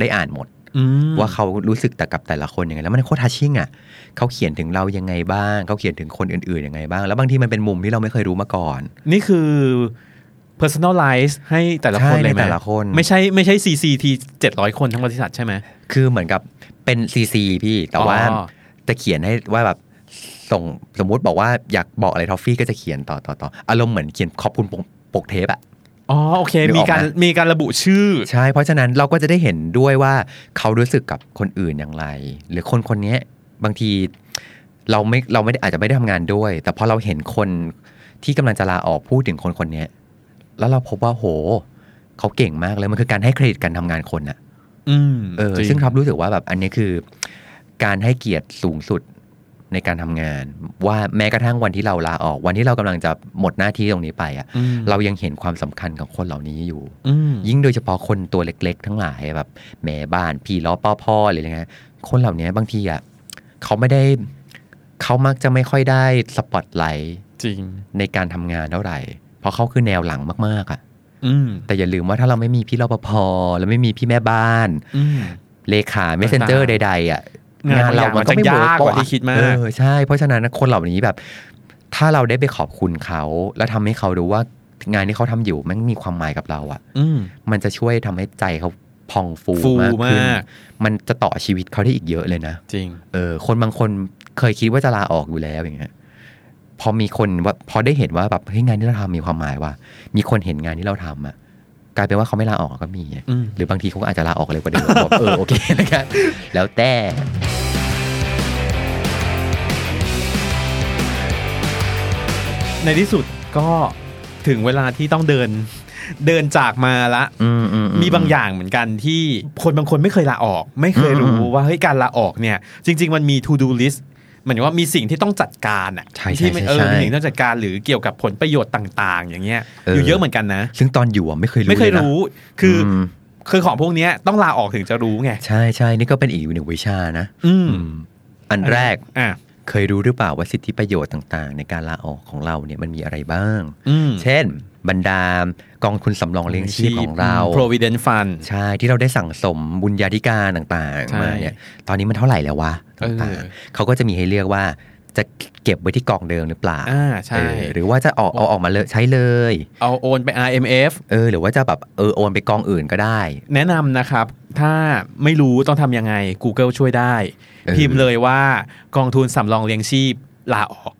Speaker 3: ได้อ่านหมด
Speaker 2: อืม
Speaker 3: ว่าเขารู้สึกแต่กับแต่ละคนยังไงแล้วมันโคตรทัชชิ่งอ่ะเขาเขียนถึงเรายังไงบ้างเขาเขียนถึงคนอื่นๆยังไงบ้าง แล้วบางทีมันเป็นมุมที่เราไม่เคยรู้มาก่อน
Speaker 2: นี่คือ personalize ให้แต่ละคน
Speaker 3: ใช่
Speaker 2: เลยไหม
Speaker 3: ในแต่ละคน
Speaker 2: ไม่ใช่ไม่ใช่ CCT 700 คนทั้งบริษัทใช่ไหม
Speaker 3: คือเหมือนกับเป็นซีซีพี่แต่ว่า
Speaker 2: อ๋อ
Speaker 3: จะเขียนให้ว่าแบบ ส่งสมมุติบอกว่าอยากบอกอะไรทอฟฟี่ก็จะเขียนต่อต่อต่ออารมณ์เหมือนเขียนขอบคุณปกปกเทปอะ
Speaker 2: อ๋อโอเค
Speaker 3: นึกอ
Speaker 2: มี
Speaker 3: อกไหม
Speaker 2: การมีการระบุชื่อ
Speaker 3: ใช่ เพราะฉะนั้นเราก็จะได้เห็นด้วยว่าเขารู้สึกกับคนอื่นอย่างไร หรือคนคนเนี้ยบางทีเราไม่เราไม่ได้อาจจะไม่ได้ทำงานด้วย แต่พอเราเห็นคนที่กำลังจะลาออกพูดถึงคนคนเนี้ยแล้วเราพบว่าโห เขาเก่งมากเลยมันคือการให้เครดิตการทำงานคนอะ
Speaker 2: อืม
Speaker 3: เออ
Speaker 2: จริ
Speaker 3: ซึ่งท็อปรู้สึกว่าแบบอันนี้คือการให้เกียรติสูงสุดในการทำงาน ว่าแม้กระทั่งวันที่เราลาออก วันที่เรากำลังจะหมดหน้าที่ตรงนี้ไปอะ
Speaker 2: อืม
Speaker 3: เรายังเห็นความสำคัญของคนเหล่านี้อยู่
Speaker 2: อืม
Speaker 3: ยิ่งโดยเฉพาะคนตัวเล็กๆ ทั้งหลายแบบแม่บ้านพี่ล้อป้อพ่อหรืออะไรเงี้ยคนเหล่านี้บางทีอ่ะเขาไม่ได้เขามักจะไม่ค่อยได้สปอตไลท์
Speaker 2: จริง
Speaker 3: ในการทำงานเท่าไหร่ เพราะเขาคือแนวหลังมากๆอ่ะ
Speaker 2: อืม
Speaker 3: แต่อย่าลืมว่าถ้าเราไม่มีพี่รปภแล้วไม่มีพี่แม่บ้าน
Speaker 2: อืม
Speaker 3: เลขาเมสเซนเจอร์ใด ๆ อ่ะ
Speaker 2: งานบางอย่างมันจะ
Speaker 3: เร์
Speaker 2: ยากกว่า
Speaker 3: ปะะ
Speaker 2: ที่คิดมาก
Speaker 3: เออใช่ เพราะฉะนั้นคนเหล่านี้แบบ ถ้าเราได้ไปขอบคุณเขาแล้วทำให้เขารู้ว่างานที่เขาทำอยู่แมันมีความหมายกับเราอ่ะ
Speaker 2: อืม
Speaker 3: มันจะช่วยทำให้ใจเขาพองฟู
Speaker 2: ฟู
Speaker 3: มากขึ้น
Speaker 2: มาก
Speaker 3: มันจะต่อชีวิตเขาได้อีกเยอะเลยนะ
Speaker 2: จริง
Speaker 3: เออ คนบางคนเคยคิดว่าจะลาออกอยู่แล้วอย่างเงี้ย พอมีคนว่าพอได้เห็นว่าแบบเฮ้ยงานที่เราทำมีความหมายว่า มีคนเห็นงานที่เราทำอ่ะ กลายเป็นว่าเขาไม่ลาออกก็มี
Speaker 2: อืม
Speaker 3: หรือบางทีเขาก็อาจจะลาออกเร็วกว่าเดิมบอกเออโอเค นะครับ แล้วแต่
Speaker 2: ในที่สุดก็ถึงเวลาที่ต้องเดิน เดินจากมาละ
Speaker 3: อืมอื
Speaker 2: มีบางอย่างเหมือนกันที่คนบางคนไม่เคยลาออก ไม่เคยรู้ว่าเฮ้ยการลาออกเนี่ย จริง ๆ มันมี to do list เหมือนว่ามีสิ่งที่ต้องจัดการอ่ะ
Speaker 3: ใช่ใช่
Speaker 2: ที่มัน
Speaker 3: ใช่
Speaker 2: เออ
Speaker 3: ใช่
Speaker 2: มีสิ่งที่ต้องจัดการหรือเกี่ยวกับผลประโยชน์ต่าง ๆ อย่างเงี้ย
Speaker 3: เอ
Speaker 2: อ
Speaker 3: ออ
Speaker 2: ยู่เยอะเหมือนกันนะ
Speaker 3: ซึ่งตอนอยู่อ่ะไม่เคยรู้
Speaker 2: ไม่เคย
Speaker 3: ลนะ
Speaker 2: รู้คืออ
Speaker 3: ม
Speaker 2: คือของพวกเนี้ยต้องลาออกถึงจะรู้ไง
Speaker 3: ใช่ใช่นี่ก็เป็นอีกหนึ่งวิชานะ
Speaker 2: อืม
Speaker 3: อืมอันแรก
Speaker 2: อ่ะ
Speaker 3: เคยรู้หรือเปล่าว่าสิทธิประโยชน์ต่างๆ ในการลาออกของเราเนี่ยมันมีอะไรบ้าง
Speaker 2: อืม
Speaker 3: เช่น บรรดากองทุนสำรองเลี้ยงชีพของเรา
Speaker 2: ม provident fund
Speaker 3: ใช่ที่เราได้สั่งสมบุญญาธิการต่าง
Speaker 2: ใช่
Speaker 3: ๆมาเนี่ยตอนนี้มันเท่าไหร่แล้ววะ
Speaker 2: เออ
Speaker 3: ต่างๆเขาก็จะมีให้เลือกว่าจะเก็บไว้ที่กองเดิมหรือเปล่า
Speaker 2: อ่าใช่
Speaker 3: เออหรือว่าจะออกเอาออกมาเลยใช้เลย
Speaker 2: เอาโอนไป RMF
Speaker 3: เออหรือว่าจะแบบเออโอนไปกองอื่นก็ได้
Speaker 2: แนะนำนะครับ ถ้าไม่รู้ต้องทำยังไง Google ช่วยได้
Speaker 3: เออ
Speaker 2: พิมพ์เลยว่ากองทุนสำรองเลี้ยงชีพลาออก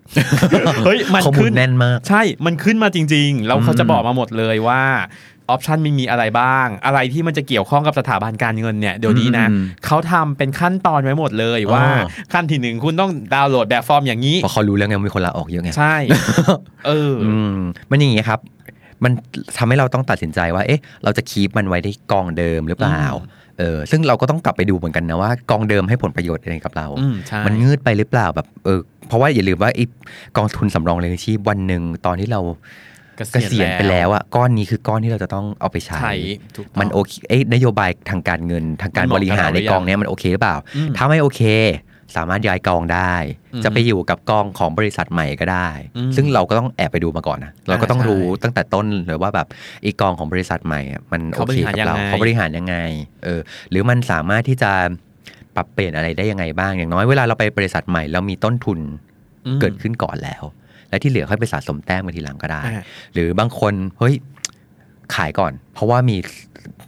Speaker 2: เฮ้ย มัน
Speaker 3: ข้อมู
Speaker 2: ขึ้
Speaker 3: ล
Speaker 2: น
Speaker 3: แน่นมาก
Speaker 2: ใช่ มันขึ้นมาจริง ๆ แล้วเขาจะบอกมาหมดเลยว่าออปชันมันมีอะไรบ้าง อะไรที่มันจะเกี่ยวข้องกับสถาบันการเงินเนี่ยเดี๋ยวนี้นะ
Speaker 3: อืม
Speaker 2: เขาทำเป็นขั้นตอนไว้หมดเลยว่า
Speaker 3: อ๋อ
Speaker 2: ขั้นที่หนึ่งคุณต้องดาวน์โหลดแบบฟอร์มอย่างนี้
Speaker 3: เพราะเขารู้แล้วไงว่ามีคนลาออกเยอะไง
Speaker 2: ใช่ เออ
Speaker 3: อืมมันอย่างงี้ครับ มันทำให้เราต้องตัดสินใจว่า เอ๊ะ เราจะคีปมันไว้ที่กองเดิมหรือเปล่า เออ ซึ่งเราก็ต้องกลับไปดูเหมือนกันนะว่ากองเดิมให้ผลประโยชน์อะไรกับเรา
Speaker 2: อืมใช่
Speaker 3: มันงืดไปหรือเปล่าแบบ เออ เพราะว่าอย่าลืมว่าไอ้กองทุนสำรองเลี้ยงชีพวันหนึ่งตอนที่เราเกษียณไปแล้วอะก้อนนี้คือก้อนที่เราจะต้องเอาไปใช้
Speaker 2: ใช่ถูกต้อง
Speaker 3: มันโอเคเอ้ยนโยบายทางการเงินทางการ
Speaker 2: มันเหมาะ
Speaker 3: บริหาร
Speaker 2: กับเราห
Speaker 3: ใน
Speaker 2: รือยัง
Speaker 3: กองเนี้ยมันโอเคหรือเปล่า
Speaker 2: อืม
Speaker 3: ถ้าไม่โอเค สามารถย้ายกองได้
Speaker 2: อืม
Speaker 3: จะไปอยู่กับกองของบริษัทใหม่ก็ได้
Speaker 2: อืม
Speaker 3: ซึ่งเราก็ต้องแอบไปดูมาก่อนนะ เราก็ต้อง
Speaker 2: ใช่
Speaker 3: รู้ตั้งแต่ต้นเลยว่าแบบไอีกองของบริษัทใหม่อะมันโอ
Speaker 2: เขาบ
Speaker 3: เค
Speaker 2: ริหาร
Speaker 3: กับเรา
Speaker 2: ยังไง
Speaker 3: เขาบริหารยังไง เออ หรือมันสามารถที่จะปรับเปลี่ยนอะไรได้ยังไงบ้าง อย่างน้อยเวลาเราไปบริษัทใหม่ เรามีต้นทุน
Speaker 2: อืม
Speaker 3: เกิดขึ้นก่อนแล้ว และที่เหลือค่อยไปสะสมแต้มกันทีหลังก็ได้
Speaker 2: อ่ะ
Speaker 3: หรือบางคนเฮ้ยขายก่อน เพราะว่ามี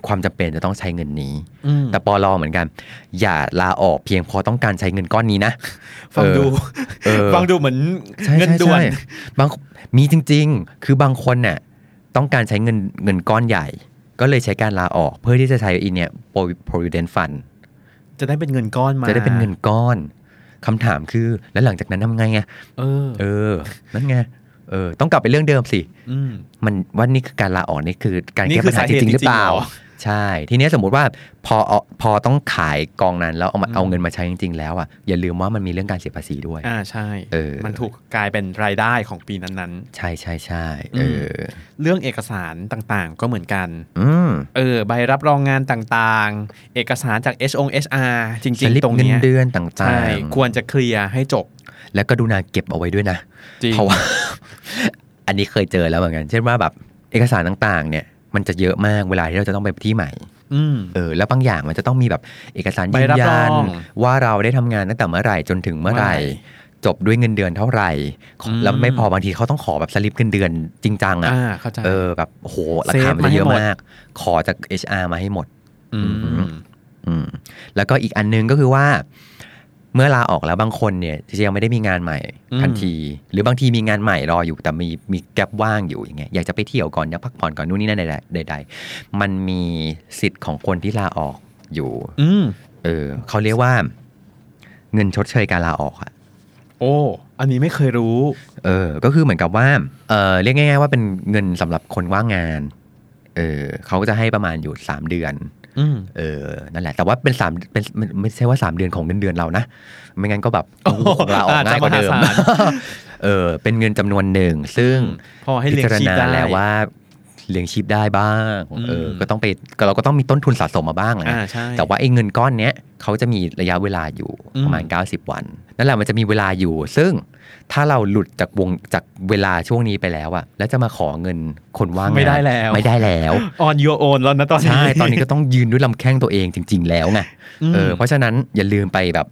Speaker 3: ความจำเป็นจะต้องใช้เงินนี้
Speaker 2: อืม
Speaker 3: แต่ปอลอเหมือนกัน อย่าลาออกเพียงเพอต้องการใช้เงินก้อนนี้นะ
Speaker 2: ฟังดู
Speaker 3: เออ
Speaker 2: ฟังดูเหมือน
Speaker 3: ใช่
Speaker 2: เงินด่วน
Speaker 3: ใช่ใช่บางมีจริง ๆ คือบางคนเนี่ยต้องการใช้เงินเงินก้อนใหญ่ ก็เลยใช้การลาออกเพื่อที่จะใช้อินเนี่ย provident fund
Speaker 2: จะได้เป็นเงินก้อนมา
Speaker 3: จะได้เป็นเงินก้อนคำถามคือแล้วหลังจากนั้นทำไงอะ
Speaker 2: เออ
Speaker 3: เออ นั่นไงเออ ต้องกลับไปเรื่องเดิมสิ
Speaker 2: อืม
Speaker 3: มันว่านี่คือการลาออกนี่คือการ
Speaker 2: นี่
Speaker 3: แก้
Speaker 2: คือ
Speaker 3: ปัญหา
Speaker 2: สา
Speaker 3: จ
Speaker 2: เหตุ
Speaker 3: ริงๆหรือเปล่า
Speaker 2: จริงๆเหรอ
Speaker 3: ใช่ ทีเนี้ยสมมติว่าพอเอาพอต้องขายกองนั้นแล้วเอามาเอาเงินมาใช้จริงๆแล้วอ่ะอย่าลืมว่ามันมีเรื่องการเสียภาษีด้วย
Speaker 2: อ่าใช่
Speaker 3: เออ
Speaker 2: มันถูกกลายเป็นรายได้ของปีนั้น
Speaker 3: ใช่ใช่ใช่เอออ
Speaker 2: ๆ เรื่องเอกสารต่างๆ ก็เหมือนกัน
Speaker 3: อืม
Speaker 2: เออ ใบรับรองงานต่างๆ เอกสารจาก h อ HR จริง
Speaker 3: สลิป
Speaker 2: ๆ ตรง
Speaker 3: เงิ
Speaker 2: เนี้
Speaker 3: น
Speaker 2: ย
Speaker 3: เดือนต่าง
Speaker 2: ใช่
Speaker 3: ๆ
Speaker 2: ควรจะเคลียร์ให้จบ
Speaker 3: แล้วก็ดูนาเก็บเอาไว้ด้วยนะ
Speaker 2: จริง
Speaker 3: เพราะ ว่า อันนี้เคยเจอแล้วเหมือนกัน เช่นว่าแบบเอกสารต่างๆ เนี่ย มันจะเยอะมากเวลาที่เราจะต้องไปที่ใหม่
Speaker 2: อืม
Speaker 3: เออแล้วบางอย่างมันจะต้องมีแบบเอกสาร
Speaker 2: ใบ
Speaker 3: ยืน
Speaker 2: รับร
Speaker 3: ยั
Speaker 2: อน ง
Speaker 3: ว่าเราได้ทำงานตั้งแต่เมื่อไหร่จนถึงเมื่อไหร่
Speaker 2: เมื่อไหร่
Speaker 3: จบด้วยเงินเดือนเท่าไหร่ขอ
Speaker 2: อืม
Speaker 3: แล้วไม่พอบางทีเขาต้องขอแบบสลิปเงินเดือนจริงจัง
Speaker 2: อ่า
Speaker 3: อ่ะ
Speaker 2: เข้าใจ
Speaker 3: เออแบบโอ้โหรา
Speaker 2: เซฟ
Speaker 3: คามัน
Speaker 2: มาให้
Speaker 3: เยอะ
Speaker 2: หมด
Speaker 3: มาก ขอจาก HR มาให้หมด
Speaker 2: อืม
Speaker 3: อืม แล้วก็อีกอันนึงก็คือว่า เมื่อลาออกแล้วบางคนเนี่ยจะยังไม่ได้มีงานใหม่
Speaker 2: อืม
Speaker 3: ทันที หรือบางทีมีงานใหม่รออยู่แต่มีมีแกลบว่างอยู่อย่างเงี้ยอยากจะไปเที่ยวก่อนอยากพักผ่อนก่อนนู่นนี่นั่นใดๆใดๆมันมีสิทธิ์ของคนที่ลาออกอยู่
Speaker 2: อืม
Speaker 3: เออเขาเรียกว่า เงินชดเชยการลาออกอะ
Speaker 2: โอ้ อันนี้ไม่เคยรู้
Speaker 3: เออ ก็คือเหมือนกับว่า เออเรียกง่าย ๆ ว่าเป็นเงินสำหรับคนว่างงาน เออเขาก็จะให้ประมาณอยู่ 3 เดือน
Speaker 2: อืม
Speaker 3: เออ นั่นแหละ แต่ว่าเป็นสามเป็นไม่ไม่ใช่ว่า 3 เดือนของเงินเดือนเรานะ ไม่งั้นก็แบบ
Speaker 2: โอ้โห
Speaker 3: ลาออกง่ายกว่าเดิม
Speaker 2: อาจจะมหาศาล
Speaker 3: เออ เป็นเงินจำนวนหนึ่ง ซึ่ง
Speaker 2: พอให้
Speaker 3: พิ
Speaker 2: เลี้ยง
Speaker 3: จาร
Speaker 2: ชีพ
Speaker 3: ณา
Speaker 2: ได้
Speaker 3: แล้วว่าเลี้ยงชีพได้บ้าง
Speaker 2: อืม
Speaker 3: เออ ก็ต้องไปก็เราก็ต้องมีต้นทุนสะสมมาบ้างอะ
Speaker 2: อ่า
Speaker 3: นะ
Speaker 2: ใช่
Speaker 3: แต่ว่าไอ้เงินก้อนเนี้ยเขาจะมีระยะเวลาอยู่
Speaker 2: อืม
Speaker 3: ประมาณ 90 วัน นั่นแหละมันจะมีเวลาอยู่ ซึ่งถ้าเราหลุดจากวงจากเวลาช่วงนี้ไปแล้วอะแล้วจะมาขอเงินคนว่างงาน
Speaker 2: ไม่ได้แล้ว
Speaker 3: ไม่ได้แล้ว
Speaker 2: on your own แล้วนะตอนนี้
Speaker 3: ใช่ ตอนนี้ก็ต้องยืนด้วยลำแข้งตัวเองจริง ๆ แล้วไง
Speaker 2: อืม
Speaker 3: เออเพราะฉะนั้นอย่าลืมไปแบบ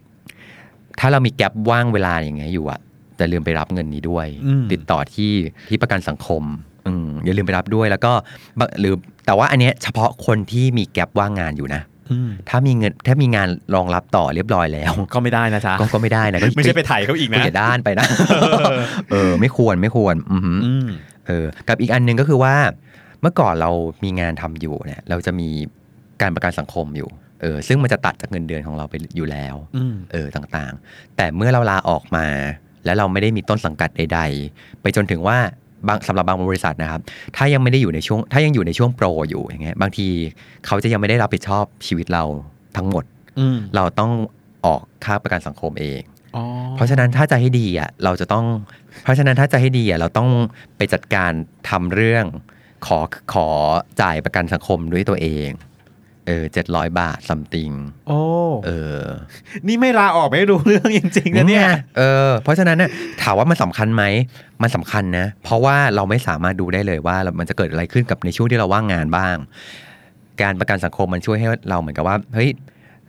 Speaker 3: ถ้าเรามีแกลบว่างเวลาอย่างเงี้ยอยู่อะแต่ลืมไปรับเงินนี้ด้วย
Speaker 2: อืม
Speaker 3: ติดต่อที่ที่ประกันสังคมอืมอย่าลืมไปรับด้วยแล้วก็บะหรือแต่ว่าอันเนี้ยเฉพาะคนที่มีแกลบว่างงานอยู่นะ
Speaker 2: อืม
Speaker 3: ถ้ามีเงินถ้ามีงานรองรับต่อเรียบร้อยแล้ว
Speaker 2: ก็ไม่ได้นะจ๊ะ
Speaker 3: ก็ก็ไม่ได้นะก็
Speaker 2: ไม่ใช่ไปถ่ายเขาอีก
Speaker 3: ก็
Speaker 2: นะ
Speaker 3: อย่าด้านไป นะ เออ ไม่ควรไม่ควร อือหือ
Speaker 2: อืม
Speaker 3: เออ กับอีกอันหนึ่งก็คือว่า เมื่อก่อนเรามีงานทำอยู่เนี่ย เราจะมีการประกันสังคมอยู่ เออ ซึ่งมันจะตัดจากเงินเดือนของเราไปอยู่แล้ว
Speaker 2: อืม
Speaker 3: เออต่างๆ แต่เมื่อเราลาออกมา แล้วเราไม่ได้มีต้นสังกัดใด ๆ ไปจนถึงว่าบางสำหรับบางบริษัทนะครับ ถ้ายังไม่ได้อยู่ในช่วง ถ้ายังอยู่ในช่วงโปรอยู่อย่างเงี้ยบางทีเขาจะยังไม่ได้รับผิดชอบชีวิตเราทั้งหมด
Speaker 2: อืม
Speaker 3: เราต้องออกค่าประกันสังคมเอง
Speaker 2: อ๋อ
Speaker 3: เพราะฉะนั้นถ้าจะให้ดีอ่ะเราจะต้อง เพราะฉะนั้นถ้าจะให้ดีอ่ะเราต้องไปจัดการทำเรื่องขอขอจ่ายประกันสังคมด้วยตัวเองเออเจ็ดร้อยบาทซัมติง
Speaker 2: โอ้
Speaker 3: เออ
Speaker 2: นี่ไม่ลาออกไม่รู้เรื่องจริงๆนะเนี่ย
Speaker 3: เออเพราะฉะนั้นน่ะถามว่ามันสำคัญไหมมันสำคัญนะ เพราะว่าเราไม่สามารถดูได้เลยว่ามันจะเกิดอะไรขึ้นกับในช่วงที่เราว่างงานบ้าง การประกันสังคมมันช่วยให้เราเหมือนกับว่าเฮ้ย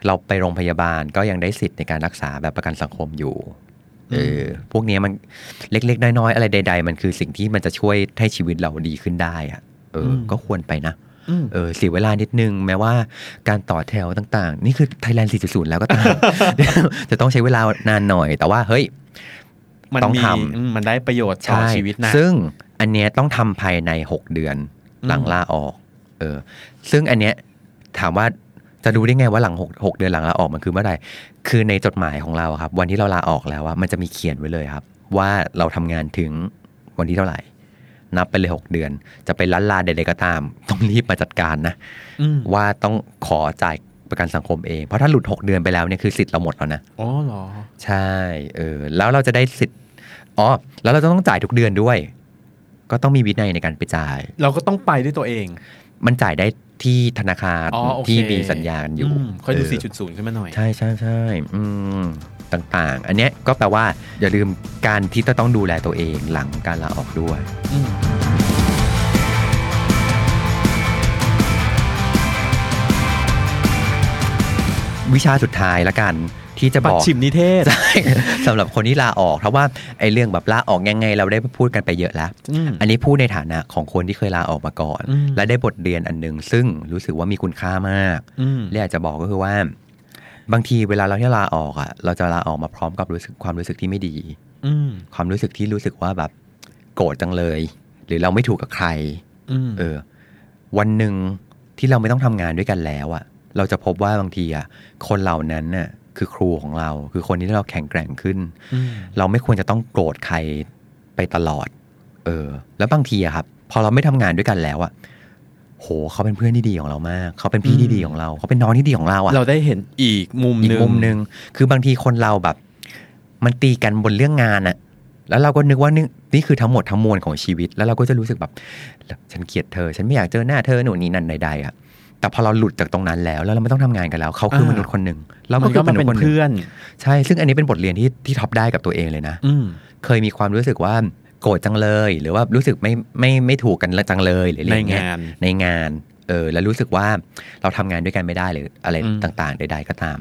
Speaker 3: เราไปโรงพยาบาลก็ยังได้สิทธิ์ในการรักษาแบบประกันสังคมอยู่ เออพวกเนี้ยมันเล็กๆ น้อยๆ อะไรใด ๆ มันคือสิ่งที่มันจะช่วยให้ชีวิตเราดีขึ้นได้อะเอออ
Speaker 2: ม
Speaker 3: ก็ควรไปนะ
Speaker 2: อืม
Speaker 3: เออเสียเวลานิดนึง แม้ว่าการต่อแถวต่างๆ นี่คือ Thailand 4.0 แล้วก็ตาม จะต้องใช้เวลานานหน่อย แต่ว่าเฮ้ย
Speaker 2: มัน
Speaker 3: ต้อง
Speaker 2: มี
Speaker 3: ทำ
Speaker 2: อืมมันได้ประโยชน์ต่อชีวิตนะ
Speaker 3: ซึ่งอันเนี้ยต้องทำภายใน 6 เดือน
Speaker 2: อืม
Speaker 3: หลังลาออก เออ ซึ่งอันเนี้ยถามว่าจะรู้ได้ไงว่าหลัง6 6เดือนหลังลาออกมันคือเมื่อไหร่คือในจดหมายของเราอะครับ วันที่เราลาออกแล้วอะมันจะมีเขียนไว้เลยครับ ว่าเราทำงานถึงวันที่เท่าไหร่ นับไปเลย 6 เดือน จะไปล้านลาใดๆก็ตาม ต้องรีบมาจัดการนะ
Speaker 2: อืม
Speaker 3: ว่าต้องขอจ่ายประกันสังคมเอง เพราะถ้าหลุด 6 เดือนไปแล้วเนี่ยคือสิทธิ์เราหมดแล้วนะ
Speaker 2: อ๋อเหรอ
Speaker 3: ใช่เออแล้วเราจะได้สิทธิ์อ๋อแล้วเราจะต้องจ่ายทุกเดือนด้วย ก็ต้องมีวินัยในการไปจ่าย
Speaker 2: เราก็ต้องไปด้วยตัวเอง
Speaker 3: มันจ่ายได้ที่ธนาคาร
Speaker 2: อ๋อโอเค
Speaker 3: ที่มีสัญญาณอยู่
Speaker 2: มค่อยดู
Speaker 3: เ
Speaker 2: 4.0 ขึ้นมาหน่อย
Speaker 3: ใช่ใช่ใช่อืมต่างๆ อันเนี้ยก็แปลว่าอย่าลืมการที่จะต้องดูแลตัวเองหลังการลาออกด้วย
Speaker 2: อืม
Speaker 3: วิชาสุดท้ายละกันที่จะบ
Speaker 2: ปัด
Speaker 3: อก
Speaker 2: ฉิมนิเทศ
Speaker 3: ใช่ สำหรับคนที่ลาออกเพราะว่าไอ้เรื่องแบบลาออกยังไงเราได้พูดกันไปเยอะแล้ว
Speaker 2: อืม
Speaker 3: อันนี้พูดในฐานะของคนที่เคยลาออกมาก่อน
Speaker 2: อืม
Speaker 3: และได้บทเรียนอันหนึ่งซึ่งรู้สึกว่ามีคุณค่ามาก
Speaker 2: อืม
Speaker 3: และอยากจะบอกก็คือว่า บางทีเวลาเราที่ลาออกอ่ะ เราจะลาออกมาพร้อมกับรู้สึกความรู้สึกที่ไม่ดี
Speaker 2: อืม
Speaker 3: ความรู้สึกที่รู้สึกว่าแบบโกรธจังเลย หรือเราไม่ถูกกับใคร
Speaker 2: อืม
Speaker 3: เออ วันหนึ่งที่เราไม่ต้องทำงานด้วยกันแล้วอะเราจะพบว่าบางทีอะคนเหล่านั้นน่ะคือครูของเรา คือคนที่เราแข็งแกร่งขึ้น
Speaker 2: ม
Speaker 3: เราไม่ควรจะต้องโกรธใครไปตลอด เออ แล้วบางทีอะครับ พอเราไม่ทำงานด้วยกันแล้วอะโหเขาเป็นเพื่อนที่ดีของเรามาก เขาเป็นพี่ที่ดีของเรา เขาเป็นน้องที่ดีของเราอะ
Speaker 2: เราได้เห็นอีกมุม
Speaker 3: อี
Speaker 2: ห
Speaker 3: ก
Speaker 2: นึ่ง
Speaker 3: มุมหนึ่งคือบางทีคนเราแบบ มันตีกันบนเรื่องงานอะแล้วเราก็นึกว่านี่นี่คือทั้งหมดทั้งมวลของชีวิต แล้วเราก็จะรู้สึกแบบ ฉันเกลียดเธอ ฉันไม่อยากเจอหน้าเธอหนูนนี่นั่นใดๆอะแต่พอเราหลุดจากตรงนั้นแล้ว แล้วเราไม่ต้องทำงานกันแล้วเขาคือมนุษย์คนหนึ่งเรา
Speaker 2: มัน
Speaker 3: ก็คื
Speaker 2: ก็
Speaker 3: อม
Speaker 2: มา
Speaker 3: นุษ
Speaker 2: เป็น
Speaker 3: ย์คนหนึ่ง
Speaker 2: เพื่อน
Speaker 3: ใช่ ซึ่งอันนี้เป็นบทเรียนที่ที่ท็อปได้กับตัวเองเลยนะ
Speaker 2: อืม
Speaker 3: เคยมีความรู้สึกว่าโกรธจังเลย หรือว่ารู้สึกไม่ไม่ไม่ถูกกันจังเลยหรืออะไรอย่เย
Speaker 2: ในงาน
Speaker 3: ในงานเออแล้วรู้สึกว่าเราทำงานด้วยกันไม่ได้หรืออะไร
Speaker 2: อืม
Speaker 3: ต่างๆ ใด ๆ ก็ตาม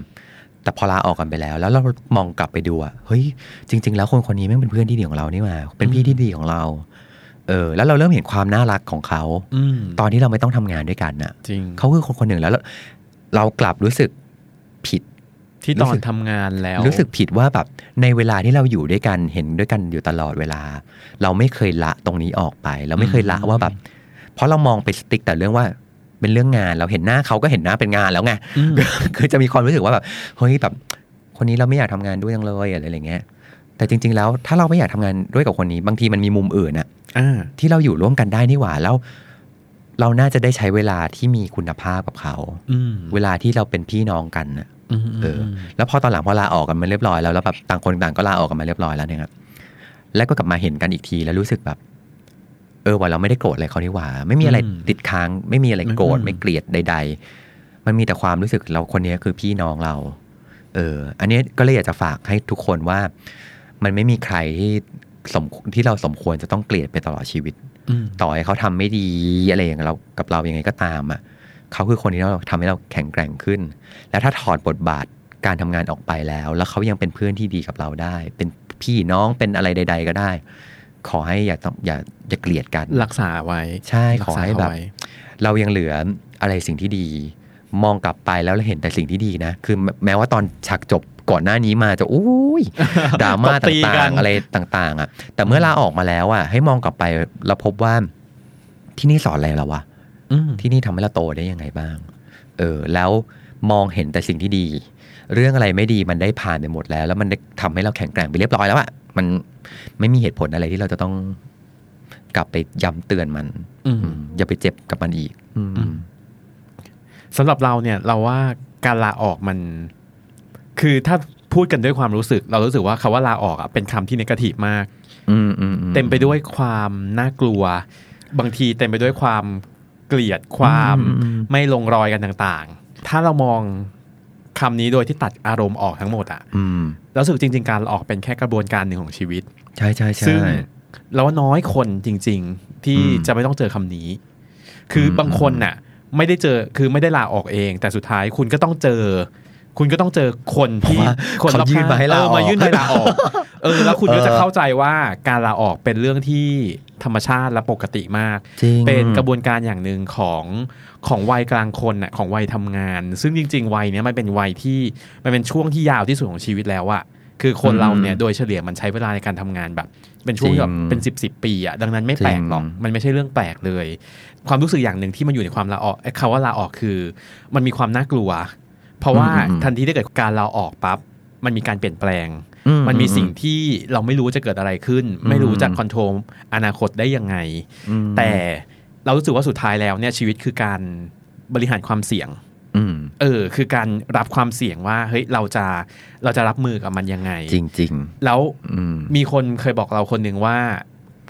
Speaker 3: แต่พอลาออกกันไปแล้ว แล้วเรามองกลับไปดูอะเฮ้ยจริง ๆ แล้วคนคนนี้แม่งเป็นเพื่อนที่ดีของเรานี่หว่าเป็นพี่ที่ดีของเรา เออ แล้วเราเริ่มเห็นความน่ารักของเขา
Speaker 2: อืม
Speaker 3: ตอนที่เราไม่ต้องทำงานด้วยกันน่ะ
Speaker 2: จริง
Speaker 3: เขาคือคนคนหนึ่งแล้วเราเรากลับรู้สึกผิด
Speaker 2: ที่ตอนทำงานแล้ว
Speaker 3: รู้สึกผิดว่าแบบในเวลาที่เราอยู่ด้วยกันเห็นด้วยกันอยู่ตลอดเวลา เราไม่เคยละตรงนี้ออกไป เราไม่เคยละ
Speaker 2: อืม
Speaker 3: ว่าแบบ เพราะเรามองไปสติ๊กแต่เรื่องว่าเป็นเรื่องงานเราเห็นหน้าเขาก็เห็นหน้าเป็นงาน แล้วไง
Speaker 2: อืม
Speaker 3: คือจะมีความรู้สึกว่าแบบเฮ้ยแบบคนนี้เราไม่อยากทำงานด้วยจังเลยอะไรอย่างเงี้ย แต่จริง ๆ แล้วถ้าเราไม่อยากทำงานด้วยกับคนนี้ บางทีมันมีมุมอื่นอะ
Speaker 2: อ่า
Speaker 3: ที่เราอยู่ร่วมกันได้นี่หว่าแล้ว เราน่าจะได้ใช้เวลาที่มีคุณภาพกับเขา
Speaker 2: อืม
Speaker 3: เวลาที่เราเป็นพี่น้องกันน่ะ
Speaker 2: อืม
Speaker 3: เออ แล้วพอตอนหลังพอลาออกกันมาเรียบร้อยแล้วแล้วแบบต่างคนต่างก็ลาออกกันมาเรียบร้อยแล้วเนี่ยครับแล้วก็กลับมาเห็นกันอีกทีแล้วรู้สึกแบบ เออว่าเราไม่ได้โกรธอะไรเขานี่หว่า ไม่มีอะไรติดค้าง ไม่มีอะไรโกรธไม่เกลียดใด ๆ มันมีแต่ความรู้สึกเราคนนี้คือพี่น้องเรา เออ อันนี้ก็เลยอยากจะฝากให้ทุกคนว่า มันไม่มีใครที่สมที่เราสมควรจะต้องเกลียดไปตลอดชีวิต
Speaker 2: อืม
Speaker 3: ต่อให้เขาทำไม่ดีอะไรอย่างเรากับเรายังไงก็ตามอ่ะเขาคือคนที่เราทำให้เราแข็งแกร่งขึ้น แล้วถ้าถอดบทบาทการทำงานออกไปแล้ว แล้วเขายังเป็นเพื่อนที่ดีกับเราได้ เป็นพี่น้องเป็นอะไรใด ๆ ก็ได้ ขอให้อย่าต้องอย่าอย่าเกลียดกัน
Speaker 2: รักษาไว้
Speaker 3: ใช่ขอให้แบ
Speaker 2: รักษา
Speaker 3: บ
Speaker 2: ไว้
Speaker 3: เรายังเหลืออะไรสิ่งที่ดี มองกลับไปแล้วเราเห็นแต่สิ่งที่ดีนะ คือแม้ว่าตอนฉากจบก่อนหน้านี้มาจะอุ้ ย ดราม่า
Speaker 2: บตี
Speaker 3: ต่า
Speaker 2: กั
Speaker 3: ง
Speaker 2: น
Speaker 3: ๆ อะไรต่างๆ อ่ะ แต่เมื่อลาออกมาแล้วอ่ะให้มองกลับไปเราพบว่าที่นี่สอนอะไรเราวะ
Speaker 2: อืม
Speaker 3: ที่นี่ทำให้เราโตได้ยังไงบ้าง เออ แล้วมองเห็นแต่สิ่งที่ดี เรื่องอะไรไม่ดีมันได้ผ่านไปหมดแล้ว แล้วมันได้ทำให้เราแข็งแกร่งไปเรียบร้อยแล้วอะมันไม่มีเหตุผลอะไรที่เราจะต้องกลับไปย้ำเตือนมัน
Speaker 2: อืม
Speaker 3: มอย่าไปเจ็บกับมันอีก อืม
Speaker 2: สำหรับเราเนี่ยเราว่าการลาออกมัน คือถ้าพูดกันด้วยความรู้สึก เรารู้สึกว่าคำว่าลาออกอะเป็นคำที่นกาทีฟมาก
Speaker 3: อืมอือื
Speaker 2: เต็มไปด้วยความน่ากลัว บางทีเต็มไปด้วยความเกลียดความ
Speaker 3: อืม
Speaker 2: ไม่ลงรอยกันต่างๆ ถ้าเรามองคำนี้โดยที่ตัดอารมณ์ออกทั้งหมดอะ
Speaker 3: อืม
Speaker 2: เรารู้สึกจริง ๆ การลาออกเป็นแค่กระบวนการหนึ่งของชีวิต
Speaker 3: ใช่ใช่ใช่
Speaker 2: ซึ่งเราว่าน้อยคนจริง ๆ ที่
Speaker 3: อืม
Speaker 2: จะไม่ต้องเจอคำนี้ คืออ
Speaker 3: ม
Speaker 2: บางคนน่ะ ไม่ได้เจอคือไม่ได้ลาออกเอง แต่สุดท้ายคุณก็ต้องเจอ คุณก็ต้องเจอคนที่ คน
Speaker 3: เขา
Speaker 2: รอบข้ง
Speaker 3: ยื่นมาให้ลา
Speaker 2: เอ
Speaker 3: ออก
Speaker 2: อมายื่นใบลาออก เอ อ แล้วคุณก็จะ
Speaker 3: เออ
Speaker 2: เข้าใจว่าการลาออกเป็นเรื่องที่ธรรมชาติและปกติมาก
Speaker 3: จริง
Speaker 2: เป็นกระบวนการอย่างหนึ่งของของวัยกลางคนน่ะของวัยทำงาน ซึ่งจริง ๆ วัยเนี้ยมันเป็นวัยที่มันเป็นช่วงที่ยาวที่สุดของชีวิตแล้วอะคือคน
Speaker 3: อืม
Speaker 2: เราเนี่ยโดยเฉลี่ยมันใช้เวลาในการทำงานแบบ เป็นช่วงที่แบบ
Speaker 3: จริง
Speaker 2: เป็นสิบสิบปีอะดังนั้นไม่แปลกหรอก
Speaker 3: จริง
Speaker 2: มันไม่ใช่เรื่องแปลกเลย ความรู้สึกอย่างหนึ่งที่มันอยู่ในความลาออกไอ้คำว่าลาออกคือ มันมีความน่ากลัว เพราะว่าทันทีที่เกิดการลาออกปั๊บมันมีการเปลี่ยนแปลง
Speaker 3: อื
Speaker 2: มันมีสิ่ง
Speaker 3: อื
Speaker 2: ที่เราไม่รู้จะเกิดอะไรขึ้น ไม่รู้จะคอนโทรลอนาคตได้ยังไง
Speaker 3: อืม
Speaker 2: แต่เรารู้สึกว่าสุดท้ายแล้วเนี่ยชีวิตคือการบริหารความเสี่ยง
Speaker 3: อืม
Speaker 2: เออ คือการรับความเสี่ยงว่าเฮ้ยเราจะเราจะรับมือกับมันยังไง
Speaker 3: จริงจริง
Speaker 2: แล้ว
Speaker 3: ๆอืม
Speaker 2: มีคนเคยบอกเราคนหนึ่งว่า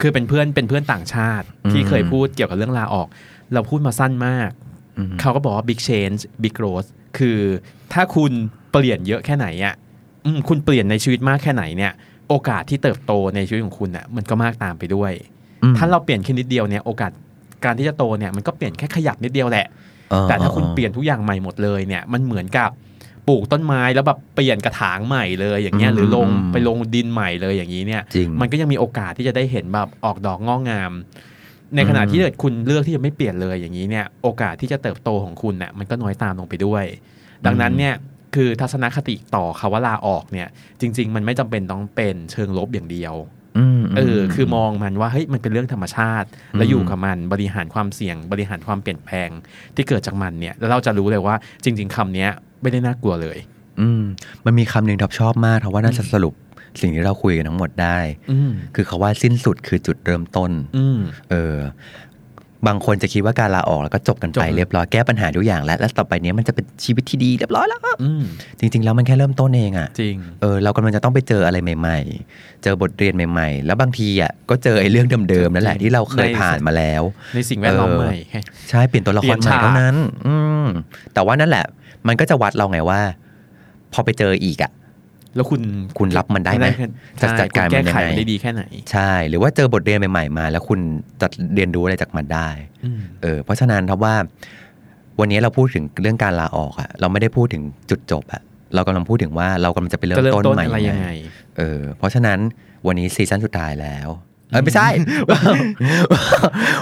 Speaker 2: คือเป็นเพื่อนเป็นเพื่อนต่างชาติ ที่
Speaker 3: อืม
Speaker 2: เคยพูดเกี่ยวกับเรื่องลาออก เราพูดมาสั้นมาก
Speaker 3: อืม
Speaker 2: เขาก็บอกว่า big change big growth คือถ้าคุณเปลี่ยนเยอะแค่ไหนอ่ะอืมคุณเปลี่ยนในชีวิตมากแค่ไหนเนี่ย โอกาสที่เติบโตในชีวิตของคุณอ่ะมันก็มากตามไปด้วย
Speaker 3: อืม
Speaker 2: ถ้าเราเปลี่ยนแค่นิดเดียวเนี่ยโอกาสการที่จะโตเนี่ยมันก็เปลี่ยนแค่ขยับนิดเดียวแหละ
Speaker 3: เออ
Speaker 2: แต่ถ้าคุณ
Speaker 3: ออ
Speaker 2: เปลี่ยนทุกอย่างใหม่หมดเลยเนี่ยมันเหมือนกับปลูกต้นไม้แล้วแบบเปลี่ยนกระถางใหม่เลยอย่างเงี้ย
Speaker 3: อืม
Speaker 2: หรือลง
Speaker 3: อืม
Speaker 2: ไปลงดินใหม่เลยอย่างนี้เนี่ย
Speaker 3: จริง
Speaker 2: มันก็ยังมีโอกาสที่จะได้เห็นแบบออกดอกงอกงาม ในขณะ
Speaker 3: อืม
Speaker 2: ที่เกิดคุณเลือกที่จะไม่เปลี่ยนเลยอย่างนี้เนี่ยโอกาสที่จะเติบโตของคุณเนี่ยมันก็น้อยตามลงไปด้วย ดังนั้นเนี่ยคือทัศนคติต่อคำว่าลาออกเนี่ยจริง ๆ มันไม่จำเป็นต้องเป็นเชิงลบอย่างเดียว
Speaker 3: ม
Speaker 2: เออคือมองมันว่าเฮ้ยมันเป็นเรื่องธรรมชาติ แล้ว
Speaker 3: อืม
Speaker 2: อยู่กับมันบริหารความเสี่ยง บริหารความเปลี่ยนแปลงที่เกิดจากมันเนี่ยแล้วเราจะรู้เลยว่าจริง ๆคำเนี้ยไม่ได้น่ากลัวเลย
Speaker 3: อืมมันมีคำหนึ่งทับชอบมากทับว่าน่าจะสรุปสิ่งที่เราคุยกันทั้งหมดได้
Speaker 2: อืม
Speaker 3: คือเขาว่าสิ้นสุดคือจุดเริ่มต้น
Speaker 2: อืม
Speaker 3: เออ บางคนจะคิดว่าการลาออกแล้วก็จบกัน
Speaker 2: จบ
Speaker 3: ไป
Speaker 2: เลย
Speaker 3: เรียบร้อยแก้ปัญหาทุกอย่างแล้ว แล้วต่อไปเนี้ยมันจะเป็นชีวิตที่ดีเรียบร้อยแล้ว
Speaker 2: อืม
Speaker 3: จริง ๆ แล้วมันแค่เริ่มต้นเองอะ
Speaker 2: จริง
Speaker 3: เออเรากำลังจะต้องไปเจออะไรใหม่ ๆ เจอบทเรียนใหม่ ๆ แล้วบางทีอ่ะก็เจอไอ้เรื่องเดิมๆนั่นแหละที่เราเคย
Speaker 2: ใน
Speaker 3: ผ่านมาแล้ว
Speaker 2: ในสิ่งแวดล้อม
Speaker 3: เออ
Speaker 2: ใหม่
Speaker 3: ใช่เปลี่ยนตัวละครใหม่
Speaker 2: เปลี่ยนฉาก
Speaker 3: เท่านั้น อืมแต่ว่านั่นแหละ มันก็จะวัดเราไงว่า พอไปเจออีกอ่ะ
Speaker 2: แล้วคุณ
Speaker 3: คุณรับมันได้ไหม
Speaker 2: ใช่
Speaker 3: จัดการ
Speaker 2: คุณแก้ไข
Speaker 3: มันยังไง
Speaker 2: มันได้ดีแค่ไหน
Speaker 3: ใช่ หรือว่าเจอบทเรียนใหม่ๆมา แล้วคุณจะเรียนรู้อะไรจากมันได้
Speaker 2: อืม
Speaker 3: เออ เพราะฉะนั้นครับว่า วันนี้เราพูดถึงเรื่องการลาออกอะเราไม่ได้พูดถึงจุดจบอะเรากำลังพูดถึงว่าเรากำลังจะไปเริ่ม
Speaker 2: จะเริ่ม
Speaker 3: ต้น
Speaker 2: ต้น
Speaker 3: ใหม่
Speaker 2: อะไรยังไง
Speaker 3: เออ เพราะฉะนั้นวันนี้ซีซั่นสุดท้ายแล้ว เออไม่ใช่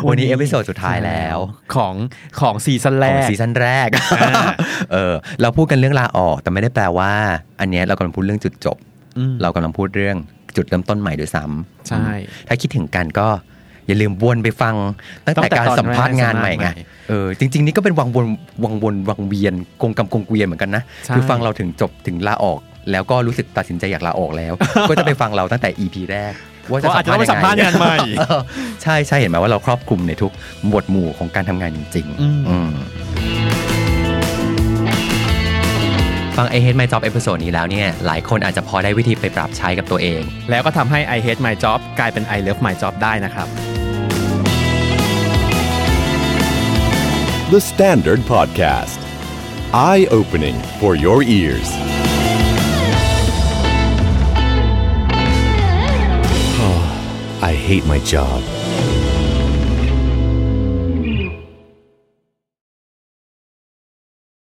Speaker 3: วันนี้เอพิโซดสุดท้ายแล้ว
Speaker 2: ของของซีซั่นแร
Speaker 3: ของ
Speaker 2: ก
Speaker 3: ซีซั่น แร ก
Speaker 2: อ่า
Speaker 3: เออเราพูดกันเรื่องลาออก แต่ไม่ได้แปลว่า อันเนี้ยเรากำลังพูดเรื่องจุดจบ
Speaker 2: อืม
Speaker 3: เรากำลังพูดเรื่องจุดเริ่มต้นใหม่ด้วยซ้ำ
Speaker 2: ใช่
Speaker 3: ถ้าคิดถึงกันก็อย่าลืมวนไปฟัง ตั้งแต่การสัมภาษณ์งานใหม่ไง เออจริง ๆ นี่ก็เป็นวังวนวังวนวังเวียนกงกำกงเกวียนเหมือนกันนะ
Speaker 2: ใช่
Speaker 3: คือฟังเราถึงจบถึงลาออก แล้วก็รู้สึกตัดสินใจอยากลาอ อกแล้ว ก็จะไปฟังเราตั้งแต่ EP แรก ว่าจะ
Speaker 2: ว่าอาจจะต้องไปสั
Speaker 3: สั
Speaker 2: ม
Speaker 3: ม
Speaker 2: ภา
Speaker 3: ภา
Speaker 2: ษ
Speaker 3: ษ
Speaker 2: ณ์งาง
Speaker 3: ณ์าน น
Speaker 2: ให
Speaker 3: ให
Speaker 2: ม่
Speaker 3: ม่ ใช่ใช่เห็นไหมว่าเราครอบคลุมในทุกหมวดหมู่ของการทำงานจริง
Speaker 2: อืม
Speaker 3: ๆอืมฟังไอเฮดไมจ็อบเอพิโซดนี้แล้วเนี่ยหลายคนอาจจะพอได้วิธีไปปรับใช้กับตัวเอง
Speaker 2: แล้วก็ทำให้ I hate my job กลายเป็น I love my job ได้นะครับ
Speaker 1: The Standard Podcast. Eye opening for your ears. I hate my job.